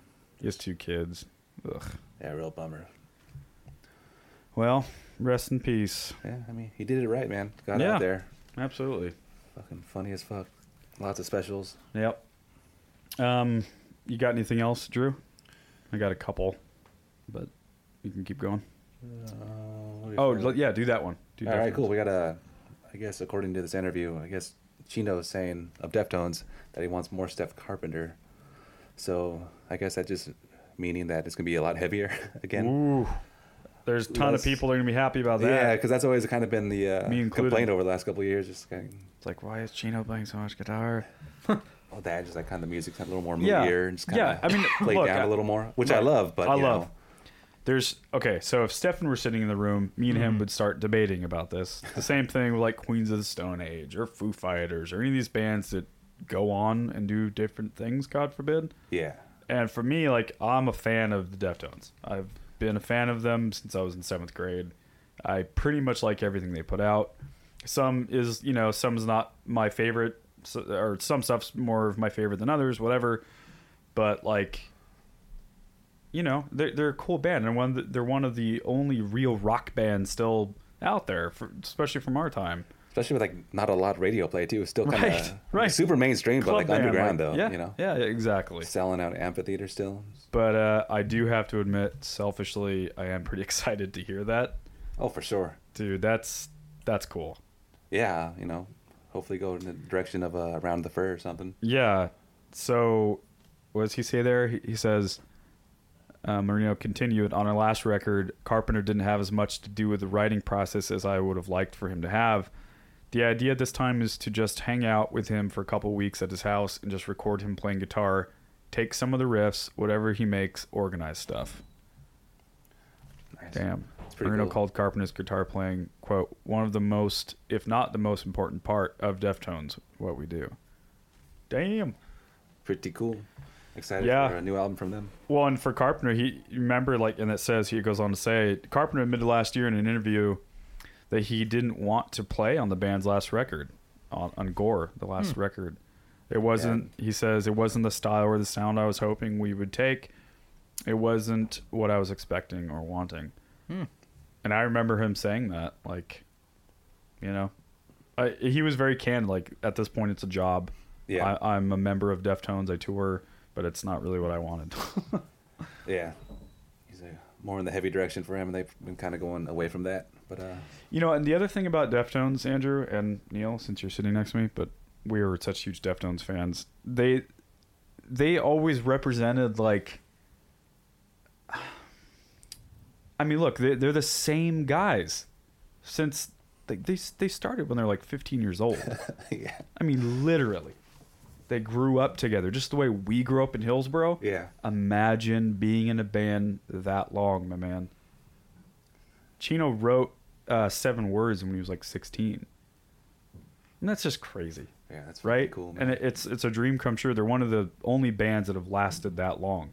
B: He has two kids. Ugh.
D: Yeah, real bummer.
B: Well, rest in peace.
D: Yeah, I mean, he did it right, man. Got
B: Yeah.
D: out there.
B: Absolutely.
D: Fucking funny as fuck. Lots of specials.
B: Yep. Um, you got anything else, Drew? I got a couple, but you can keep going. Oh, l- yeah, do that one. Do
D: All
B: that
D: right,
B: one.
D: cool. We got a, I guess, according to this interview, I guess Chino is saying of Deftones that he wants more Steph Carpenter. So I guess that just meaning that it's going to be a lot heavier again.
B: Ooh, there's a ton
D: Let's-
B: of people that are gonna be happy about that.
D: Yeah, because that's always kind of been the
B: Me
D: uh,
B: included.
D: complaint over the last couple of years. Just kind
B: It's like, why is Chino playing so much guitar?
D: of, oh, that just like kind of the music's a little more
B: Yeah.
D: moodier and just kind
B: Yeah,
D: of
B: I mean,
D: played
B: look,
D: down
B: I-
D: a little more, which I love. But
B: I
D: you
B: love.
D: know,
B: There's okay, so if Stefan were sitting in the room, me and
D: Mm-hmm.
B: him would start debating about this. The same thing with like Queens of the Stone Age or Foo Fighters or any of these bands that go on and do different things, God forbid.
D: yeah,
B: And for me, like I'm a fan of the Deftones. I've been a fan of them since I was in seventh grade. I pretty much like everything they put out. Some is, you know, some's not my favorite, so, or some stuff's more of my favorite than others, whatever. But like, you know, they're they're a cool band, and one of the- they're one of the only real rock bands still out there, for, especially from our time.
D: especially with like not a lot of radio play too. It's still kind of
B: Right, right.
D: super mainstream, but like
B: Club band,
D: underground
B: like-
D: though.
B: Yeah,
D: you know,
B: yeah, exactly.
D: selling out amphitheater still.
B: But uh, I do have to admit, selfishly, I am pretty excited to hear that,
D: Oh, for sure.
B: dude. That's that's cool.
D: Yeah, you know, hopefully go in the direction of uh, around the fur or something.
B: Yeah. So, what does he say there? He, he says, uh, Marino continued, on our last record, Carpenter didn't have as much to do with the writing process as I would have liked for him to have. The idea this time is to just hang out with him for a couple weeks at his house and just record him playing guitar, take some of the riffs, whatever he makes, organize stuff. Damn.
D: pretty
B: Bruno
D: cool.
B: called Carpenter's guitar playing, quote, one of the most, if not the most important part of Deftones, what we do. Damn.
D: Pretty cool. Excited
B: Yeah.
D: for a new album from them.
B: Well, and for Carpenter, he remember like, and it says he goes on to say Carpenter admitted last year in an interview that he didn't want to play on the band's last record, on, on Gore, the last record. It wasn't. He says it wasn't the style or the sound I was hoping we would take. It wasn't what I was expecting or wanting. And I remember him saying that, like, you know, I, he was very candid. Like at this point, it's a job.
D: Yeah.
B: I, I'm a member of Deftones. I tour, but it's not really what I wanted.
D: Yeah, he's uh, more in the heavy direction for him, and they've been kind of going away from that. But uh,
B: You know, and the other thing about Deftones, Andrew and Neil, since you're sitting next to me, but we were such huge Deftones fans. They they always represented like I mean, look, they they're the same guys since they they, they started when they're like 15 years old.
D: yeah,
B: I mean, literally. They grew up together, just the way we grew up in Hillsboro.
D: Yeah.
B: Imagine being in a band that long, my man. Chino wrote uh, seven words when he was like 16. And that's just crazy,
D: yeah, that's pretty
B: right?
D: Cool, man.
B: and it, it's it's a dream come true. They're one of the only bands that have lasted that long,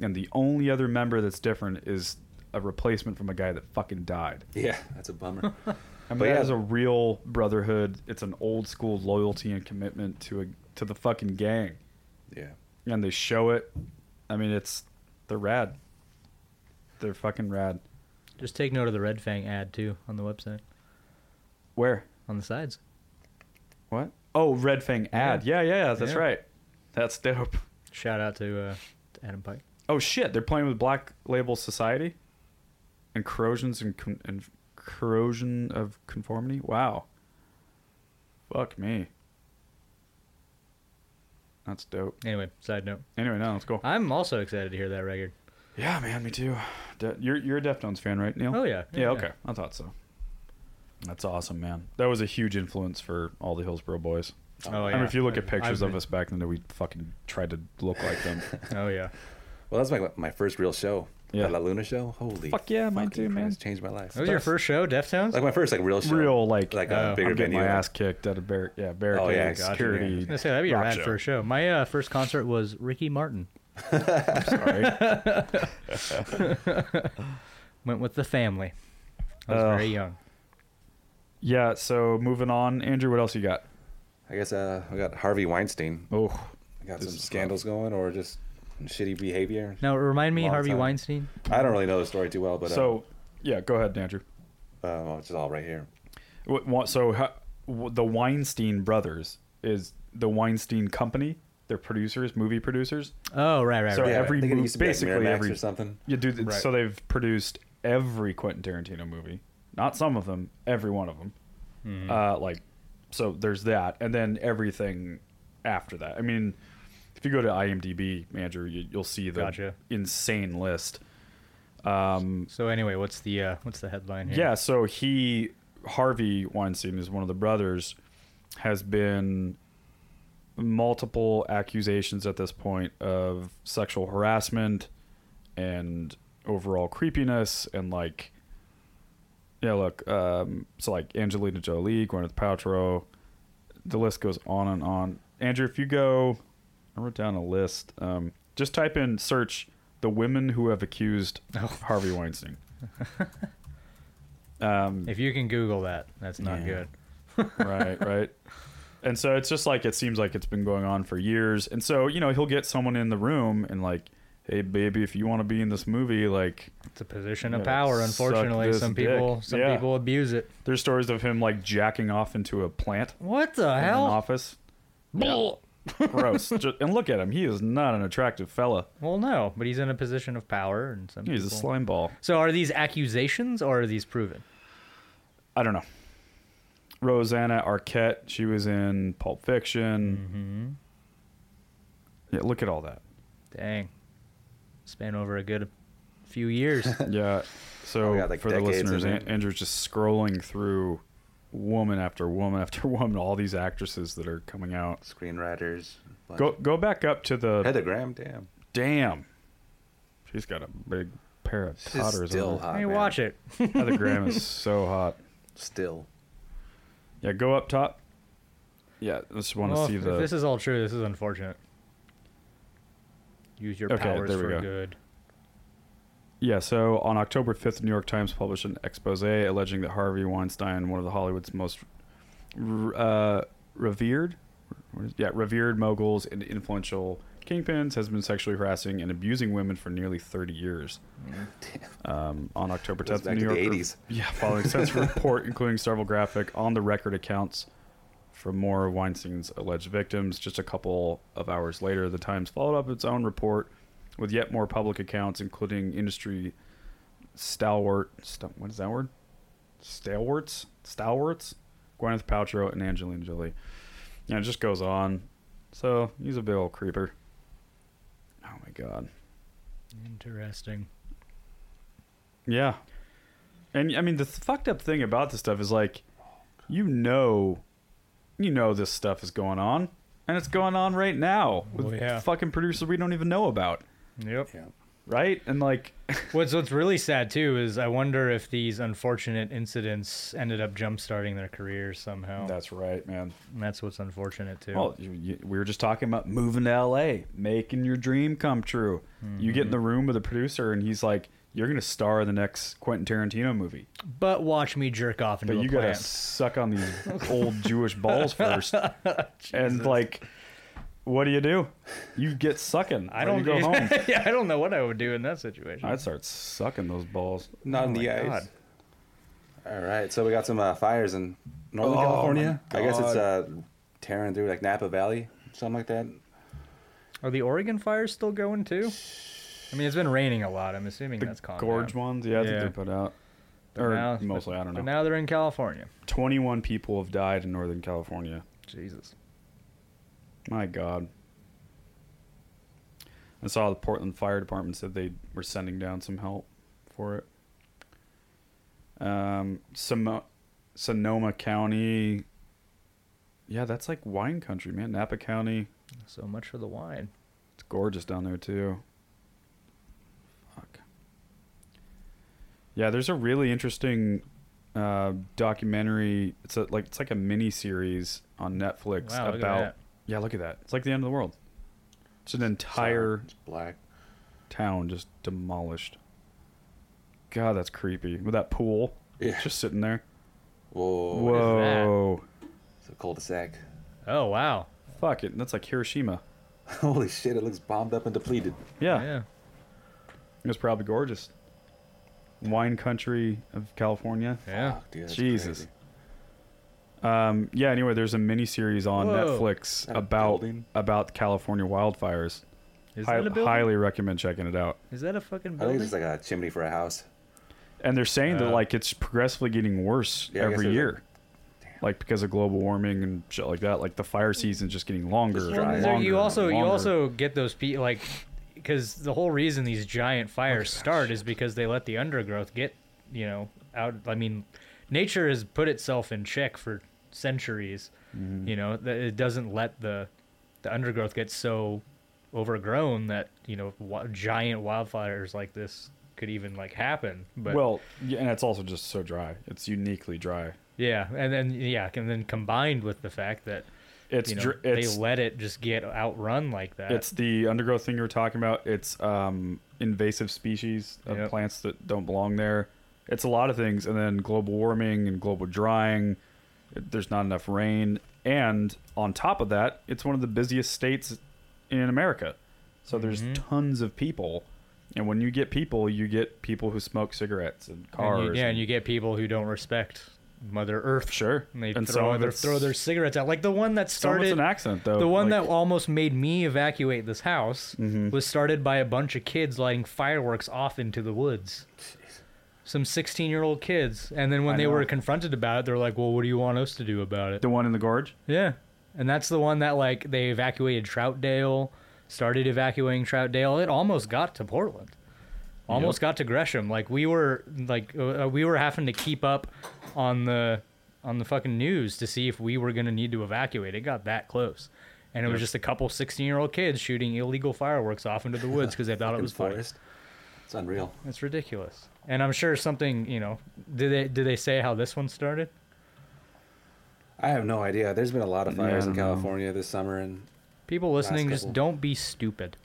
B: and the only other member that's different is a replacement from a guy that fucking died.
D: Yeah, that's a bummer.
B: I mean,
D: But
B: that
D: yeah.
B: is a real brotherhood. It's an old school loyalty and commitment to a to the fucking gang,
D: yeah.
B: and they show it. I mean, it's they're rad. They're fucking rad.
C: Just take note of the Red Fang ad too on the website
B: Where?
C: on the sides.
B: What? Oh, Red Fang ad. Yeah, yeah, yeah that's
C: Yeah.
B: right. That's dope.
C: Shout out to, uh, to Adam Pike.
B: Oh shit, they're playing with Black Label Society, and corrosions and, con- and corrosion of conformity. Wow. Fuck me. That's dope.
C: Anyway, side note.
B: Anyway, now let's go.
C: I'm also excited to hear that record.
B: Yeah, man, me too. De- you're you're a Deftones fan, right, Neil?
C: Oh, yeah.
B: Yeah,
C: Yeah,
B: okay.
C: yeah.
B: I thought so. That's awesome, man. That was a huge influence for all the Hillsboro boys.
C: Oh,
B: I mean, if you look at pictures
C: I've
B: of
C: been-
B: us back then, we fucking tried to look like them.
C: Oh yeah.
D: Well, that's my my first real show.
B: Yeah.
D: Yeah. La Luna show. Holy.
B: Fuck yeah, mine
D: fucking
B: too, man.
D: Christ, Changed my life.
C: That was your first show, Deftones.
D: Like my first like real show.
B: Real like,
D: like
C: uh,
D: a bigger
B: I'm getting
D: venue.
B: my ass kicked at a bar- yeah barricade
D: yeah, gotcha,
B: security.
C: I say that'd be a
B: rock
C: rad
B: show.
C: first show. My uh, first concert was Ricky Martin.
B: Sorry.
C: Went with the family. I was
B: Ugh.
C: very young.
B: yeah. So moving on, Andrew. What else you got?
D: I guess uh, we got Harvey Weinstein.
B: Oh,
D: We got
B: This
D: some
B: is
D: scandals going, or just shitty behavior.
C: Now remind me,
D: Long
C: Harvey
D: time.
C: Weinstein.
D: I don't really know the story too well, but uh,
B: so yeah. Go ahead, Andrew.
D: uh, well, it's all right here.
B: Wh- wha- So ho- w- the Weinstein brothers is the Weinstein company. They're producers, movie producers.
C: Oh right, right,
B: So
C: right.
D: Yeah,
B: every
D: I think it
B: mov-
D: used to be like
B: basically
D: Miramax
B: every-
D: or something.
B: You do th- so they've produced every Quentin Tarantino movie, not some of them, every one of them.
D: Mm-hmm.
B: Uh, like, so there's that, and then everything after that. I mean, if you go to IMDb, Andrew, you, you'll see the
C: Gotcha.
B: insane list.
C: So anyway, what's the uh, what's the headline here?
B: Yeah, so he Harvey Weinstein is one of the brothers has been multiple accusations at this point of sexual harassment and overall creepiness and like yeah, look, um so like Angelina Jolie, Gwyneth Paltrow, the list goes on and on. Andrew, if you go I wrote down a list. Um just type in search the women who have accused Harvey Weinstein.
C: If you can Google that, that's not good.
B: right right and so it's just like it seems like it's been going on for years and so you know he'll get someone in the room and like hey baby if you want to be in this movie like
C: It's a position of
B: Yeah,
C: power,
B: suck
C: unfortunately.
B: this
C: Some
B: dick.
C: people some
B: Yeah.
C: people abuse it.
B: there's stories of him like jacking off into a plant
C: What the
B: in an
C: hell?
B: office gross Ju- and look at him he is not an attractive fella
C: Well, no, but he's in a position of power, and some
B: he's a
C: people-
B: slime ball
C: So are these accusations or are these proven?
B: i don't know rosanna arquette she was in pulp fiction yeah look at all that
C: Dang, span over a good few years.
B: Yeah. So
D: Probably got, Oh, like,
B: for the
D: decades
B: listeners,
D: of
B: An-
D: it.
B: Andrew's just scrolling through woman after woman after woman, all these actresses that are coming out.
D: Screenwriters. bunch.
B: Go go back up to the
D: Heather Graham. Damn.
B: damn. She's got a big pair of
D: She's
B: totters. on
D: still
B: her.
D: hot.
C: hey,
D: man.
C: watch it.
B: Heather Graham is so hot.
D: Still.
B: Oh Yeah, go up top. Yeah, I just want to
C: Well,
B: see
C: if
B: the.
C: this is all true, this is unfortunate. Use your
B: Okay,
C: powers
B: there we
C: for
B: go.
C: good.
B: Yeah, so on October 5th, the New York Times published an expose alleging that Harvey Weinstein, one of the Hollywood's most r- uh, revered, what is- yeah, revered moguls and influential kingpins, has been sexually harassing and abusing women for nearly 30 years. Um, on October 10th, the
D: Mm-hmm. back
B: New
D: to
B: York
D: the
B: Rev-
D: 80s.
B: yeah, following extensive report, including several graphic on-the-record accounts from more of Weinstein's alleged victims. Just a couple of hours later, the Times followed up its own report with yet more public accounts, including industry stalwart. St- what is that word? Stalwarts, stalwarts, Gwyneth Paltrow and Angelina Jolie. And it just goes on. So he's a big old creeper. Oh my god.
C: Interesting.
B: Yeah. And I mean, the th- fucked up thing about this stuff is like, you know, you know, this stuff is going on, and it's going on right now with
C: Well, yeah.
B: fucking producers we don't even know about,
C: Yep.
D: Yeah.
B: right? And like,
C: What's What's really sad too is I wonder if these unfortunate incidents ended up jumpstarting their careers somehow.
B: that's right, man.
C: and that's what's unfortunate too.
B: Well, Oh, you, you, we were just talking about
C: Mm-hmm.
B: moving to LA, making your dream come true. You get in the room with a producer, and he's like, you're gonna star in the next Quentin Tarantino movie,
C: But watch me jerk off into
B: but
C: a
B: you gotta
C: plant.
B: suck on these old Jewish balls first. and like, what do you do? You get sucking.
C: I don't
B: go home.
C: yeah, I don't know what I would do in that situation.
B: I'd start sucking those balls.
D: Not in
B: my
D: the eyes.
B: God.
D: All right, so we got some uh, fires in Northern
B: Oh,
D: California.
B: my
D: I guess it's
B: God.
D: uh, tearing through like Napa Valley, something like that.
C: Are the Oregon fires still going too? I mean, it's been raining a lot. I'm assuming that's calmed
B: Gorge
C: down.
B: ones, yeah, I think
C: Yeah.
B: they put out. Or
C: Now-
B: mostly, I don't know.
C: But now they're in California.
B: 21 people have died in Northern California.
C: Jesus.
B: My God. I saw the Portland Fire Department said they were sending down some help for it. Um, Sono- Sonoma County. Yeah, that's like wine country, man. Napa County.
C: So much for the wine.
B: It's gorgeous down there too. Fuck. Yeah, there's a really interesting uh, documentary. It's a, like it's like a mini series on Netflix
C: Wow,
B: about.
C: look at that.
B: Yeah, look at that. It's like the end of the world. It's an entire
D: It's black.
B: town just demolished. God, that's creepy. With that pool,
D: Yeah.
B: just sitting there.
D: Whoa,
C: that?
B: Whoa,
D: it's a cul-de-sac.
C: Oh wow.
B: fuck it. That's like Hiroshima.
D: Holy shit! It looks bombed up and depleted.
B: Yeah,
C: Yeah.
B: it was probably gorgeous. Wine country of California.
C: Yeah.
D: Fuck, dude, that's
B: Ah, Jesus.
D: crazy.
B: Um, yeah. Anyway, there's a mini series on
C: Whoa.
B: Netflix
D: That a
B: about
D: building?
B: about California wildfires.
C: Is
B: Hi-
C: that a building?
B: highly recommend checking it out.
C: Is that a fucking
D: I think
C: building?
D: it's just like a chimney for a house.
B: And they're saying that like it's progressively getting worse
D: Uh. Yeah, I guess
B: every
D: there's
B: year, like because of global warming and shit like that. Like the fire season's just getting longer.
D: Just
B: and
D: dry.
C: Well,
D: Right.
C: there-
B: longer
C: you
B: and
C: also you
B: longer.
C: also get those pe like because the whole reason these giant
B: Oh
C: fires start is because they let the undergrowth get you know out. I mean, nature has put itself in check for centuries.
B: Mm-hmm.
C: You know that it doesn't let the the undergrowth get so overgrown that you know wa- giant wildfires like this could even like happen. But
B: well, yeah, and it's also just so dry. It's uniquely dry.
C: yeah, and then yeah, and then combined with the fact that.
B: It's
C: you know,
B: dr- it's
C: they let it just get outrun like that.
B: It's the undergrowth thing you were talking about. It's um, invasive species of
C: Yep.
B: plants that don't belong there. It's a lot of things, and then global warming and global drying. There's not enough rain, and on top of that, it's one of the busiest states in America. So there's
C: Mm-hmm.
B: tons of people, and when you get people, you get people who smoke cigarettes and cars.
C: And you, yeah, and you get people who don't respect Mother Earth.
B: Sure.
C: And they
B: And some
C: throw,
B: of
C: their,
B: it's-
C: throw their cigarettes out. Like the one that
B: Some of it's
C: started.
B: an accident though.
C: the one
B: like- Mm-hmm.
C: that almost made me evacuate this house was started by a bunch of kids lighting fireworks off into the woods. Some 16 year old kids. And then when
B: I
C: they were
B: know.
C: confronted about it, they're like, well, what do you want us to do about it?
B: the one in the gorge.
C: Yeah. And that's the one that, like, they evacuated Troutdale, started evacuating Troutdale. It almost got to Portland. Almost got to Gresham. Like we were like uh, we were having to keep up on the on the fucking news to see if we were going to need to evacuate. It got that close. And it was just a couple 16-year-old kids shooting illegal fireworks off into the woods because they thought it
D: Fucking
C: was funny.
D: forest. It's unreal.
C: It's ridiculous. And I'm sure something, you know, did they did they say how this one started?
D: I have no idea. There's been a lot of fires
B: I
D: in
B: don't know.
D: California this summer, and
C: People listening, just
D: couple.
C: don't be stupid.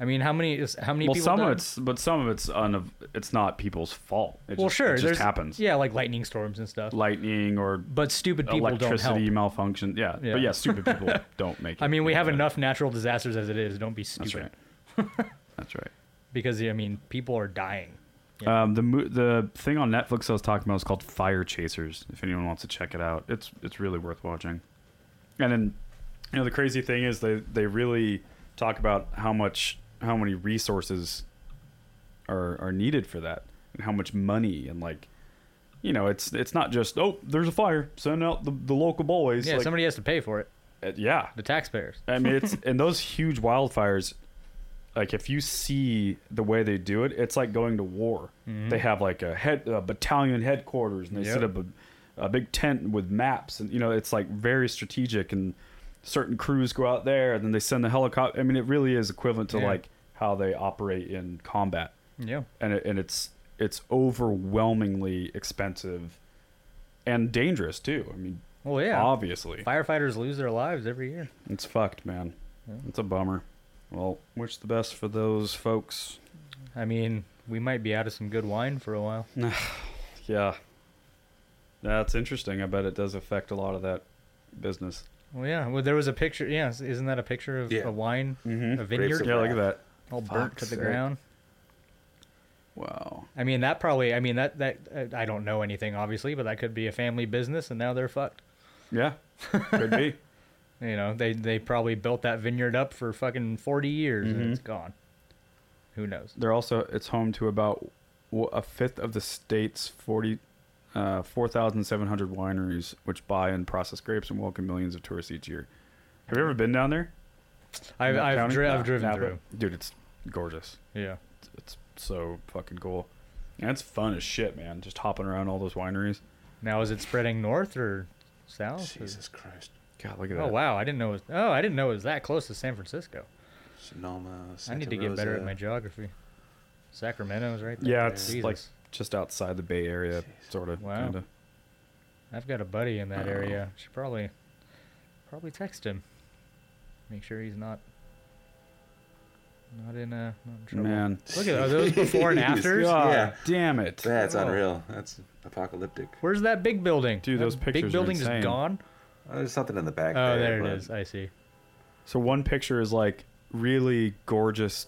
C: I mean, how many? Is, how many
B: Well,
C: people?
B: some of
C: died?
B: it's but some of it's un- it's not people's fault. It
C: well,
B: just,
C: sure.
B: it just
C: there's-
B: happens.
C: Yeah, like lightning storms and stuff.
B: lightning or
C: But stupid people don't help.
B: electricity malfunction. Yeah.
C: Yeah.
B: but yeah, stupid people don't make it.
C: I mean, we have
B: Yeah.
C: enough natural disasters as it is. Don't be stupid
B: That's right. That's right.
C: because I mean, people are dying.
B: Um, the mo- the thing on Netflix I was talking about was called Fire Chasers. If anyone wants to check it out, it's it's really worth watching. And then, you know, the crazy thing is they they really talk about how much how many resources are are needed for that, and how much money and like, you know, it's it's not just oh there's a fire send out the, the local boys
C: Yeah,
B: like,
C: somebody has to pay for it.
B: uh, yeah
C: The taxpayers.
B: I mean, it's and those huge wildfires. Like if you see the way they do it, it's like going to war. They have like a head a battalion headquarters, and they set
C: Mm-hmm. Yep.
B: up a, a big tent with maps, and you know it's like very strategic. And certain crews go out there, and then they send the helicopter. I mean, it really is equivalent to
C: Yeah.
B: like how they operate in combat,
C: Yeah.
B: and it, and it's it's overwhelmingly expensive and dangerous too. I mean,
C: Well, yeah.
B: obviously,
C: Firefighters lose their lives every year.
B: it's fucked, man. It's a bummer. Well, wish the best for those folks.
C: I mean, we might be out of some good wine for a while.
B: Mm. Yeah. That's interesting. I bet it does affect a lot of that business.
C: Well, yeah. Well, there was a picture. Yeah, is- isn't that a picture of
D: Yeah. Mm-hmm.
C: a wine, a
D: Grapes
C: vineyard,
D: of
B: Yeah, look at that.
C: all burnt to
B: Fuck's
C: the
B: sake.
C: ground?
B: Wow.
C: I mean, that probably. I mean, that that uh, I don't know anything, obviously, but that could be a family business, and now they're fucked.
B: Yeah. Could be.
C: You know, they they probably built that vineyard up for fucking forty years, and
B: Mm-hmm.
C: it's gone. Who knows?
B: They're also it's home to about w- a fifth of the state's 40 uh, 4,700 wineries which buy and process grapes and welcome millions of tourists each year. Have you ever been down there?
C: I've
B: That
C: I've,
B: county?
C: dri-
B: Nah,
C: I've driven
B: nah, but-
C: through.
B: Dude, it's gorgeous.
C: Yeah.
B: It's so fucking cool. And it's fun as shit, man. Just hopping around all those wineries.
C: Now is it spreading north or south? or-
D: Jesus Christ.
B: God, look at that.
C: Oh wow! I didn't know. It was, oh, I didn't know it was that close to San Francisco.
D: Sonoma. Santa
C: I need to get better at
D: Rosa.
C: my geography. Sacramento's right there.
B: Yeah, it's like
C: Jesus.
B: just outside the Bay Area, sort of.
C: Wow.
B: Kinda.
C: I've got a buddy in that
D: Oh.
C: area. Should probably probably text him. Make sure he's not not in uh not in trouble.
B: Man.
C: Look at are those before and afters.
B: God
D: Yeah.
B: damn it.
D: That's
C: Oh.
D: unreal. That's apocalyptic.
C: Where's that big building?
B: Dude,
C: That
B: those pictures are
C: Big building
B: insane.
C: is gone.
D: Uh, There's something in the back.
C: Oh,
D: there
C: there it
D: but-
C: is. I see.
B: So one picture is like really gorgeous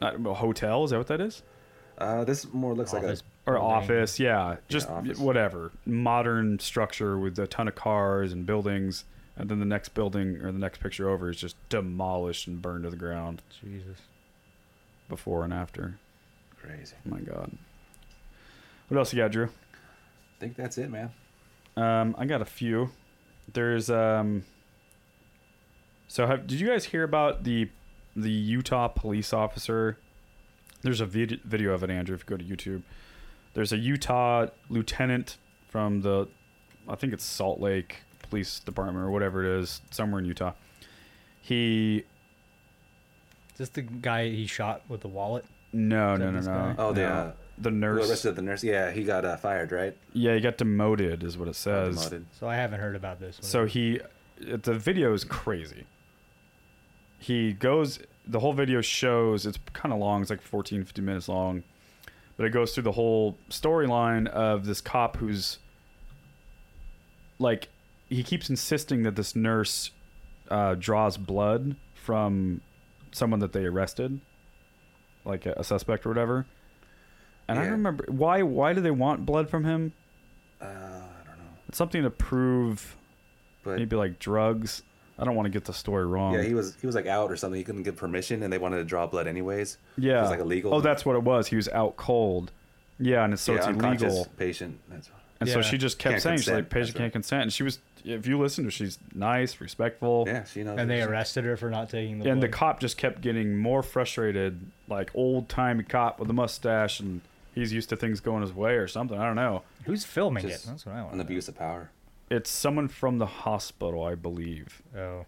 B: uh, hotel. Is that what that is?
D: Uh, this more looks like
C: Office.
D: a
B: Or
C: Building.
B: office? Yeah, just
D: office.
B: whatever modern structure with a ton of cars and buildings. And then the next building or the next picture over is just demolished and burned to the ground
C: Jesus.
B: before and after.
D: crazy.
B: Oh my god. What else you got, Drew?
D: I think that's it, man.
B: Um, I got a few. There's um. So have, did you guys hear about the the Utah police officer? There's a vid- video of it, Andrew. If you go to YouTube, there's a Utah lieutenant from the, I think it's Salt Lake Police Department or whatever it is, somewhere in Utah. He
C: Just the guy he shot with the wallet.
B: no
C: Is that
B: no no
C: this
B: no.
C: guy?
D: Oh, the,
B: No.
D: uh,
B: the
D: Who
B: nurse.
D: arrested the nurse? Yeah, he got uh, fired, right?
B: yeah, he got demoted, is what it says.
D: Demoted.
C: So I haven't heard about this. one.
B: So he, the video is crazy. He goes, the whole video shows, it's kind of long, it's like 14, 15 minutes long, but it goes through the whole storyline of this cop who's like, he keeps insisting that this nurse uh, draws blood from someone that they arrested, like a, a suspect or whatever. And I
D: Yeah.
B: remember why why do they want blood from him? Uh, I don't know. It's something to prove
D: But
B: maybe like drugs. I don't want to get the story wrong.
D: yeah, he was he was like out or something. He couldn't get permission, and they wanted to draw blood anyways.
B: Yeah.
D: it was like illegal.
B: Oh, that's what it was. He was out cold. Yeah, and it's, so
D: yeah,
B: it's
D: unconscious
B: illegal.
D: patient. That's
B: And so
C: Yeah.
B: she just kept
D: Can't
B: saying, she's
D: consent.
B: like, patient
D: That's
B: can't
D: right.
B: consent. And she was, if you listen to, her, she's nice, respectful.
D: yeah, she knows.
C: and they
D: what she-
C: arrested her for not taking the.
B: And the
C: blood.
B: cop just kept getting more frustrated, like old timey cop with a mustache, and he's used to things going his way or something. I don't know.
C: who's filming it?
D: just
C: That's what I want.
D: An abuse of power.
B: It's someone from the hospital, I believe.
C: Oh,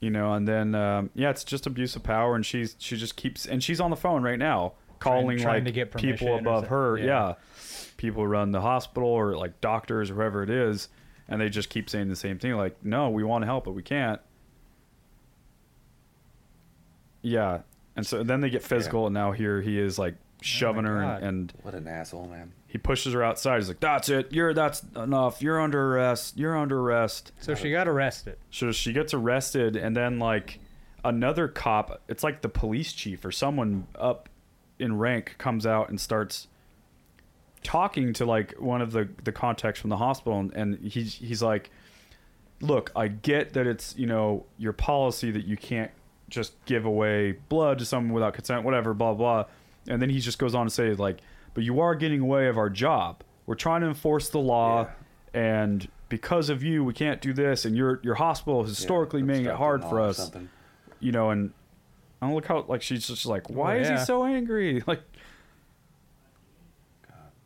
B: you know and then um, yeah it's just abuse of power and she's she just keeps and she's on the phone right now calling
C: trying
B: like
C: to get permission
B: people
C: or
B: above
C: so-
B: her yeah.
C: yeah.
B: people who run the hospital or like doctors or whoever it is and they just keep saying the same thing like no we want to help but we can't yeah and so then they get physical and now here he is like shoving her
C: Oh God.
B: and, and
D: What an asshole, man.
B: he pushes her outside he's like that's it you're that's enough you're under arrest you're under arrest
C: so she got arrested.
B: so she gets arrested, and then like another cop, it's like the police chief or someone up in rank comes out and starts talking to like one of the the contacts from the hospital, and, and he's he's like, "Look, I get that it's you know your policy that you can't just give away blood to someone without consent, whatever, blah blah." And then he just goes on to say like, "But you are getting away of our job. We're trying to enforce the law." and because of you, we can't do this, and your your hospital has historically
D: Yeah,
B: made it hard
D: obstructing
B: for
D: law or
B: us,
D: something.
B: you know. And I don't look how like she's just like, why is
C: yeah.
B: he so angry? Like,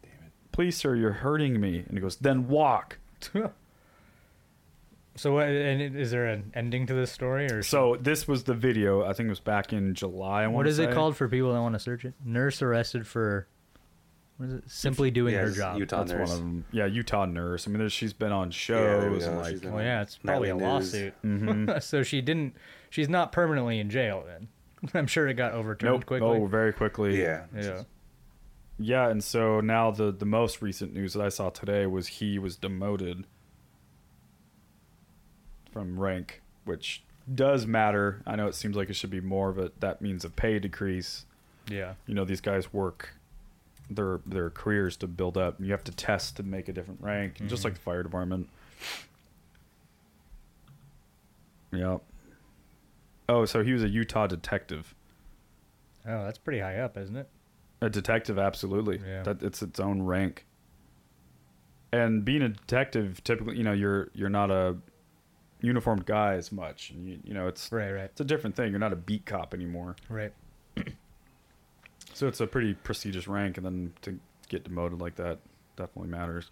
D: Damn it.
B: please sir, you're hurting me. And he goes, then walk.
C: so what, and it- is there an ending to this story or
B: So this was the video. I think it was back in July. I
C: what
B: wanna
C: is it
B: say.
C: called for people that want to search it? Nurse arrested for what is it? Simply doing
D: Yeah,
C: her
D: it's
C: job.
D: Utah
B: That's
D: nurse.
B: one of them. Yeah, Utah nurse. I mean, there's, she's been on
D: Yeah, there we
B: shows
D: go.
B: and
D: She's
B: like,
D: been
C: Well,
D: on
C: yeah, it's
D: Nightly
C: probably a
D: News.
C: lawsuit. so she didn't. She's not permanently in jail then. I'm sure it got overturned
B: nope,
C: quickly.
B: oh, very quickly.
D: Yeah.
C: yeah.
B: Yeah, and so now the the most recent news that I saw today was he was demoted from rank, which does matter. I know it seems like it should be more, but that means a pay decrease.
C: Yeah.
B: You know, these guys work their their careers to build up. You have to test to make a different rank, just like the fire department. Yeah. Oh, so he was a Utah detective.
C: Oh, that's pretty high up, isn't it?
B: A detective, absolutely.
C: Yeah.
B: That it's its own rank. And being a detective, typically, you know, you're you're not a uniformed guy as much. And you, you know, it's
C: Right, right.
B: it's a different thing. You're not a beat cop anymore.
C: Right.
B: So it's a pretty prestigious rank, and then to get demoted like that definitely matters.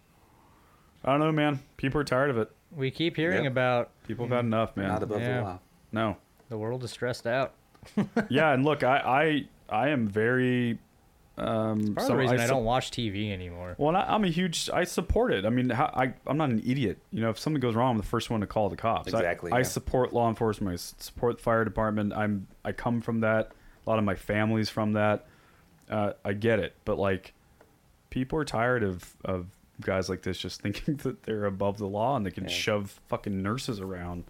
B: I don't know, man. People are tired of it.
C: We keep hearing
D: Yep.
C: about
B: People have had
C: Mm-hmm.
B: enough, man.
D: Not above
C: Yeah.
D: the law.
B: no.
C: the world is stressed out.
B: Yeah, and look, I I, I am very. Um,
C: Part of
B: some-
C: the reason I,
B: sup-
C: don't watch TV anymore.
B: Well, and I, I'm a huge. I support it. I mean, how, I I'm not an idiot. You know, if something goes wrong, I'm the first one to call the cops. I-
D: Exactly,
B: I,
D: yeah.
B: support law enforcement. I s- support the fire department. I'm I come from that. A lot of my family's from that. Uh, I get it, but like, people are tired of of guys like this just thinking that they're above the law and they can
D: Yeah.
B: shove fucking nurses around.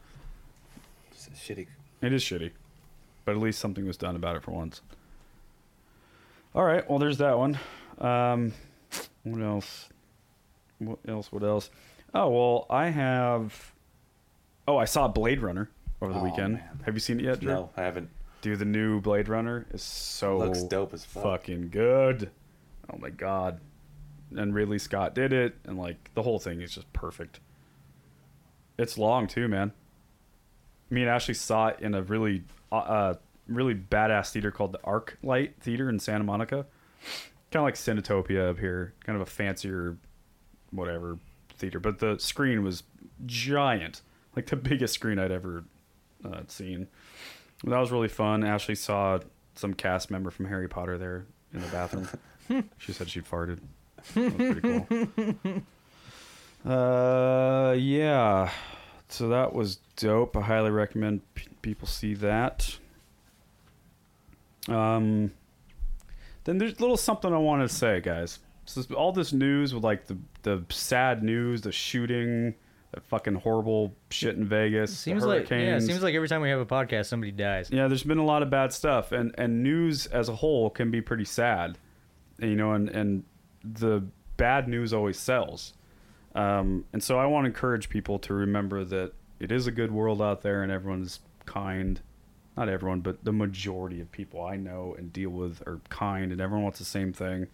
D: It's shitty.
B: It is shitty, but at least something was done about it for once. All right, well, there's that one. Um, what else? What else? What else? Oh well, I have. Oh, I saw Blade Runner over the
D: Oh,
B: weekend.
D: man.
B: Have you seen it yet? Drew?
D: No, I haven't.
B: Dude, the new Blade Runner is so
D: Looks dope as fuck.
B: Fucking good. Oh my god. And Ridley Scott did it, and like the whole thing is just perfect. It's long too, man. Me and Ashley saw it in a really, uh, uh, really badass theater called the Arc Light Theater in Santa Monica. Kind of like Cinetopia up here, kind of a fancier, whatever theater. But the screen was giant, like the biggest screen I'd ever uh, seen. That was really fun. Ashley saw some cast member from Harry Potter there in the bathroom. she said she farted. That was pretty cool. Uh, yeah. So that was dope. I highly recommend p- people see that. Um, then there's a little something I wanted to say, guys. So this- all this news with like the the sad news, the shooting, the fucking horrible shit in Vegas. the
C: Seems like yeah, it
B: hurricanes.
C: seems like every time we have a podcast somebody dies.
B: Yeah, there's been a lot of bad stuff, and and news as a whole can be pretty sad, you know, and and the bad news always sells, um, and so I want to encourage people to remember that it is a good world out there, and everyone's kind. Not everyone, but the majority of people I know and deal with are kind, and everyone wants the same thing.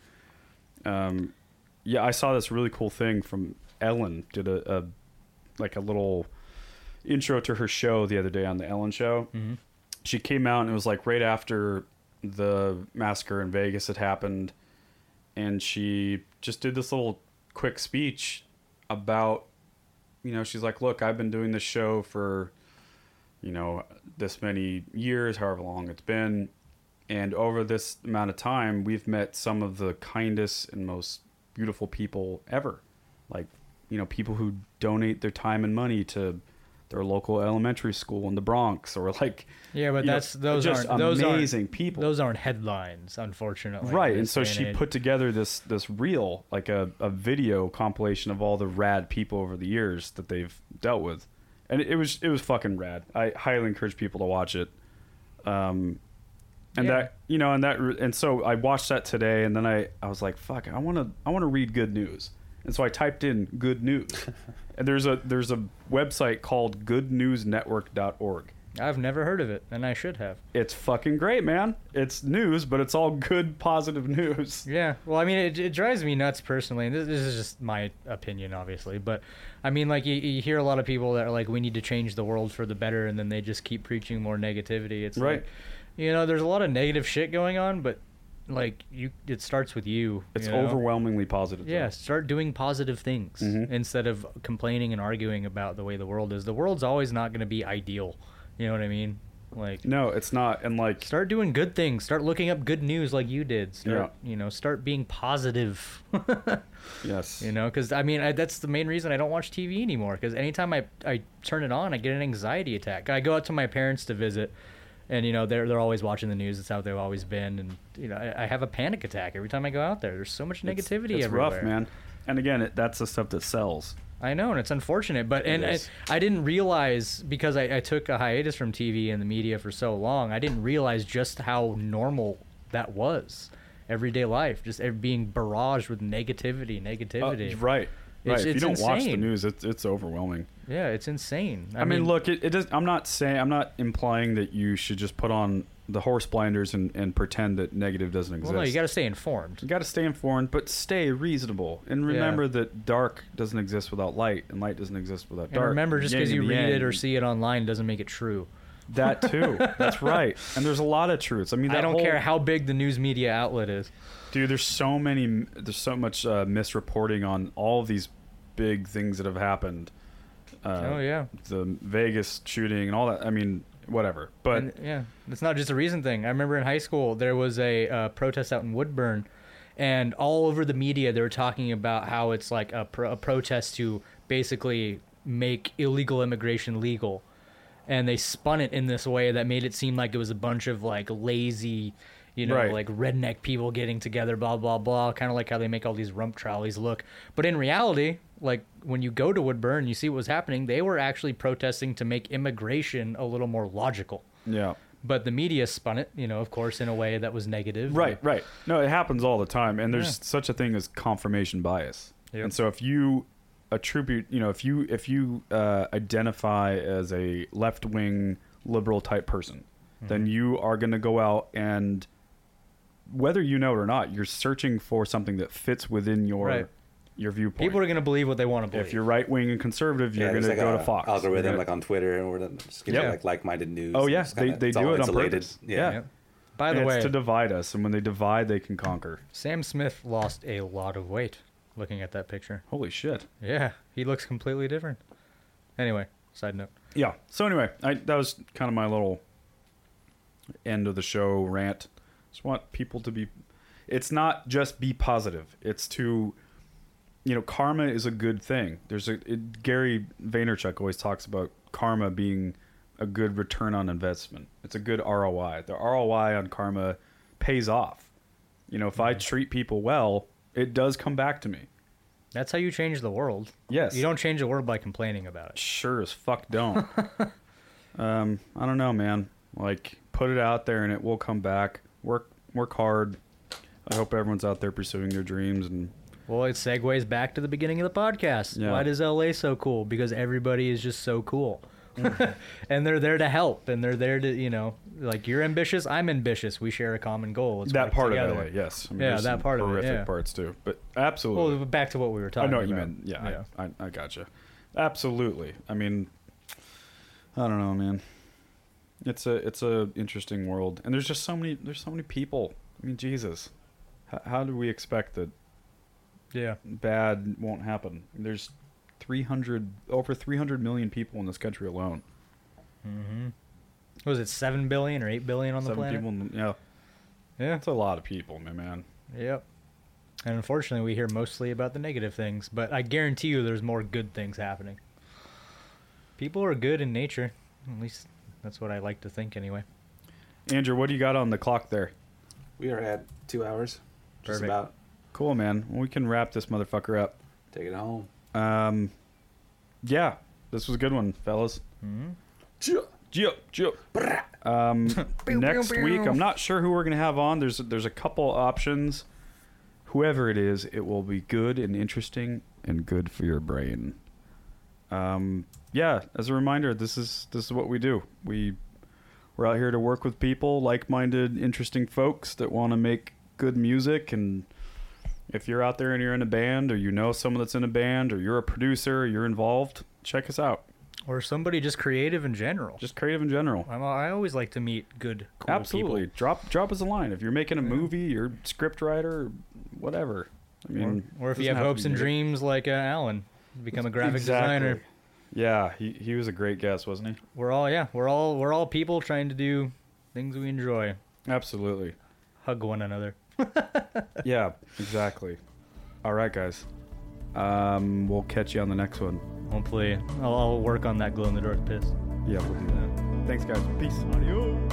B: Um, yeah, I saw this really cool thing from Ellen did a, a like a little intro to her show the other day on the Ellen show. Mm-hmm. She came out and it was like right after the massacre in Vegas had happened, and she just did this little quick speech about, you know, she's like, "Look, I've been doing this show for, you know, this many years, however long it's been." And over this amount of time, we've met some of the kindest and most beautiful people ever. Like, you know, people who donate their time and money to their local elementary school in the Bronx or like
C: Yeah, but
B: you know,
C: that's those
B: just
C: aren't those aren't-
B: amazing people.
C: Those aren't headlines, unfortunately. in
B: right and
C: this
B: so
C: day
B: she
C: age.
B: put together this this reel like a, a video compilation of all the rad people over the years that they've dealt with and it, was it was fucking rad i highly encourage people to watch it um and
C: Yeah.
B: that you know and that re- and so i watched that today and then i i was like fuck i want to i want to read good news and so i typed in good news and there's a there's a website called goodnewsnetwork.org
C: I've never heard of it, and I should have.
B: it's fucking great man it's news but it's all good positive news
C: Yeah, well, I mean, it, it drives me nuts personally. And this, this is just my opinion, obviously, but I mean, like you, you hear a lot of people that are like, "We need to change the world for the better," and then they just keep preaching more negativity. It's
B: Right.
C: like, you know, there's a lot of negative shit going on, but like you, it starts with you.
B: It's
C: you know?
B: overwhelmingly positive. though.
C: Yeah, start doing positive things
B: Mm-hmm.
C: instead of complaining and arguing about the way the world is. The world's always not going to be ideal. You know what I mean? Like,
B: No, it's not. And like,
C: start doing good things. Start looking up good news like you did. Start, you know, start being positive.
B: yes.
C: You know, because I mean, I, that's the main reason I don't watch TV anymore. Because anytime I, I turn it on, I get an anxiety attack. I go out to my parents to visit, and you know they're they're always watching the news. It's how they've always been, and you know I, I have a panic attack every time I go out there. There's so much negativity
B: It's- It's
C: everywhere.
B: rough, man. And again, it, that's the stuff that sells.
C: I know, and it's unfortunate, but and I,
B: is.
C: I didn't realize because I, I took a hiatus from TV and the media for so long. I didn't realize just how normal that was, everyday life, just ev- being barraged with negativity, negativity.
B: Uh, right. Right.
C: It's-
B: if you
C: it's
B: don't watch the
C: insane.
B: news, it's it's overwhelming.
C: Yeah, it's insane.
B: I, mean, look, it, it does. I'm not saying I'm not implying that you should just put on the horse blinders and, and pretend that negative doesn't exist.
C: Well, no, you got to stay informed.
B: You got to stay informed, but stay reasonable, and remember that dark doesn't exist without light, and light doesn't exist without
C: And
B: dark.
C: remember, just
B: Yin
C: because you
B: and
C: read it
B: yang.
C: or see it online doesn't make it true.
B: that too. That's right. And there's a lot of truths. I mean, that
C: I don't
B: whole-
C: care how big the news media outlet is.
B: Dude, there's so many, there's so much uh, misreporting on all of these big things that have happened. Uh,
C: oh yeah,
B: the Vegas shooting and all that. I mean, whatever. But
C: And, yeah, it's not just a reason thing. I remember in high school there was a uh, protest out in Woodburn, and all over the media they were talking about how it's like a, pro- a protest to basically make illegal immigration legal, and they spun it in this way that made it seem like it was a bunch of like lazy. You know,
B: Right.
C: like redneck people getting together, blah blah blah. Kind of like how they make all these rump trolleys look, but in reality, like when you go to Woodburn, you see what was happening. They were actually protesting to make immigration a little more logical
B: yeah.
C: but the media spun it, you know, of course, in a way that was negative.
B: Right, right. No, it happens all the time, and there's such a thing as confirmation bias.
C: Yep.
B: And so if you attribute, you know, if you if you uh, identify as a left wing liberal type person,
C: Mm-hmm.
B: then you are going to go out and whether you know it or not, you're searching for something that fits within your
C: Right.
B: your viewpoint.
C: People are going to believe what they want to believe.
B: if you're right wing and conservative, you're
D: Yeah,
B: going
D: there's
B: to
D: like
B: go
D: a
B: to Fox. You're
D: algorithm,
B: gonna-
D: like on Twitter, and we're just giving
B: Yeah.
D: like like-minded news.
B: oh
D: and
B: yeah,
D: it's
B: they,
D: kinda-
B: they
D: it's
B: do
D: all
B: it on
D: insulated.
B: purpose.
D: Yeah.
C: Yeah. By
B: And
C: the way,
B: it's to divide us, and when they divide, they can conquer.
C: Sam Smith lost a lot of weight looking at that picture.
B: Holy shit.
C: Yeah, he looks completely different. Anyway, side note.
B: yeah. So anyway, I, that was kind of my little end of the show rant. Just want people to be. It's not just be positive. It's to, you know, karma is a good thing. There's a it, Gary Vaynerchuk always talks about karma being a good return on investment. It's a good ROI. The ROI on karma pays off. You know, if I treat people well, it does come back to me.
C: That's how you change the world.
B: Yes.
C: You don't change the world by complaining about it.
B: sure as fuck don't. um, I don't know, man. Like, put it out there and it will come back. Work, work hard. I hope everyone's out there pursuing their dreams and
C: Well, it segues back to the beginning of the podcast.
B: Yeah.
C: Why does LA so cool? Because everybody is just so cool.
B: Mm.
C: and they're there to help and they're there to, you know, like you're ambitious, I'm ambitious. We share a common goal. Let's
B: that
C: work
B: part
C: together.
B: of LA. Yes, I
C: Yeah,
B: there's
C: that
B: some
C: part of it,
B: horrific
C: yeah.
B: parts too. But absolutely,
C: Well, back to what we were
B: I
C: talking
B: know
C: about.
B: what you meant. Yeah,
C: yeah.
B: I, I, I gotcha. Absolutely. I mean, I don't know, man. It's a it's a interesting world, and there's just so many there's so many people. I mean, Jesus, how, how do we expect that
C: Yeah.
B: bad won't happen. There's 300 over 300 million people in this country alone.
C: What Was it 7 billion or 8 billion on the
B: Seven
C: planet?
B: people. In the, yeah,
C: Yeah.
B: that's a lot of people, my man.
C: Yep. And unfortunately, we hear mostly about the negative things, but I guarantee you there's more good things happening. People are good in nature. At least that's what I like to think anyway.
B: Andrew, what do you got on the clock there?
D: We are at two hours. Just
C: Perfect.
D: about.
B: Cool, man. We can wrap this motherfucker up.
D: Take it home.
B: Yeah, this was a good one, fellas. Jump, jump. Um, next week, I'm not sure who we're gonna have on. There's there's a couple options. Whoever it is, it will be good and interesting and good for your brain. Um, yeah. As a reminder, this is this is what we do. We we're out here to work with people, like-minded, interesting folks that want to make good music. And if you're out there and you're in a band, or you know someone that's in a band, or you're a producer, or you're involved, check us out.
C: Or somebody just creative in general.
B: Just creative in general.
C: I'm, I always like to meet good, cool
B: Absolutely.
C: people.
B: Drop drop us a line if you're making a movie, you're a script writer, whatever. I mean,
C: Or if you
B: doesn't
C: have
B: to
C: hopes
B: be
C: and
B: music.
C: dreams like uh, Alan, become a graphic
B: Exactly.
C: designer.
B: Yeah, he, he was a great guest, wasn't
C: We're all yeah, we're all we're all people trying to do things we enjoy.
B: he? Absolutely.
C: Hug one another.
B: yeah, exactly. All right, guys. Um, we'll catch you on the next one.
C: Hopefully, I'll, I'll work on that glow in the dark piss.
B: Yeah, we'll do that. Thanks, guys. Peace. Adios.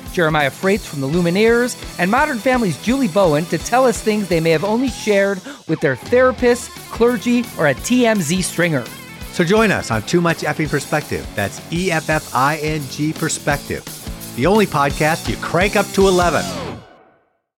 G: Jeremiah Freites from the Lumineers, and Modern Family's Julie Bowen to tell us things they may have only shared with their therapist, clergy, or a TMZ stringer.
B: So join us on Too Much Effing Perspective. E That's E F F I N G Perspective, the only podcast you crank up to 11.